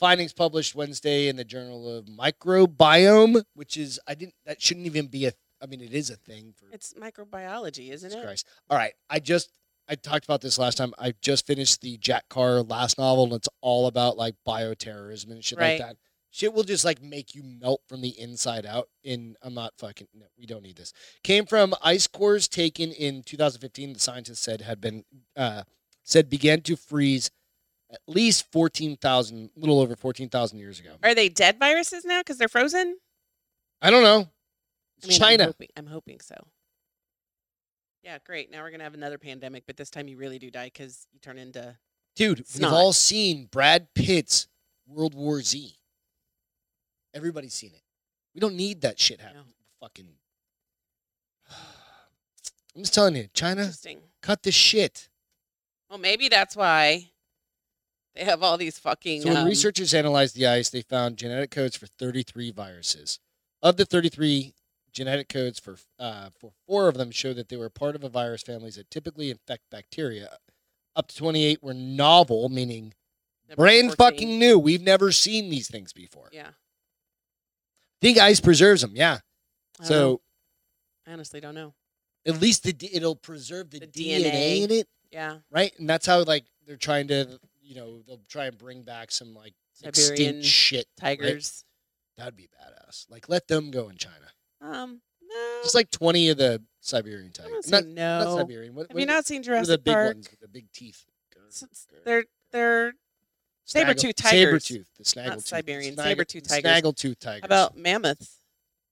[SPEAKER 1] findings published wednesday in the journal of microbiome which is i didn't that shouldn't even be a i mean it is a thing for
[SPEAKER 2] It's microbiology, isn't
[SPEAKER 1] Jesus
[SPEAKER 2] it?
[SPEAKER 1] Christ. All right. I just I talked about this last time. I just finished the Jack Carr last novel and it's all about like bioterrorism and shit
[SPEAKER 2] Right.
[SPEAKER 1] like that. Shit will just like make you melt from the inside out. In I'm not fucking no, we don't need this. Came from ice cores taken in 2015, the scientists said had been uh, said began to freeze at least 14,000, little over 14,000 years ago.
[SPEAKER 2] Are they dead viruses now because they're frozen?
[SPEAKER 1] I don't know.
[SPEAKER 2] I mean,
[SPEAKER 1] China.
[SPEAKER 2] I'm hoping, I'm hoping so. Yeah, great. Now we're gonna have another pandemic, but this time you really do die because you turn into
[SPEAKER 1] Dude,
[SPEAKER 2] It's
[SPEAKER 1] we've
[SPEAKER 2] not.
[SPEAKER 1] all seen Brad Pitt's World War Z. Everybody's seen it. We don't need that shit happening. Fucking. I'm just telling you, China,
[SPEAKER 2] interesting.
[SPEAKER 1] cut the shit.
[SPEAKER 2] Well, maybe that's why they have all these fucking.
[SPEAKER 1] So when
[SPEAKER 2] um,
[SPEAKER 1] researchers analyzed the ice, they found genetic codes for 33 viruses. Of the 33 genetic codes, for uh, for four of them show that they were part of a virus families that typically infect bacteria. Up to 28 were novel, meaning
[SPEAKER 2] number
[SPEAKER 1] brand
[SPEAKER 2] 14.
[SPEAKER 1] fucking new. We've never seen these things before.
[SPEAKER 2] Yeah.
[SPEAKER 1] think ice preserves them. Yeah.
[SPEAKER 2] I don't know.
[SPEAKER 1] So
[SPEAKER 2] I honestly don't know.
[SPEAKER 1] at least the D- it'll preserve the,
[SPEAKER 2] The
[SPEAKER 1] DNA.
[SPEAKER 2] DNA.
[SPEAKER 1] in it,
[SPEAKER 2] Yeah,
[SPEAKER 1] right? And that's how like they're trying to, you know, they'll try and bring back some like
[SPEAKER 2] Siberian
[SPEAKER 1] extinct shit.
[SPEAKER 2] tigers.
[SPEAKER 1] That'd be badass. Like let them go in China.
[SPEAKER 2] Um, no.
[SPEAKER 1] Just like twenty of the Siberian
[SPEAKER 2] I'm gonna
[SPEAKER 1] tigers.
[SPEAKER 2] say
[SPEAKER 1] Not,
[SPEAKER 2] no.
[SPEAKER 1] not Siberian. What,
[SPEAKER 2] have
[SPEAKER 1] what
[SPEAKER 2] you
[SPEAKER 1] are the-
[SPEAKER 2] not seen
[SPEAKER 1] what are the
[SPEAKER 2] Jurassic
[SPEAKER 1] big
[SPEAKER 2] Park?
[SPEAKER 1] ones with the big teeth?
[SPEAKER 2] S- s- They're they're saber-tooth
[SPEAKER 1] Saber
[SPEAKER 2] tigers.
[SPEAKER 1] tooth. The snaggle tooth.
[SPEAKER 2] Siberian, saber-tooth tigers.
[SPEAKER 1] Snaggle tooth tigers.
[SPEAKER 2] how about mammoths.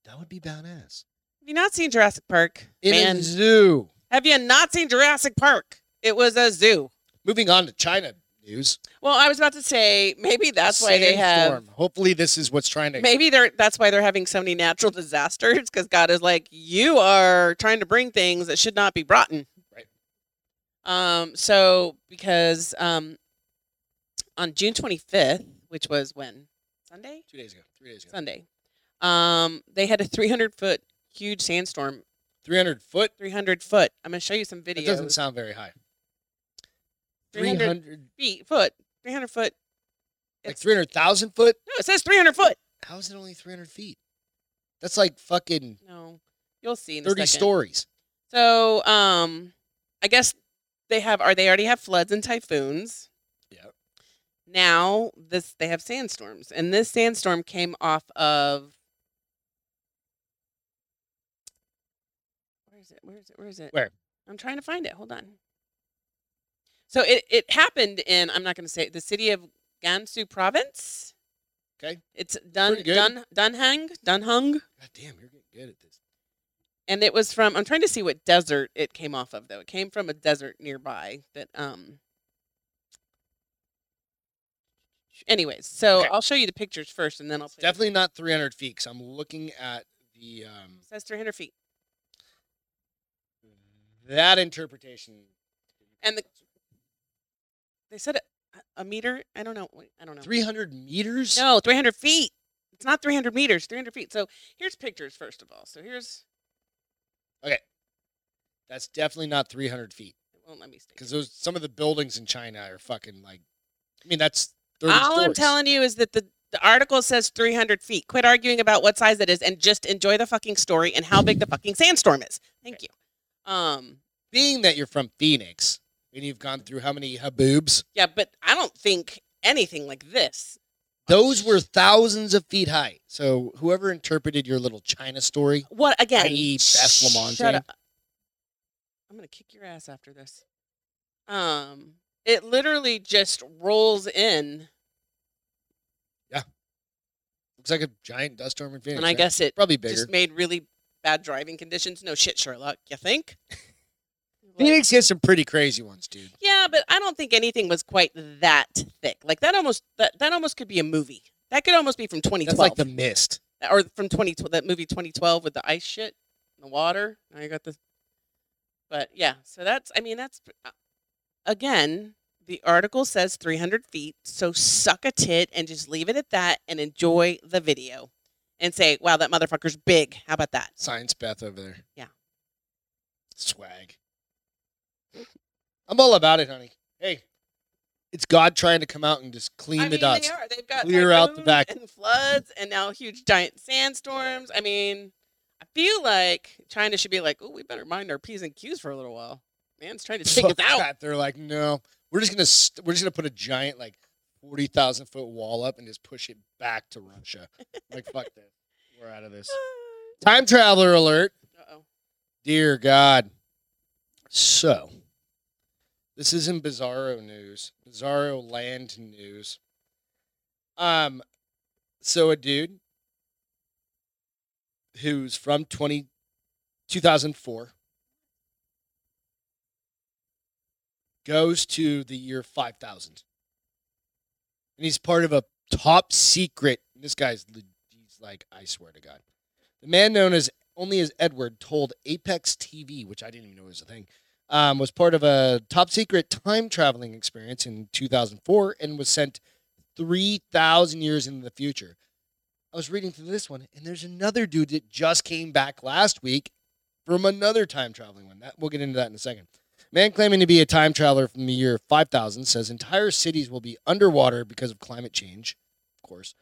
[SPEAKER 1] that would be badass.
[SPEAKER 2] Have you not seen Jurassic Park?
[SPEAKER 1] In
[SPEAKER 2] Man,
[SPEAKER 1] a zoo.
[SPEAKER 2] have you not seen Jurassic Park? It was a zoo.
[SPEAKER 1] Moving on to China news.
[SPEAKER 2] Well, I was about to say maybe that's why they have.
[SPEAKER 1] Sandstorm. Hopefully, this is what's trying to.
[SPEAKER 2] Maybe they're that's why they're having so many natural disasters because God is like you are trying to bring things that should not be brought in.
[SPEAKER 1] Right.
[SPEAKER 2] Um. So because um, on June 25th, which was when Sunday,
[SPEAKER 1] Two days ago. Three days ago.
[SPEAKER 2] Sunday, um, they had a 300 foot huge sandstorm.
[SPEAKER 1] 300 foot.
[SPEAKER 2] 300 foot. I'm gonna show you some
[SPEAKER 1] That
[SPEAKER 2] videos.
[SPEAKER 1] doesn't sound very high.
[SPEAKER 2] 300
[SPEAKER 1] 300.
[SPEAKER 2] feet foot. 300 foot.
[SPEAKER 1] Like
[SPEAKER 2] It's-
[SPEAKER 1] 300,000 foot?
[SPEAKER 2] No, it says 300 foot.
[SPEAKER 1] How is it only 300 feet? That's like fucking
[SPEAKER 2] No, you'll see. In a
[SPEAKER 1] 30
[SPEAKER 2] second.
[SPEAKER 1] stories.
[SPEAKER 2] So, um, I guess they have. Are they already have floods and typhoons?
[SPEAKER 1] Yep.
[SPEAKER 2] Now this they have sandstorms, and this sandstorm came off of. Where is it? Where is it? Where is it?
[SPEAKER 1] Where?
[SPEAKER 2] I'm trying to find it. Hold on. So it, it happened in I'm not going to say it, the city of Gansu province.
[SPEAKER 1] Okay.
[SPEAKER 2] It's Dun
[SPEAKER 1] Pretty good.
[SPEAKER 2] Dun Dunhang Dunhung
[SPEAKER 1] God damn, you're getting good at this.
[SPEAKER 2] and it was from i'm trying to see what desert it came off of though it came from a desert nearby that um anyways so
[SPEAKER 1] Okay.
[SPEAKER 2] i'll show you the pictures first and then i'll play the-
[SPEAKER 1] Definitely not 300 feet because I'm looking at the. Um,
[SPEAKER 2] it says 300 feet
[SPEAKER 1] that interpretation.
[SPEAKER 2] And the- they said a, a meter i don't know Wait, i don't know
[SPEAKER 1] 300 meters?
[SPEAKER 2] no 300 feet it's not 300 meters 300 feet so here's pictures first of all so here's
[SPEAKER 1] That's definitely not 300 feet
[SPEAKER 2] it won't let me stay
[SPEAKER 1] because those some of the buildings in China are fucking like. I mean, that's 30
[SPEAKER 2] all i'm
[SPEAKER 1] stories.
[SPEAKER 2] telling you is that the The article says 300 feet. Quit arguing about what size it is and just enjoy the fucking story and how big the fucking sandstorm is. Thank you. Um,
[SPEAKER 1] Being that you're from Phoenix and you've gone through how many haboobs?
[SPEAKER 2] yeah, but I don't think anything like this.
[SPEAKER 1] Those were thousands of feet high. So whoever interpreted your little China story,
[SPEAKER 2] What again?
[SPEAKER 1] i.e., Beth Lamont,
[SPEAKER 2] Shut up. I'm gonna kick your ass after this. Um, it literally just rolls in,
[SPEAKER 1] looks like a giant dust storm in Phoenix.
[SPEAKER 2] and I
[SPEAKER 1] right?
[SPEAKER 2] guess it
[SPEAKER 1] probably bigger.
[SPEAKER 2] just made really bad driving conditions. No shit, Sherlock. You think? Like-
[SPEAKER 1] Phoenix gets some pretty crazy ones, dude.
[SPEAKER 2] Yeah, but I don't think anything was quite that thick. Like that almost that, that almost could be a movie. That could almost be from
[SPEAKER 1] That's
[SPEAKER 2] 2012
[SPEAKER 1] like the mist.
[SPEAKER 2] or from 2012 that movie 2012 with the ice shit and the water. Now you got the But yeah, so that's I mean that's uh, again, the article says 300 feet, so suck a tit and just leave it at that and enjoy the video and say, "Wow, that motherfucker's big." How about that?
[SPEAKER 1] Science Beth over there.
[SPEAKER 2] Yeah.
[SPEAKER 1] Swag. I'm all about it, honey. Hey, it's God trying to come out and just clean
[SPEAKER 2] I
[SPEAKER 1] the
[SPEAKER 2] mean,
[SPEAKER 1] dots.
[SPEAKER 2] They are. They've got
[SPEAKER 1] Clear out the
[SPEAKER 2] typhoons
[SPEAKER 1] back.
[SPEAKER 2] and floods, and now huge giant sandstorms. I mean, I feel like China should be like, oh, we better mind our p's and q's for a little while. Man's trying to take us
[SPEAKER 1] Fuck
[SPEAKER 2] out.
[SPEAKER 1] that. They're like, no, we're just gonna st- we're just gonna put a giant like forty thousand foot wall up and just push it back to Russia. like, fuck that. We're out of this. Time traveler alert.
[SPEAKER 2] Uh-oh.
[SPEAKER 1] Dear God. So, this isn't Bizarro news, Bizarro land news. Um, so a dude who's from 20, 2004 goes to the year 5000. And he's part of a top secret. This guy's le- he's like, I swear to God. The man known as only as Edward told Apex TV, which I didn't even know was a thing, um, was part of a top secret time traveling experience in 2004 and was sent 3,000 years into the future. I was reading through this one, and there's another dude that just came back last week from another time traveling one. That, we'll get into that in a second. Man claiming to be a time traveler from the year 5000 says entire cities will be underwater because of climate change, of course,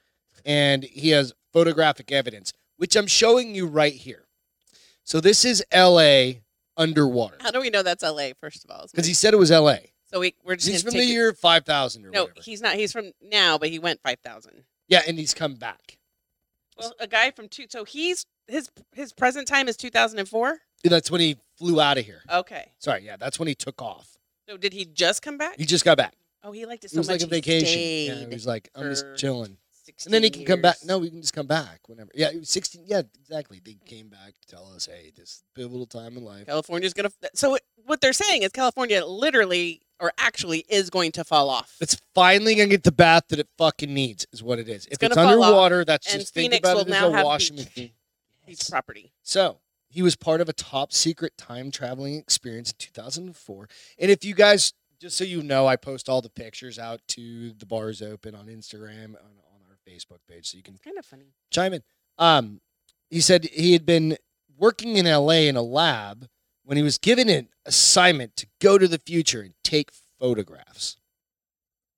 [SPEAKER 1] and he has photographic evidence which I'm showing you right here. So this is LA underwater
[SPEAKER 2] How do we know that's L.A. First of all, is
[SPEAKER 1] because
[SPEAKER 2] my-
[SPEAKER 1] he said it was LA.
[SPEAKER 2] so we we're just
[SPEAKER 1] He's
[SPEAKER 2] gonna
[SPEAKER 1] from the
[SPEAKER 2] take it-
[SPEAKER 1] year 5000 or
[SPEAKER 2] No,
[SPEAKER 1] whatever.
[SPEAKER 2] he's not. He's from now, but he went five thousand.
[SPEAKER 1] yeah, and he's come back.
[SPEAKER 2] Well, a guy from two. So he's his his present time is two thousand and four.
[SPEAKER 1] That's when he flew out of here.
[SPEAKER 2] Okay.
[SPEAKER 1] Sorry, yeah, that's when he took off.
[SPEAKER 2] So did he just come back?
[SPEAKER 1] He just got back.
[SPEAKER 2] oh, he liked it so
[SPEAKER 1] it was
[SPEAKER 2] much.
[SPEAKER 1] like a
[SPEAKER 2] he
[SPEAKER 1] vacation. Yeah,
[SPEAKER 2] Stayed
[SPEAKER 1] he was like, I'm just
[SPEAKER 2] for
[SPEAKER 1] chilling. And then he
[SPEAKER 2] 16
[SPEAKER 1] can come back.
[SPEAKER 2] years.
[SPEAKER 1] No, we can just come back whenever. Yeah, it was 16. Yeah, exactly. They came back to tell us, hey, this pivotal time in life.
[SPEAKER 2] California's going to. So what they're saying is California literally or actually is going to fall off.
[SPEAKER 1] It's finally gonna get the bath that it fucking needs, is what it is. If
[SPEAKER 2] gonna
[SPEAKER 1] it's
[SPEAKER 2] fall off,
[SPEAKER 1] underwater, that's
[SPEAKER 2] and
[SPEAKER 1] just think
[SPEAKER 2] Phoenix
[SPEAKER 1] about
[SPEAKER 2] will
[SPEAKER 1] it as
[SPEAKER 2] now
[SPEAKER 1] a
[SPEAKER 2] have
[SPEAKER 1] wash
[SPEAKER 2] beach.
[SPEAKER 1] and
[SPEAKER 2] It's property.
[SPEAKER 1] So he was part of a top secret time traveling experience in 2004. And if you guys, just so you know, I post all the pictures out to the bars open on Instagram and on our Facebook page, so you can
[SPEAKER 2] It's kind of funny.
[SPEAKER 1] chime in. Um, he said he had been working in LA in a lab when he was given an assignment to go to the future and take photographs.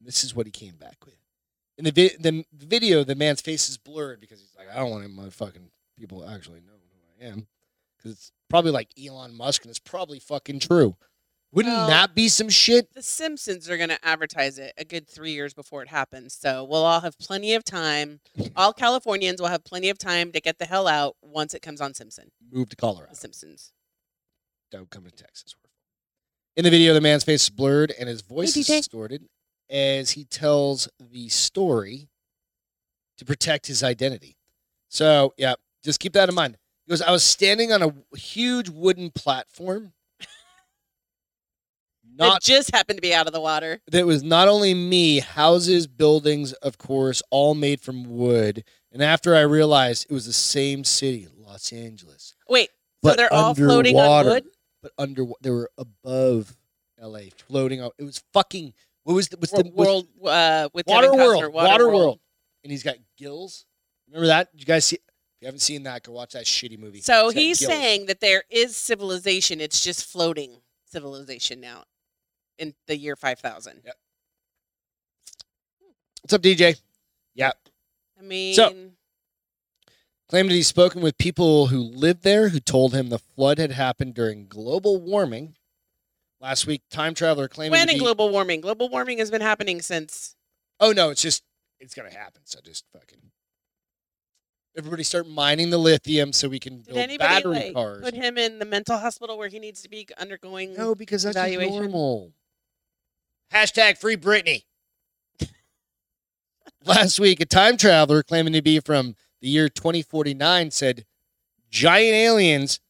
[SPEAKER 1] This is what he came back with. In the, vi- the video, the man's face is blurred because he's like, I don't want any motherfucking people to actually know who I am. Because it's probably like Elon Musk and it's probably fucking true. Wouldn't
[SPEAKER 2] Well-
[SPEAKER 1] that be some shit?
[SPEAKER 2] The Simpsons are going to advertise it a good three years before it happens. So we'll all have plenty of time. All Californians will have plenty of time to get the hell out once it comes on Simpson.
[SPEAKER 1] Move to Colorado.
[SPEAKER 2] The Simpsons.
[SPEAKER 1] don't come to Texas. In the video, the man's face is blurred and his voice
[SPEAKER 2] Maybe
[SPEAKER 1] is
[SPEAKER 2] they-
[SPEAKER 1] distorted as he tells the story to protect his identity. So, yeah, just keep that in mind. He goes, I was standing on a huge wooden platform.
[SPEAKER 2] Not
[SPEAKER 1] Not
[SPEAKER 2] just happened to be out of the water.
[SPEAKER 1] that was not only me, houses, buildings, of course, all made from wood. And after I realized it was the same city, Los Angeles,
[SPEAKER 2] Wait. So
[SPEAKER 1] but
[SPEAKER 2] they're all floating on
[SPEAKER 1] underwater
[SPEAKER 2] wood.
[SPEAKER 1] but under they were above L.A. floating up. It was fucking. What was the, what's the what's-
[SPEAKER 2] World uh, with
[SPEAKER 1] Water
[SPEAKER 2] Kevin
[SPEAKER 1] World?
[SPEAKER 2] Costner,
[SPEAKER 1] Water World. And he's got gills. Remember that? Did you guys see? If you haven't seen that, go watch that shitty movie.
[SPEAKER 2] So
[SPEAKER 1] It's got
[SPEAKER 2] he's
[SPEAKER 1] gills.
[SPEAKER 2] saying that there is civilization. It's just floating civilization now in the year 5000.
[SPEAKER 1] What's up, DJ? Yeah.
[SPEAKER 2] mean,
[SPEAKER 1] Claimed that he's spoken with people who live there who told him the flood had happened during global warming. Last week, time traveler claimed
[SPEAKER 2] when
[SPEAKER 1] to
[SPEAKER 2] in
[SPEAKER 1] be-
[SPEAKER 2] global warming? Global warming has been happening since
[SPEAKER 1] Oh no, it's just it's gonna happen. So just fucking everybody start mining the lithium so we can
[SPEAKER 2] Did
[SPEAKER 1] build
[SPEAKER 2] anybody
[SPEAKER 1] battery
[SPEAKER 2] like,
[SPEAKER 1] cars.
[SPEAKER 2] put him in the mental hospital where he needs to be undergoing?
[SPEAKER 1] No, because that's just
[SPEAKER 2] Evaluation.
[SPEAKER 1] normal. Hashtag free Britney. Last week, a time traveler claiming to be from the year 2049 said, "Giant aliens,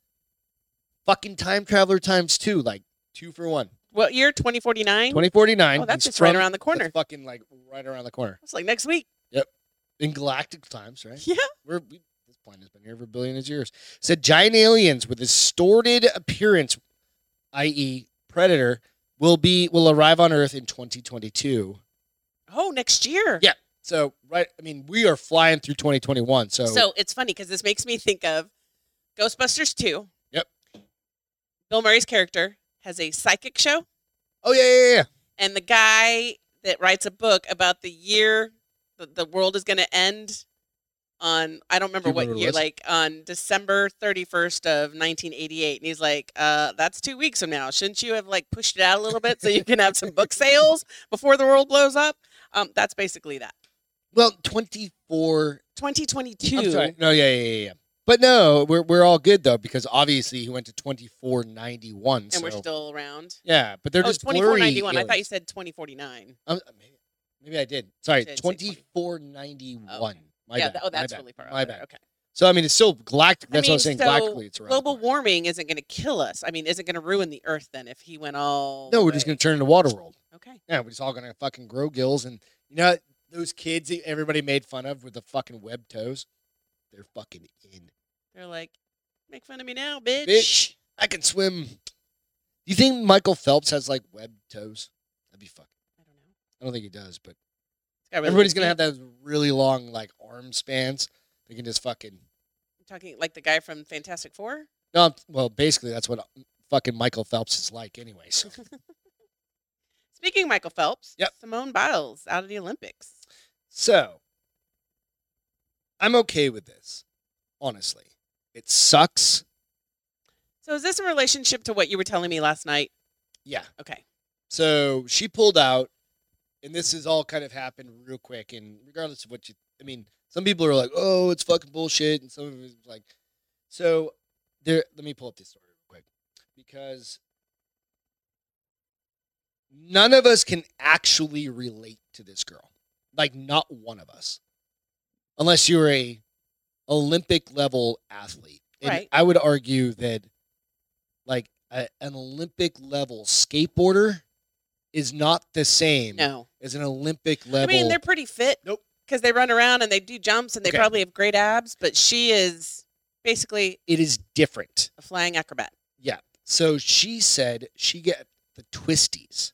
[SPEAKER 1] fucking time traveler times two, like two for one."
[SPEAKER 2] What year? 2049?
[SPEAKER 1] 2049.
[SPEAKER 2] Oh, that's
[SPEAKER 1] he's
[SPEAKER 2] just right
[SPEAKER 1] from-
[SPEAKER 2] around the corner.
[SPEAKER 1] that's fucking like right around the corner
[SPEAKER 2] It's like next week.
[SPEAKER 1] in galactic times, right?
[SPEAKER 2] Yeah.
[SPEAKER 1] We're, we, this planet has been here for billions of years. Said giant aliens with a distorted appearance, i.e., predator, will be will arrive on Earth in 2022.
[SPEAKER 2] Oh, next year.
[SPEAKER 1] Yeah. So right, I mean, we are flying through 2021. So,
[SPEAKER 2] So it's funny because this makes me think of Ghostbusters 2.
[SPEAKER 1] Yep.
[SPEAKER 2] Bill Murray's character has a psychic show,
[SPEAKER 1] oh yeah, yeah, yeah.
[SPEAKER 2] and the guy that writes a book about the year that the world is going to end on, I don't remember
[SPEAKER 1] you
[SPEAKER 2] what
[SPEAKER 1] remember
[SPEAKER 2] year,
[SPEAKER 1] this?
[SPEAKER 2] like on December 31st of 1988. And he's like, uh, that's two weeks from now. Shouldn't you have like pushed it out a little bit so you can have some book sales before the world blows up? Um, that's basically that.
[SPEAKER 1] Well, 24.
[SPEAKER 2] 2022.
[SPEAKER 1] I'm sorry. No, yeah, yeah, yeah, yeah. But no, we're we're all good though because obviously he went to 2491.
[SPEAKER 2] And we're
[SPEAKER 1] so-
[SPEAKER 2] still around.
[SPEAKER 1] Yeah, but they're
[SPEAKER 2] oh,
[SPEAKER 1] just blurry
[SPEAKER 2] 2491. I thought you
[SPEAKER 1] aliens.
[SPEAKER 2] said 2049.
[SPEAKER 1] Um, maybe, maybe I did. Sorry,
[SPEAKER 2] Should I say
[SPEAKER 1] twenty four ninety one. My
[SPEAKER 2] yeah,
[SPEAKER 1] bad.
[SPEAKER 2] th- oh,
[SPEAKER 1] my
[SPEAKER 2] that's
[SPEAKER 1] bad,
[SPEAKER 2] really far out
[SPEAKER 1] My
[SPEAKER 2] there.
[SPEAKER 1] bad.
[SPEAKER 2] Okay.
[SPEAKER 1] So I mean, it's still galactic.
[SPEAKER 2] I
[SPEAKER 1] That's what I'm
[SPEAKER 2] mean,
[SPEAKER 1] saying.
[SPEAKER 2] so
[SPEAKER 1] galactically, it's around. the
[SPEAKER 2] Global
[SPEAKER 1] corner.
[SPEAKER 2] warming isn't going to kill us. I mean, isn't going to ruin the earth then if he went all.
[SPEAKER 1] No, we're just gonna turn into water world.
[SPEAKER 2] to. Okay.
[SPEAKER 1] Yeah, we're just all gonna fucking grow gills, and you know those kids that everybody made fun of with the fucking web toes. They're fucking in.
[SPEAKER 2] They're like, make fun of me now, bitch.
[SPEAKER 1] Bitch. I can swim. Do you think Michael Phelps has like web toes? That'd be fucking.
[SPEAKER 2] I don't know.
[SPEAKER 1] I don't think he does, but
[SPEAKER 2] This guy really
[SPEAKER 1] everybody's
[SPEAKER 2] thinks
[SPEAKER 1] gonna
[SPEAKER 2] he-
[SPEAKER 1] have those really long like arm spans. They can just fucking
[SPEAKER 2] Talking like the guy from Fantastic Four?
[SPEAKER 1] No, I'm- well, basically that's what fucking Michael Phelps is like, anyway. So
[SPEAKER 2] Speaking of Michael Phelps,
[SPEAKER 1] Yep.
[SPEAKER 2] Simone Biles out of the Olympics.
[SPEAKER 1] So, I'm okay with this, honestly. It sucks.
[SPEAKER 2] So is this in relationship to what you were telling me last night?
[SPEAKER 1] Yeah.
[SPEAKER 2] Okay.
[SPEAKER 1] So she pulled out, and this has all kind of happened real quick. And regardless of what you, I mean, some people are like, "Oh, it's fucking bullshit," and some of it's like, so there. Let me pull up this story real quick because none of us can actually relate to this girl, like not one of us, unless you're a Olympic level athlete. And
[SPEAKER 2] Right.
[SPEAKER 1] I would argue that, like a, an Olympic level skateboarder is not the same
[SPEAKER 2] No.
[SPEAKER 1] as an Olympic level.
[SPEAKER 2] I mean, they're pretty fit.
[SPEAKER 1] Nope.
[SPEAKER 2] Because they run around and they do jumps and they
[SPEAKER 1] Okay.
[SPEAKER 2] probably have great abs, but she is basically
[SPEAKER 1] it is different.
[SPEAKER 2] a flying acrobat.
[SPEAKER 1] Yeah. So she said she get the twisties.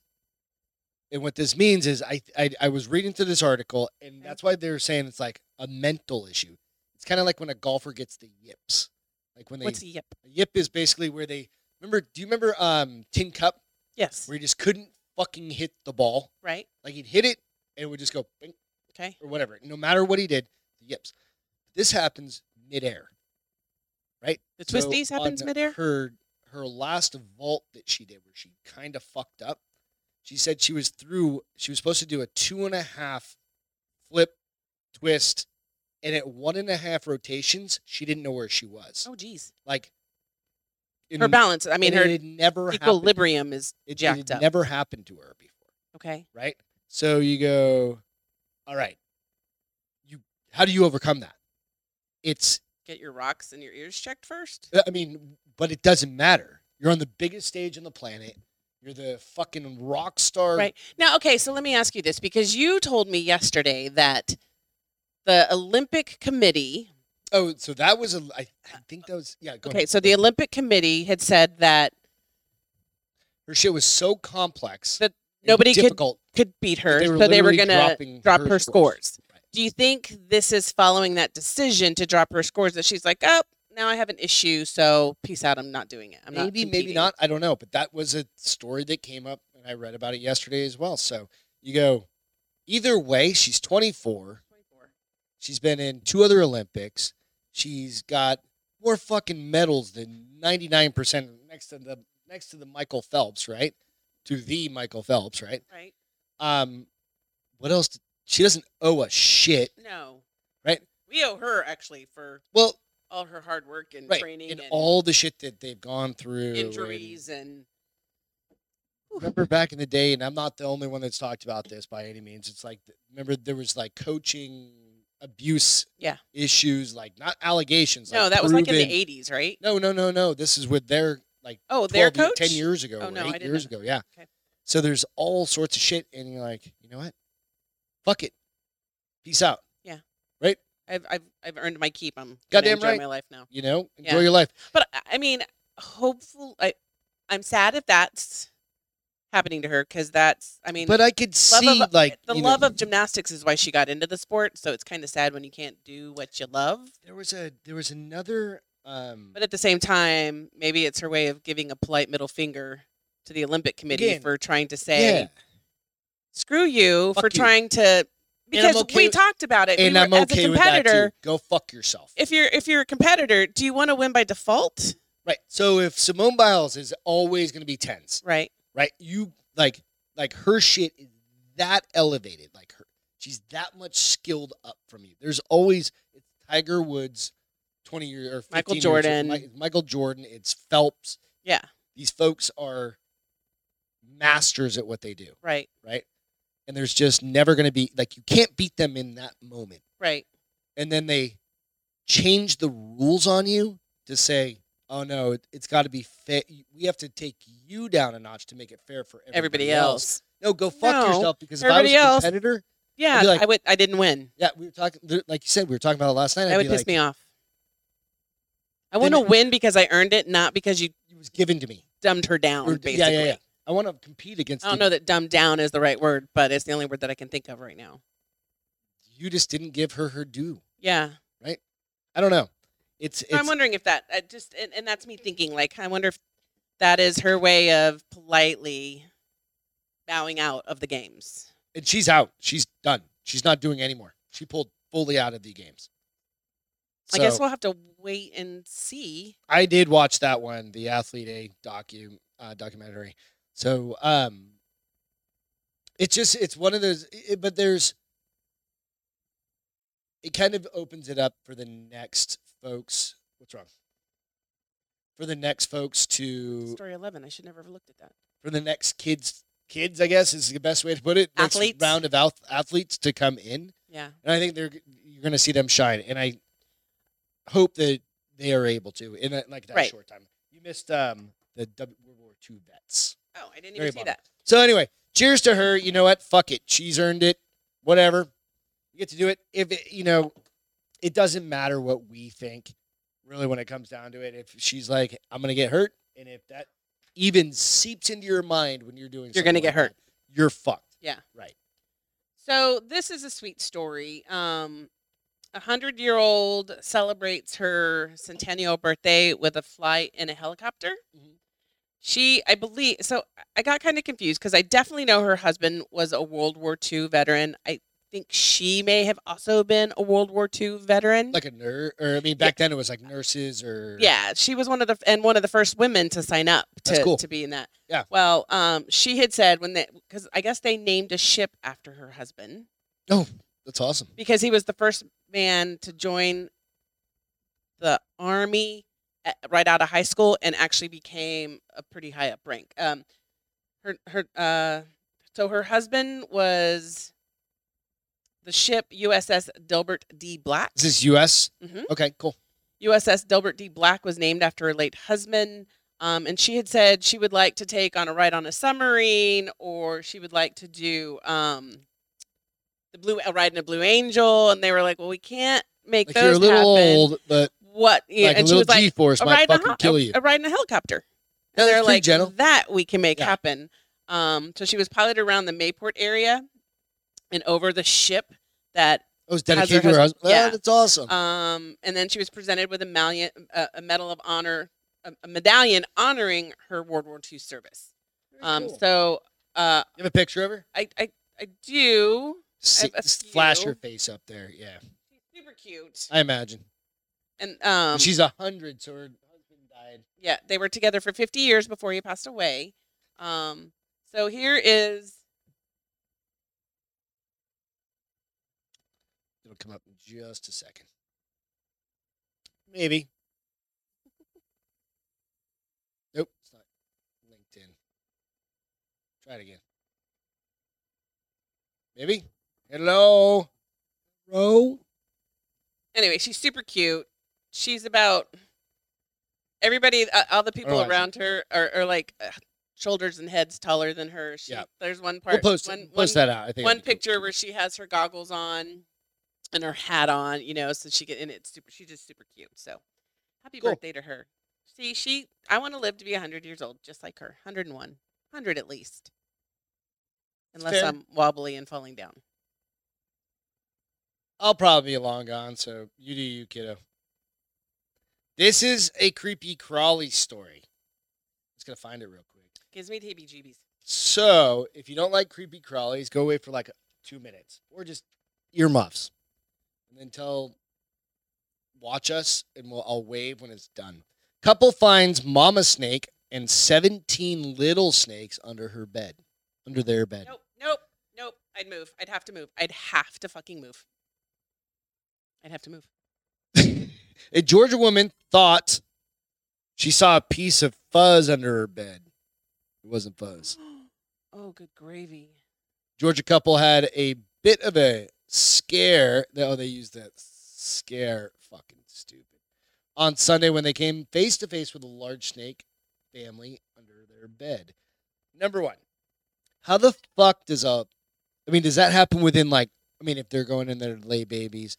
[SPEAKER 1] And what this means is I I, I was reading through this article and
[SPEAKER 2] Okay.
[SPEAKER 1] that's why they're saying it's like a mental issue. It's kind of like when a golfer gets the yips. Like when they
[SPEAKER 2] What's a yip?
[SPEAKER 1] a yip is basically where they remember do you remember um tin cup
[SPEAKER 2] Yes.
[SPEAKER 1] where you just couldn't fucking hit the ball?
[SPEAKER 2] Right.
[SPEAKER 1] Like he'd hit it and it would just go bing,
[SPEAKER 2] Okay.
[SPEAKER 1] or whatever. No matter what he did, the yips. This happens midair.
[SPEAKER 2] The
[SPEAKER 1] So
[SPEAKER 2] twisties happens
[SPEAKER 1] on
[SPEAKER 2] midair.
[SPEAKER 1] Her her last vault that she did, where she kind of fucked up. She said she was through. She was supposed to do a two and a half flip twist, and at one and a half rotations, she didn't know where she was.
[SPEAKER 2] Oh, geez.
[SPEAKER 1] Like in,
[SPEAKER 2] Her balance. I mean,
[SPEAKER 1] and it
[SPEAKER 2] her
[SPEAKER 1] had never happened.
[SPEAKER 2] equilibrium is
[SPEAKER 1] It, it
[SPEAKER 2] jacked
[SPEAKER 1] had
[SPEAKER 2] up.
[SPEAKER 1] never happened to her before
[SPEAKER 2] okay.
[SPEAKER 1] right? So you go, all right. You how do you overcome that? It's uh,
[SPEAKER 2] Get your rocks and your ears checked first.
[SPEAKER 1] I mean, but it doesn't matter. You're on the biggest stage on the planet. You're the fucking rock star.
[SPEAKER 2] Right. Now, okay. So let me ask you this because you told me yesterday that the Olympic Committee
[SPEAKER 1] Oh, so that was a I, I think that was yeah, go
[SPEAKER 2] Uh, Okay,
[SPEAKER 1] ahead.
[SPEAKER 2] so the Olympic Committee had said that
[SPEAKER 1] her shit was so complex.
[SPEAKER 2] That
[SPEAKER 1] and
[SPEAKER 2] nobody could-
[SPEAKER 1] difficult,
[SPEAKER 2] could beat her,
[SPEAKER 1] that
[SPEAKER 2] so they were
[SPEAKER 1] literally
[SPEAKER 2] going to
[SPEAKER 1] dropping
[SPEAKER 2] drop her scores.
[SPEAKER 1] Right.
[SPEAKER 2] Do you think this is following that decision to drop her scores that she's like, oh, now I have an issue, so peace out, I'm not doing it. I'm not
[SPEAKER 1] maybe, maybe
[SPEAKER 2] competing."
[SPEAKER 1] not. I don't know. But that was a story that came up, and I read about it yesterday as well. So you go, either way, she's 24. She's been in two other Olympics. She's got more fucking medals than 99% next to the next to the Michael Phelps, right? To the Michael Phelps, right?
[SPEAKER 2] right?
[SPEAKER 1] Um what else? did- she doesn't owe a shit.
[SPEAKER 2] No.
[SPEAKER 1] Right.
[SPEAKER 2] We owe her actually for
[SPEAKER 1] Well,
[SPEAKER 2] all her hard work and
[SPEAKER 1] right.
[SPEAKER 2] training
[SPEAKER 1] and
[SPEAKER 2] and
[SPEAKER 1] all the shit that they've gone through and-
[SPEAKER 2] injuries and
[SPEAKER 1] remember back in the day, and I'm not the only one that's talked about this by any means. It's like remember there was like coaching abuse
[SPEAKER 2] Yeah.
[SPEAKER 1] issues, like not allegations.
[SPEAKER 2] no, that was like in
[SPEAKER 1] proven-
[SPEAKER 2] the eighties, right?
[SPEAKER 1] No, no, no, no. This is with their like
[SPEAKER 2] Oh, their
[SPEAKER 1] 12 year-
[SPEAKER 2] coach.
[SPEAKER 1] ten years ago,
[SPEAKER 2] Oh,
[SPEAKER 1] or
[SPEAKER 2] no, I
[SPEAKER 1] eight
[SPEAKER 2] didn't
[SPEAKER 1] years
[SPEAKER 2] know
[SPEAKER 1] ago. Yeah.
[SPEAKER 2] Okay.
[SPEAKER 1] So there's all sorts of shit, and you're like, you know what? Fuck it. Peace out.
[SPEAKER 2] I've, I've I've earned my keep. I'm gonna
[SPEAKER 1] Goddamn
[SPEAKER 2] enjoy
[SPEAKER 1] right.
[SPEAKER 2] my life now.
[SPEAKER 1] You know, enjoy
[SPEAKER 2] Yeah.
[SPEAKER 1] your life.
[SPEAKER 2] But I- I mean, hopeful. I I'm sad if that's happening to her because that's. I mean,
[SPEAKER 1] But I could
[SPEAKER 2] love
[SPEAKER 1] see
[SPEAKER 2] of-
[SPEAKER 1] like
[SPEAKER 2] the
[SPEAKER 1] you know,
[SPEAKER 2] love of gymnastics is why she got into the sport. So it's kind of sad when you can't do what you love.
[SPEAKER 1] there was a there was another um
[SPEAKER 2] But at the same time, maybe it's her way of giving a polite middle finger to the Olympic Committee
[SPEAKER 1] Again,
[SPEAKER 2] for trying to say,
[SPEAKER 1] yeah,
[SPEAKER 2] "Screw you for
[SPEAKER 1] Fuck you.
[SPEAKER 2] trying to." Because
[SPEAKER 1] okay
[SPEAKER 2] we
[SPEAKER 1] with-
[SPEAKER 2] talked about it, We
[SPEAKER 1] and
[SPEAKER 2] were-
[SPEAKER 1] I'm okay
[SPEAKER 2] as a
[SPEAKER 1] with that
[SPEAKER 2] competitor.
[SPEAKER 1] too. Go fuck yourself.
[SPEAKER 2] If you're if you're a competitor, do you want to win by default?
[SPEAKER 1] Right. So if Simone Biles is always going to be tense,
[SPEAKER 2] Right.
[SPEAKER 1] right? You like like her shit is that elevated, like her she's that much skilled up from you. There's always it's Tiger Woods, twenty year or 15
[SPEAKER 2] Michael
[SPEAKER 1] years-
[SPEAKER 2] Jordan.
[SPEAKER 1] Mi- Michael Jordan. It's Phelps.
[SPEAKER 2] Yeah.
[SPEAKER 1] These folks are masters at what they do,
[SPEAKER 2] Right.
[SPEAKER 1] right? And there's just never going to be like you can't beat them in that moment
[SPEAKER 2] Right.
[SPEAKER 1] and then they change the rules on you to say, "Oh no, it, it's got to be fair. We have to take you down a notch to make it fair for
[SPEAKER 2] Everybody
[SPEAKER 1] everybody,
[SPEAKER 2] else.
[SPEAKER 1] No, go fuck
[SPEAKER 2] No,
[SPEAKER 1] yourself because if I was
[SPEAKER 2] everybody
[SPEAKER 1] a
[SPEAKER 2] else-
[SPEAKER 1] competitor, I'd
[SPEAKER 2] Yeah,
[SPEAKER 1] be like-
[SPEAKER 2] I would. I didn't win.
[SPEAKER 1] yeah, we were talking there- like you said, we were talking about it last night.
[SPEAKER 2] That
[SPEAKER 1] I'd
[SPEAKER 2] would
[SPEAKER 1] be
[SPEAKER 2] piss
[SPEAKER 1] like,
[SPEAKER 2] me off. I
[SPEAKER 1] Then
[SPEAKER 2] want to
[SPEAKER 1] it-
[SPEAKER 2] win because I earned it, not because you
[SPEAKER 1] It was given to me.
[SPEAKER 2] dumbed her down.
[SPEAKER 1] Or-
[SPEAKER 2] basically,
[SPEAKER 1] yeah, yeah, yeah. I want to compete against.
[SPEAKER 2] I don't
[SPEAKER 1] you.
[SPEAKER 2] know that "dumbed down" is the right word, but it's the only word that I can think of right now.
[SPEAKER 1] You just didn't give her her due.
[SPEAKER 2] Yeah,
[SPEAKER 1] I don't know. It's
[SPEAKER 2] So I'm
[SPEAKER 1] it's
[SPEAKER 2] wondering if that I just and, and that's me thinking. Like, I wonder if that is her way of politely bowing out of the games.
[SPEAKER 1] and she's out. She's done. She's not doing anymore. She pulled fully out of the games.
[SPEAKER 2] I guess
[SPEAKER 1] So-
[SPEAKER 2] we'll have to wait and see.
[SPEAKER 1] I did watch that one, the Athlete A docu uh, documentary. So um, it's just it's one of those. It, but there's it kind of opens it up for the next folks. What's wrong? For the next folks to
[SPEAKER 2] Story 11. I should never have looked at that.
[SPEAKER 1] for the next kids kids I guess is the best way to put it. next
[SPEAKER 2] Athletes.
[SPEAKER 1] round of ath- athletes to come in.
[SPEAKER 2] Yeah.
[SPEAKER 1] And I think they're you're going to see them shine, and I hope that they are able to in that, like that
[SPEAKER 2] Right.
[SPEAKER 1] short time. You missed um, the W- World War II vets.
[SPEAKER 2] Oh, I didn't
[SPEAKER 1] Very
[SPEAKER 2] even see
[SPEAKER 1] bummed.
[SPEAKER 2] that.
[SPEAKER 1] So anyway, cheers to her. You know what? Fuck it. She's earned it. Whatever. You get to do it. If it, you know, it doesn't matter what we think. Really, when it comes down to it, if she's like, "I'm going to get hurt," and if that even seeps into your mind when you're doing,
[SPEAKER 2] You're
[SPEAKER 1] going
[SPEAKER 2] gonna
[SPEAKER 1] to
[SPEAKER 2] get hurt.
[SPEAKER 1] you're fucked.
[SPEAKER 2] Yeah.
[SPEAKER 1] Right.
[SPEAKER 2] So this is a sweet story. Um, a hundred year old celebrates her centennial birthday with a flight in a helicopter.
[SPEAKER 1] Mhm.
[SPEAKER 2] She, I believe, so I got kind of confused because I definitely know her husband was a World War II veteran. I think she may have also been a World War II veteran.
[SPEAKER 1] Like a nurse, or I mean, back then it was like nurses or
[SPEAKER 2] Yeah, she was one of the and one of the first women to sign up
[SPEAKER 1] That's
[SPEAKER 2] to
[SPEAKER 1] cool.
[SPEAKER 2] to be in that.
[SPEAKER 1] Yeah.
[SPEAKER 2] Well, um, she had said when they because I guess they named a ship after her husband
[SPEAKER 1] That's awesome.
[SPEAKER 2] because he was the first man to join the army at, right out of high school and actually became a pretty high up rank. Um, her her uh, so her husband was the ship USS Delbert D. Black.
[SPEAKER 1] Is this U.S.?
[SPEAKER 2] Mhm.
[SPEAKER 1] Okay, cool.
[SPEAKER 2] USS Delbert D. Black was named after her late husband. Um, and she had said she would like to take on a ride on a submarine or she would like to do um, the blue a ride in a blue angel. And they were like, well, we can't make
[SPEAKER 1] Like you're
[SPEAKER 2] those
[SPEAKER 1] a little
[SPEAKER 2] happen.
[SPEAKER 1] old, but
[SPEAKER 2] What? Yeah,
[SPEAKER 1] like a
[SPEAKER 2] and she was
[SPEAKER 1] little
[SPEAKER 2] like,
[SPEAKER 1] G-force
[SPEAKER 2] a
[SPEAKER 1] might
[SPEAKER 2] ride, in a,
[SPEAKER 1] fucking
[SPEAKER 2] hel-
[SPEAKER 1] kill you.
[SPEAKER 2] a ride in a helicopter.
[SPEAKER 1] No,
[SPEAKER 2] And
[SPEAKER 1] that's
[SPEAKER 2] they're
[SPEAKER 1] pretty
[SPEAKER 2] like,
[SPEAKER 1] gentle.
[SPEAKER 2] that we can make
[SPEAKER 1] Yeah.
[SPEAKER 2] happen. Um, so she was piloted around the Mayport area and over the ship that
[SPEAKER 1] I was
[SPEAKER 2] has her
[SPEAKER 1] dedicated to her husband.
[SPEAKER 2] husband- yeah.
[SPEAKER 1] Oh, that's awesome.
[SPEAKER 2] Um, and then she was presented with a, mallion, a, a medal of honor, a, a medallion honoring her World War II service.
[SPEAKER 1] Very
[SPEAKER 2] Um,
[SPEAKER 1] cool.
[SPEAKER 2] so uh,
[SPEAKER 1] you have a picture of her?
[SPEAKER 2] I, I I do.
[SPEAKER 1] See,
[SPEAKER 2] a
[SPEAKER 1] just flash
[SPEAKER 2] few.
[SPEAKER 1] her face up there. Yeah.
[SPEAKER 2] She's cute.
[SPEAKER 1] I imagine.
[SPEAKER 2] And um,
[SPEAKER 1] She's a hundred, so her husband died.
[SPEAKER 2] yeah, they were together for 50 years before he passed away. Um, so here is
[SPEAKER 1] It'll come up in just a second. Maybe. Nope, it's not LinkedIn. Try it again. Maybe. Hello. Ro.
[SPEAKER 2] anyway, she's super cute. She's about everybody, uh, all the people
[SPEAKER 1] Oh, I see.
[SPEAKER 2] around her are, are like uh, shoulders and heads taller than her. She,
[SPEAKER 1] Yeah.
[SPEAKER 2] There's one part.
[SPEAKER 1] We'll post,
[SPEAKER 2] one,
[SPEAKER 1] post
[SPEAKER 2] one,
[SPEAKER 1] that out. I think
[SPEAKER 2] One picture where she has her goggles on and her hat on, you know, so she can, and it's super, she's just super cute. So happy
[SPEAKER 1] Cool.
[SPEAKER 2] birthday to her. See, she, I want to live to be 100 years old, just like her, 101, 100 at least. Unless
[SPEAKER 1] Fair.
[SPEAKER 2] I'm wobbly and falling down.
[SPEAKER 1] I'll probably be long gone, so you do you, kiddo. This is a creepy crawly story. Just gonna find it real quick.
[SPEAKER 2] Gives me the heebie jeebies.
[SPEAKER 1] So, if you don't like creepy crawlies, go away for like two minutes or just earmuffs, and then tell, watch us, and we'll I'll wave when it's done. Couple finds mama snake and seventeen little snakes under her bed, under their bed.
[SPEAKER 2] Nope, nope, nope. I'd move. I'd have to move. I'd have to fucking move. I'd have to move.
[SPEAKER 1] A Georgia woman thought she saw a piece of fuzz under her bed. It wasn't fuzz.
[SPEAKER 2] oh, good gravy.
[SPEAKER 1] Georgia couple had a bit of a scare. Oh, they used that scare. Fucking stupid. On Sunday, when they came face to face with a large snake family under their bed. Number one, how the fuck does a. I mean, does that happen within like. I mean, if they're going in there to lay babies,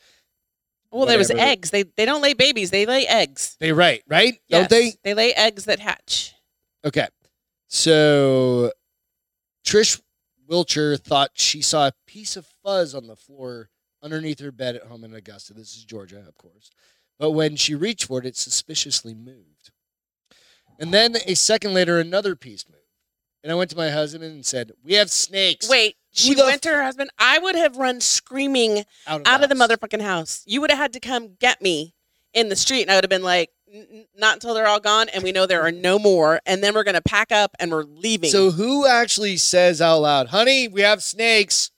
[SPEAKER 2] Well, there was
[SPEAKER 1] Whatever.
[SPEAKER 2] eggs. They they don't lay babies. They lay eggs.
[SPEAKER 1] they right, right? Don't
[SPEAKER 2] Yes,
[SPEAKER 1] they?
[SPEAKER 2] They lay eggs that hatch.
[SPEAKER 1] Okay. So Trish Wilcher thought she saw a piece of fuzz on the floor underneath her bed at home in Augusta. This is Georgia, of course. But when she reached for it, it suspiciously moved. And then a second later, another piece moved. And I went to my husband and said, We have snakes.
[SPEAKER 2] Wait, she
[SPEAKER 1] the
[SPEAKER 2] went to her husband. I would have run screaming
[SPEAKER 1] out of,
[SPEAKER 2] out of the
[SPEAKER 1] house."
[SPEAKER 2] motherfucking house. You would have had to come get me in the street, and I would have been like, "N- n- not until they're all gone, and we know there are no more, and then we're gonna pack up and we're leaving.
[SPEAKER 1] So who actually says out loud, honey, we have snakes?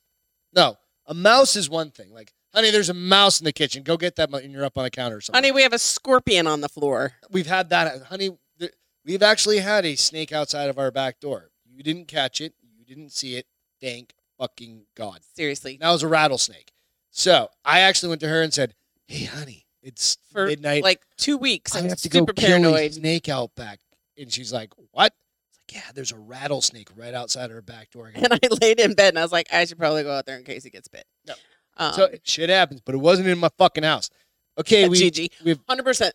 [SPEAKER 1] No, a mouse is one thing. Like, honey, there's a mouse in the kitchen. Go get that. mo-" And you're up on a counter or something.
[SPEAKER 2] honey, we have a scorpion on the floor.
[SPEAKER 1] we've had that, honey. th- We've actually had a snake outside of our back door. You didn't catch it. You didn't see it. Thank fucking God.
[SPEAKER 2] Seriously,
[SPEAKER 1] That was a rattlesnake. So I actually went to her and said, "Hey, honey, it's
[SPEAKER 2] for
[SPEAKER 1] midnight.
[SPEAKER 2] like two weeks.
[SPEAKER 1] I
[SPEAKER 2] I'm
[SPEAKER 1] have to go
[SPEAKER 2] super
[SPEAKER 1] kill a
[SPEAKER 2] paranoid.
[SPEAKER 1] snake out back." And she's like, "What?" It's like, "Yeah, there's a rattlesnake right outside our back door."
[SPEAKER 2] And I laid in bed and I was like, I should probably go out there in case he gets bit.
[SPEAKER 1] No.
[SPEAKER 2] Um,
[SPEAKER 1] so shit happens, but it wasn't in my fucking house. Okay, we
[SPEAKER 2] Gigi,
[SPEAKER 1] we've
[SPEAKER 2] 100%.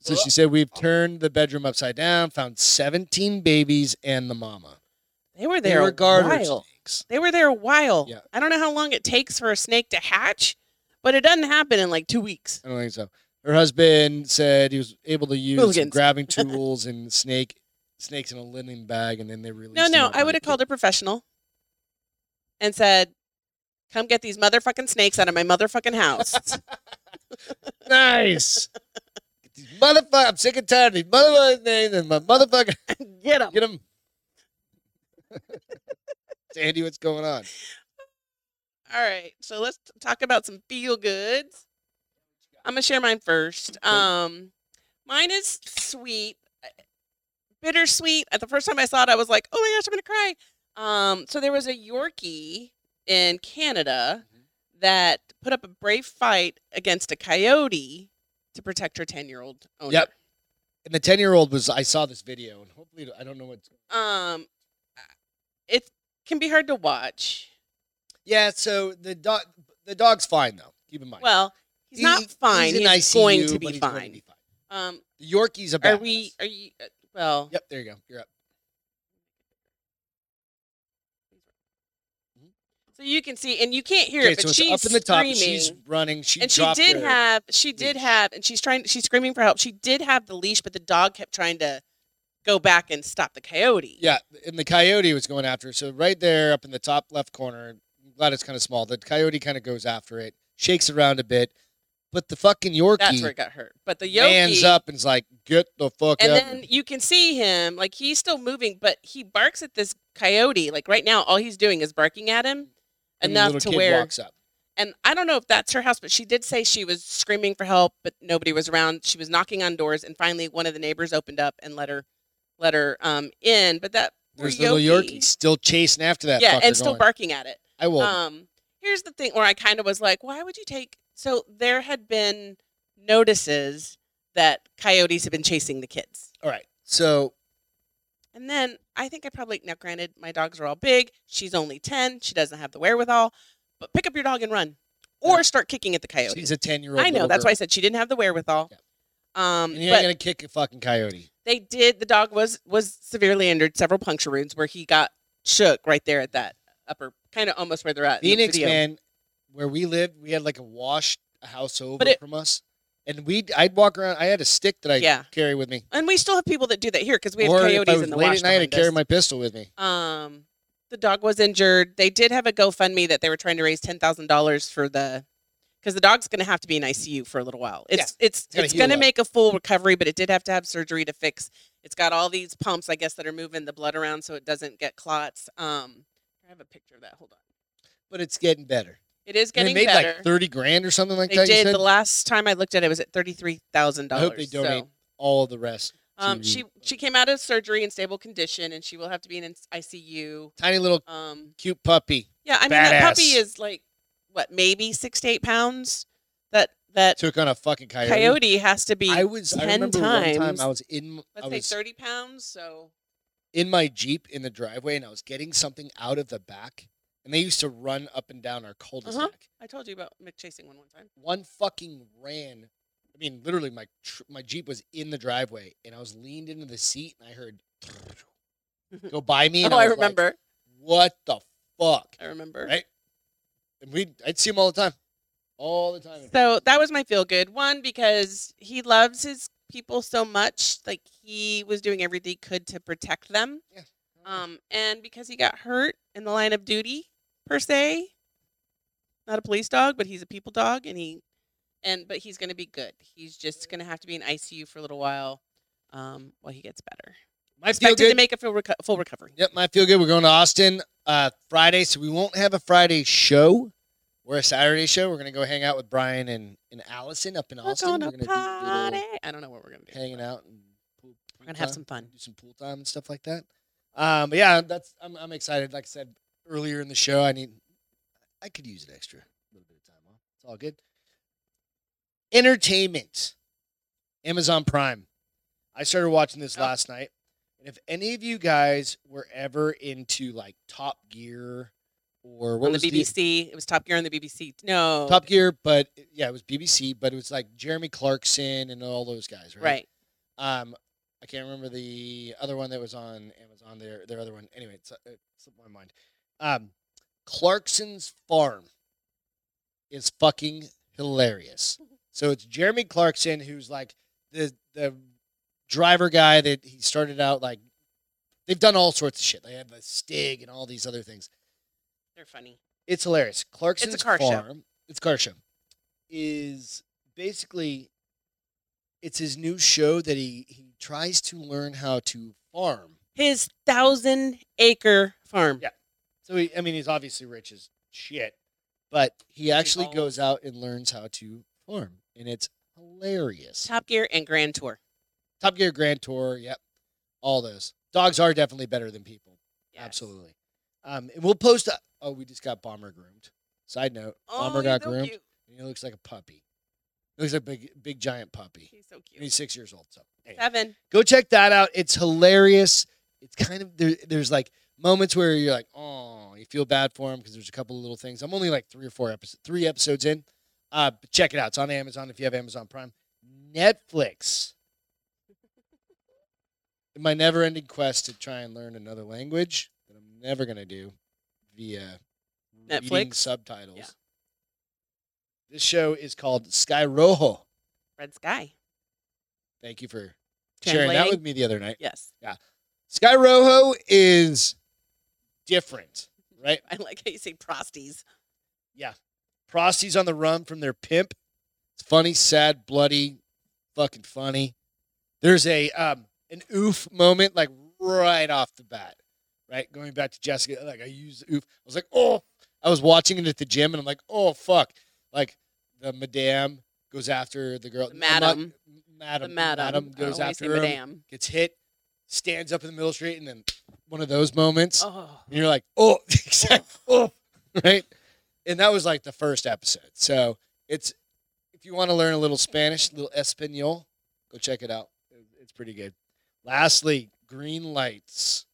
[SPEAKER 1] So she said, We've turned the bedroom upside down, found 17 babies and the mama.
[SPEAKER 2] they were
[SPEAKER 1] They
[SPEAKER 2] there
[SPEAKER 1] were
[SPEAKER 2] a
[SPEAKER 1] garter
[SPEAKER 2] while.
[SPEAKER 1] snakes.
[SPEAKER 2] They were there a while.
[SPEAKER 1] Yeah.
[SPEAKER 2] I don't know how long it takes for a snake to hatch, but it doesn't happen in like two weeks.
[SPEAKER 1] I don't think so. Her husband said he was able to use some
[SPEAKER 2] Hooligans.
[SPEAKER 1] grabbing tools and snake snakes in a linen bag, and then they released
[SPEAKER 2] No,
[SPEAKER 1] them
[SPEAKER 2] no,
[SPEAKER 1] out
[SPEAKER 2] I would have
[SPEAKER 1] naked.
[SPEAKER 2] called a professional and said, come get these motherfucking snakes out of my motherfucking house.
[SPEAKER 1] Nice. Motherfucker, I'm sick and tired of these motherfuckers' names and my motherfucker.
[SPEAKER 2] get them.
[SPEAKER 1] Get them. Sandy, what's going on?
[SPEAKER 2] All right, so let's t- talk about some feel goods. I'm gonna share mine first. Um, mine is sweet, uh, bittersweet. At the first time I saw it, I was like, "Oh my gosh, I'm gonna cry." Um, so there was a Yorkie in Canada
[SPEAKER 1] Mm-hmm.
[SPEAKER 2] that put up a brave fight against a coyote to protect her 10 year old owner.
[SPEAKER 1] Yep. And the 10 year old was, I saw this video, and hopefully, I don't know what.
[SPEAKER 2] Um, it can be hard to watch.
[SPEAKER 1] Yeah, so the dog, the dog's fine, though. Keep in mind.
[SPEAKER 2] Well, he's not
[SPEAKER 1] He-
[SPEAKER 2] fine.
[SPEAKER 1] in
[SPEAKER 2] He's, going
[SPEAKER 1] ICU,
[SPEAKER 2] to
[SPEAKER 1] but
[SPEAKER 2] be
[SPEAKER 1] he's
[SPEAKER 2] fine.
[SPEAKER 1] going to
[SPEAKER 2] Um,
[SPEAKER 1] The Yorkie's a
[SPEAKER 2] are
[SPEAKER 1] badass.
[SPEAKER 2] we? Are you? uh, Well,
[SPEAKER 1] Yep, there you go. You're up.
[SPEAKER 2] So you can see, and you can't hear
[SPEAKER 1] Okay,
[SPEAKER 2] it, but
[SPEAKER 1] so it's
[SPEAKER 2] she's
[SPEAKER 1] up in the top.
[SPEAKER 2] screaming.
[SPEAKER 1] She's running. She
[SPEAKER 2] and she
[SPEAKER 1] dropped
[SPEAKER 2] did
[SPEAKER 1] her-
[SPEAKER 2] have, she did
[SPEAKER 1] leash.
[SPEAKER 2] have, and she's trying, she's screaming for help. She did have the leash, but the dog kept trying to go back and stop the coyote.
[SPEAKER 1] Yeah, and the coyote was going after her. So right there, up in the top left corner. I'm glad it's kind of small. The coyote kind of goes after it, shakes around a bit, But the fucking Yorkie
[SPEAKER 2] That's where it got hurt. But the yogi
[SPEAKER 1] hands up and's like, "Get the fuck
[SPEAKER 2] and
[SPEAKER 1] out!"
[SPEAKER 2] then you can see him like he's still moving, but he barks at this coyote. Like right now, all he's doing is barking at him
[SPEAKER 1] and the
[SPEAKER 2] enough
[SPEAKER 1] little
[SPEAKER 2] to
[SPEAKER 1] kid
[SPEAKER 2] where.
[SPEAKER 1] walks up.
[SPEAKER 2] And I don't know if that's her house, but she did say she was screaming for help, but nobody was around. She was knocking on doors, and finally, one of the neighbors opened up and let her let her um in. But that poor
[SPEAKER 1] There's the little
[SPEAKER 2] yogi-
[SPEAKER 1] Yorkie still chasing after that.
[SPEAKER 2] yeah,
[SPEAKER 1] fucker
[SPEAKER 2] and still
[SPEAKER 1] going,
[SPEAKER 2] barking at it.
[SPEAKER 1] I will.
[SPEAKER 2] Um, here's the thing where I kind of was like, why would you take? So there had been notices that coyotes have been chasing the kids.
[SPEAKER 1] all right. So
[SPEAKER 2] And then I think I probably now granted my dogs are all big. She's only 10. She doesn't have the wherewithal. But pick up your dog and run. Or
[SPEAKER 1] Yeah.
[SPEAKER 2] start kicking at the coyote.
[SPEAKER 1] she's a ten-year-old.
[SPEAKER 2] I know. That's why I said she didn't have the wherewithal.
[SPEAKER 1] Yeah.
[SPEAKER 2] Um
[SPEAKER 1] And you ain't
[SPEAKER 2] but
[SPEAKER 1] gonna kick a fucking coyote.
[SPEAKER 2] they did the dog was was severely injured, several puncture wounds where he got shook right there at that upper kind of almost where they're at. in the
[SPEAKER 1] Phoenix,
[SPEAKER 2] video.
[SPEAKER 1] man, where we lived, we had like a wash a house over
[SPEAKER 2] it-
[SPEAKER 1] from us, and we would I'd walk around. I had a stick that I
[SPEAKER 2] Yeah.
[SPEAKER 1] carry with me,
[SPEAKER 2] And we still have people that do that here because we have
[SPEAKER 1] or if I
[SPEAKER 2] coyotes
[SPEAKER 1] was
[SPEAKER 2] in the
[SPEAKER 1] late
[SPEAKER 2] wash
[SPEAKER 1] at night, I
[SPEAKER 2] behind us.
[SPEAKER 1] carry my pistol with me.
[SPEAKER 2] Um, the dog was injured. They did have a GoFundMe that they were trying to raise ten thousand dollars for the, because the dog's going to have to be in ICU for a little while. It's it's
[SPEAKER 1] gotta
[SPEAKER 2] it's
[SPEAKER 1] heal
[SPEAKER 2] going to
[SPEAKER 1] up.
[SPEAKER 2] make a full recovery, but it did have to have surgery to fix. It's got all these pumps, I guess, that are moving the blood around so it doesn't get clots. Um, I have a picture of that. Hold on.
[SPEAKER 1] But it's getting better.
[SPEAKER 2] It is
[SPEAKER 1] And
[SPEAKER 2] getting
[SPEAKER 1] they made
[SPEAKER 2] better.
[SPEAKER 1] like thirty grand or something like
[SPEAKER 2] they
[SPEAKER 1] that. you
[SPEAKER 2] did.
[SPEAKER 1] said?
[SPEAKER 2] The last time I looked at it, it was at thirty three thousand
[SPEAKER 1] I
[SPEAKER 2] dollars.
[SPEAKER 1] hope they donate all the rest.
[SPEAKER 2] um,
[SPEAKER 1] to-
[SPEAKER 2] she she came out of surgery in stable condition, and she will have to be in ICU.
[SPEAKER 1] Tiny little
[SPEAKER 2] Um,
[SPEAKER 1] cute puppy
[SPEAKER 2] Yeah, I mean that puppy
[SPEAKER 1] Badass.
[SPEAKER 2] is like what, maybe six to eight pounds. That that
[SPEAKER 1] took on a fucking coyote.
[SPEAKER 2] coyote, has to be
[SPEAKER 1] I was. I
[SPEAKER 2] 10
[SPEAKER 1] remember one time
[SPEAKER 2] times.
[SPEAKER 1] I was in.
[SPEAKER 2] let's
[SPEAKER 1] I
[SPEAKER 2] say
[SPEAKER 1] was
[SPEAKER 2] thirty pounds. So
[SPEAKER 1] in my jeep in the driveway, and I was getting something out of the back. And they used to run up and down our cul-de-sac.
[SPEAKER 2] I told you about McChasing one one time.
[SPEAKER 1] one fucking ran. I mean, literally, my tr- my jeep was in the driveway, and I was leaned into the seat, and I heard go by me. And
[SPEAKER 2] oh, I,
[SPEAKER 1] was like,
[SPEAKER 2] remember.
[SPEAKER 1] what the fuck?
[SPEAKER 2] I remember.
[SPEAKER 1] Right? And we, I'd see him all the time, all the time.
[SPEAKER 2] So that was my feel good one because he loves his people so much. Like he was doing everything he could to protect them. Um, and because he got hurt in the line of duty, per se, not a police dog, but he's a people dog, and he, and but he's gonna be good. He's just gonna have to be in ICU for a little while, um, while he gets better.
[SPEAKER 1] my feel
[SPEAKER 2] Expected
[SPEAKER 1] good.
[SPEAKER 2] to make a full, reco- full recovery.
[SPEAKER 1] yep, my feel good. We're going to Austin uh, Friday, so we won't have a Friday show. We're a Saturday show. We're gonna go hang out with Brian and, and Allison up in
[SPEAKER 2] We're
[SPEAKER 1] Austin.
[SPEAKER 2] gonna
[SPEAKER 1] We're gonna
[SPEAKER 2] party.
[SPEAKER 1] do
[SPEAKER 2] I don't know what we're gonna do.
[SPEAKER 1] little hanging out and pool,
[SPEAKER 2] We're gonna have
[SPEAKER 1] time.
[SPEAKER 2] some fun.
[SPEAKER 1] do some pool time and stuff like that. Um, but yeah, that's I'm, I'm excited. Like I said earlier in the show, I need I could use an extra little bit of time off. It's all good. Entertainment, Amazon Prime. I started watching this
[SPEAKER 2] Oh.
[SPEAKER 1] last night, and if any of you guys were ever into like Top Gear or what
[SPEAKER 2] on the
[SPEAKER 1] was
[SPEAKER 2] BBC, it was Top Gear on the BBC. No,
[SPEAKER 1] Top Gear, but yeah, it was BBC, but it was like Jeremy Clarkson and all those guys, right?
[SPEAKER 2] right?
[SPEAKER 1] Um, I can't remember the other one that was on Amazon. Their their other one. Anyway, it's, uh, it slipped my mind. Um, Clarkson's Farm is fucking hilarious. So it's Jeremy Clarkson who's like the the driver guy that he started out like. They've done all sorts of shit. They have a Stig and all these other things.
[SPEAKER 2] They're funny.
[SPEAKER 1] It's hilarious. Clarkson's
[SPEAKER 2] car show.
[SPEAKER 1] Farm. It's a car show. Is basically it's his new show that he he tries to learn how to farm.
[SPEAKER 2] His thousand acre farm.
[SPEAKER 1] Yeah. So he, I mean, he's obviously rich as shit, but he actually
[SPEAKER 2] all-
[SPEAKER 1] goes out and learns how to farm, and it's hilarious.
[SPEAKER 2] Top Gear and Grand Tour.
[SPEAKER 1] Top Gear Grand Tour. Yep, all those dogs are definitely better than people.
[SPEAKER 2] Yes.
[SPEAKER 1] Absolutely. Um, and we'll post. A, oh, we just got bomber groomed. Side note:
[SPEAKER 2] Oh,
[SPEAKER 1] bomber got
[SPEAKER 2] he's so
[SPEAKER 1] groomed.
[SPEAKER 2] cute.
[SPEAKER 1] and he looks like a puppy. He looks like a big, big giant puppy.
[SPEAKER 2] He's so
[SPEAKER 1] And he's
[SPEAKER 2] cute.
[SPEAKER 1] six years old. So anyway.
[SPEAKER 2] Seven.
[SPEAKER 1] go check that out. It's hilarious. It's kind of there, there's like moments where you're like, oh, you feel bad for him because there's a couple of little things. I'm only like three or four episodes, three episodes in. Uh, but check it out. It's on Amazon if you have Amazon Prime. Netflix. In my never-ending quest to try and learn another language that I'm never gonna do via reading
[SPEAKER 2] Netflix?
[SPEAKER 1] subtitles.
[SPEAKER 2] Yeah.
[SPEAKER 1] This show is called Sky Rojo.
[SPEAKER 2] Red Sky.
[SPEAKER 1] Thank you for sharing that
[SPEAKER 2] Translating.
[SPEAKER 1] with me the other night.
[SPEAKER 2] Yes.
[SPEAKER 1] Sky Rojo is different, right?
[SPEAKER 2] I like how you say prosties.
[SPEAKER 1] Prosty's on the run from their pimp, It's funny, sad, bloody, fucking funny. There's a um an oof moment like right off the bat, right? Going back to Jessica, like I use oof. I was like, oh, I was watching it at the gym, and I'm like, oh fuck, like the madame goes after the girl,
[SPEAKER 2] The madam.
[SPEAKER 1] madam,
[SPEAKER 2] the madam,
[SPEAKER 1] goes
[SPEAKER 2] oh, I
[SPEAKER 1] after
[SPEAKER 2] say
[SPEAKER 1] um, her,
[SPEAKER 2] madame.
[SPEAKER 1] gets hit, stands up in the middle of the street, and then one of those moments,
[SPEAKER 2] Oh,
[SPEAKER 1] and you're like, oh, exact, oh, right? And that was like the first episode. So it's if you want to learn a little Spanish, a little Espanol, go check it out. It- It's pretty good. Lastly, Green Lights,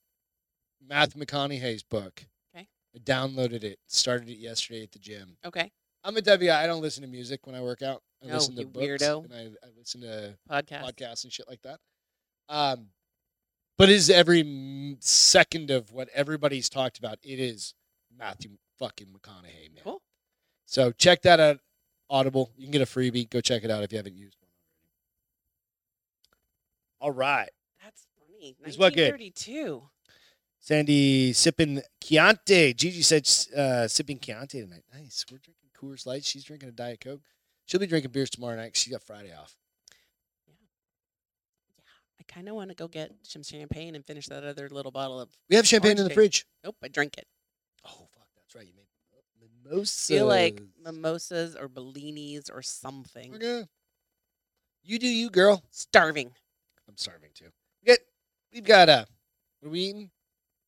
[SPEAKER 1] Math McConaughey's book.
[SPEAKER 2] Okay.
[SPEAKER 1] I downloaded it. Started it yesterday at the gym.
[SPEAKER 2] okay.
[SPEAKER 1] I'm a WI. I don't listen to music when I work out. I
[SPEAKER 2] No,
[SPEAKER 1] listen to
[SPEAKER 2] you
[SPEAKER 1] books
[SPEAKER 2] weirdo.
[SPEAKER 1] and I, I listen to
[SPEAKER 2] Podcast.
[SPEAKER 1] podcasts and shit like that. Um, but is every m- second of what everybody's talked about? It is Matthew fucking McConaughey, man.
[SPEAKER 2] Cool.
[SPEAKER 1] So check that out. Audible, you can get a freebie. Go check it out if you haven't used one. All right,
[SPEAKER 2] That's funny.
[SPEAKER 1] It's what good?
[SPEAKER 2] 1932.
[SPEAKER 1] Sandy sipping Chianti. Gigi said uh, sipping Chianti tonight. Nice. We're drinking Coors Light. She's drinking a Diet Coke. She'll be drinking beers tomorrow night. 'cause She got Friday off.
[SPEAKER 2] I kind of want to go get some champagne and finish that other little bottle of.
[SPEAKER 1] We have champagne
[SPEAKER 2] Orange
[SPEAKER 1] in the
[SPEAKER 2] juice.
[SPEAKER 1] fridge.
[SPEAKER 2] Nope, I drink it.
[SPEAKER 1] Oh fuck, that's right. You made mimosas.
[SPEAKER 2] Feel like mimosas or bellinis or something.
[SPEAKER 1] Okay. You do you, girl.
[SPEAKER 2] Starving.
[SPEAKER 1] I'm starving too. We got, we've got uh, what are we eating?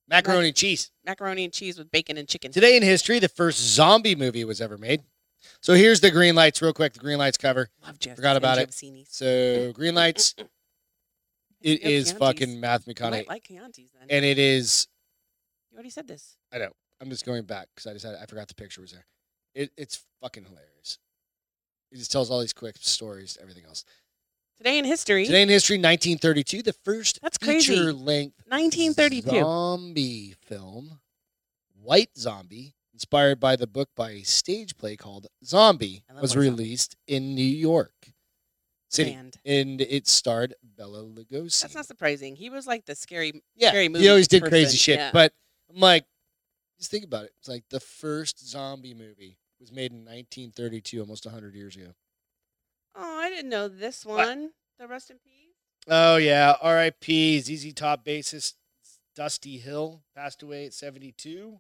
[SPEAKER 1] Macaroni and cheese.
[SPEAKER 2] Macaroni and cheese with bacon and chicken.
[SPEAKER 1] Today in history, the first zombie movie was ever made. So here's the green lights, real quick. The green lights cover.
[SPEAKER 2] Love Jeff.
[SPEAKER 1] Forgot about it.
[SPEAKER 2] Giovacini's.
[SPEAKER 1] So green lights.
[SPEAKER 2] Yep,
[SPEAKER 1] It is
[SPEAKER 2] Chianti's.
[SPEAKER 1] fucking Math
[SPEAKER 2] You
[SPEAKER 1] McConaughey,
[SPEAKER 2] might like Chianti's then.
[SPEAKER 1] and it is.
[SPEAKER 2] you already said this.
[SPEAKER 1] I know. I'm just going back because I decided I forgot the picture was there. It, it's fucking hilarious. It just tells all these quick stories, everything else.
[SPEAKER 2] Today in history.
[SPEAKER 1] Today in history, 1932, the first
[SPEAKER 2] That's crazy.
[SPEAKER 1] feature-length
[SPEAKER 2] 1932.
[SPEAKER 1] zombie film, White Zombie, inspired by the book by a stage play called Zombie,
[SPEAKER 2] I love
[SPEAKER 1] was
[SPEAKER 2] White Zombie.
[SPEAKER 1] released in New York City,
[SPEAKER 2] Band.
[SPEAKER 1] and it starred Bella Lugosi.
[SPEAKER 2] That's not surprising. He was like the scary.
[SPEAKER 1] yeah,
[SPEAKER 2] scary
[SPEAKER 1] he
[SPEAKER 2] movie
[SPEAKER 1] always did
[SPEAKER 2] person,
[SPEAKER 1] crazy shit,
[SPEAKER 2] yeah.
[SPEAKER 1] but I'm like, just think about it. It's like the first zombie movie was made in 1932, almost 100 years ago.
[SPEAKER 2] Oh, I didn't know this
[SPEAKER 1] What?
[SPEAKER 2] one. The rest in peace.
[SPEAKER 1] Oh yeah, R.I.P. ZZ Top bassist Dusty Hill passed away at seventy-two.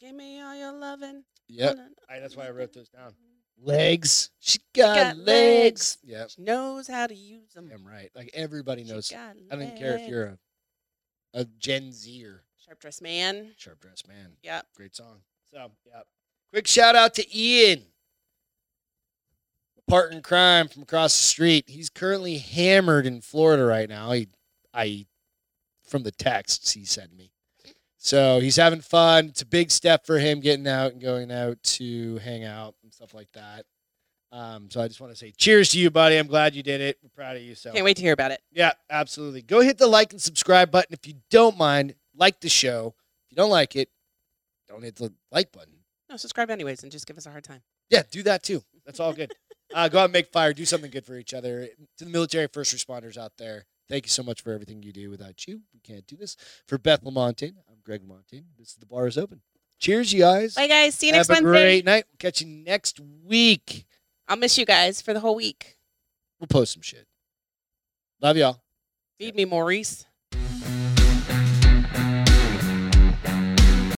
[SPEAKER 2] Give me all your loving.
[SPEAKER 1] Yep,
[SPEAKER 2] Na- na-
[SPEAKER 1] I, that's why I wrote those down.
[SPEAKER 2] She
[SPEAKER 1] Legs, she got,
[SPEAKER 2] got
[SPEAKER 1] legs. Yep,
[SPEAKER 2] knows how to use them.
[SPEAKER 1] I'm right. Like everybody
[SPEAKER 2] She
[SPEAKER 1] knows.
[SPEAKER 2] got
[SPEAKER 1] I don't care if you're
[SPEAKER 2] legs.
[SPEAKER 1] a a Gen Zer,
[SPEAKER 2] sharp dressed man.
[SPEAKER 1] sharp dressed man.
[SPEAKER 2] Yep.
[SPEAKER 1] Great song. So yeah, quick shout out to Ian, partner in crime from across the street. He's currently hammered in Florida right now. He, I, from the texts he sent me. So he's having fun. It's a big step for him getting out and going out to hang out and stuff like that. Um, so I just want to say cheers to you, buddy. I'm glad you did it. We're proud of you. So
[SPEAKER 2] Can't wait to hear about it.
[SPEAKER 1] yeah, absolutely. Go hit the like and subscribe button if you don't mind. Like the show. If you don't like it, don't hit the like button.
[SPEAKER 2] No, subscribe anyways and just give us a hard time.
[SPEAKER 1] Yeah, do that too. That's all good. uh, go out and make fire. Do something good for each other. To the military first responders out there, thank you so much for everything you do. Without you, we can't do this. For Beth Lamontagne, I'm Greg Lamontagne. This is The Bar is Open. Cheers, you guys.
[SPEAKER 2] Bye guys. See you
[SPEAKER 1] Have
[SPEAKER 2] next
[SPEAKER 1] a
[SPEAKER 2] Wednesday.
[SPEAKER 1] great night. We'll catch you next week.
[SPEAKER 2] I'll miss you guys for the whole week.
[SPEAKER 1] We'll post some shit. Love y'all.
[SPEAKER 2] Feed me, Maurice.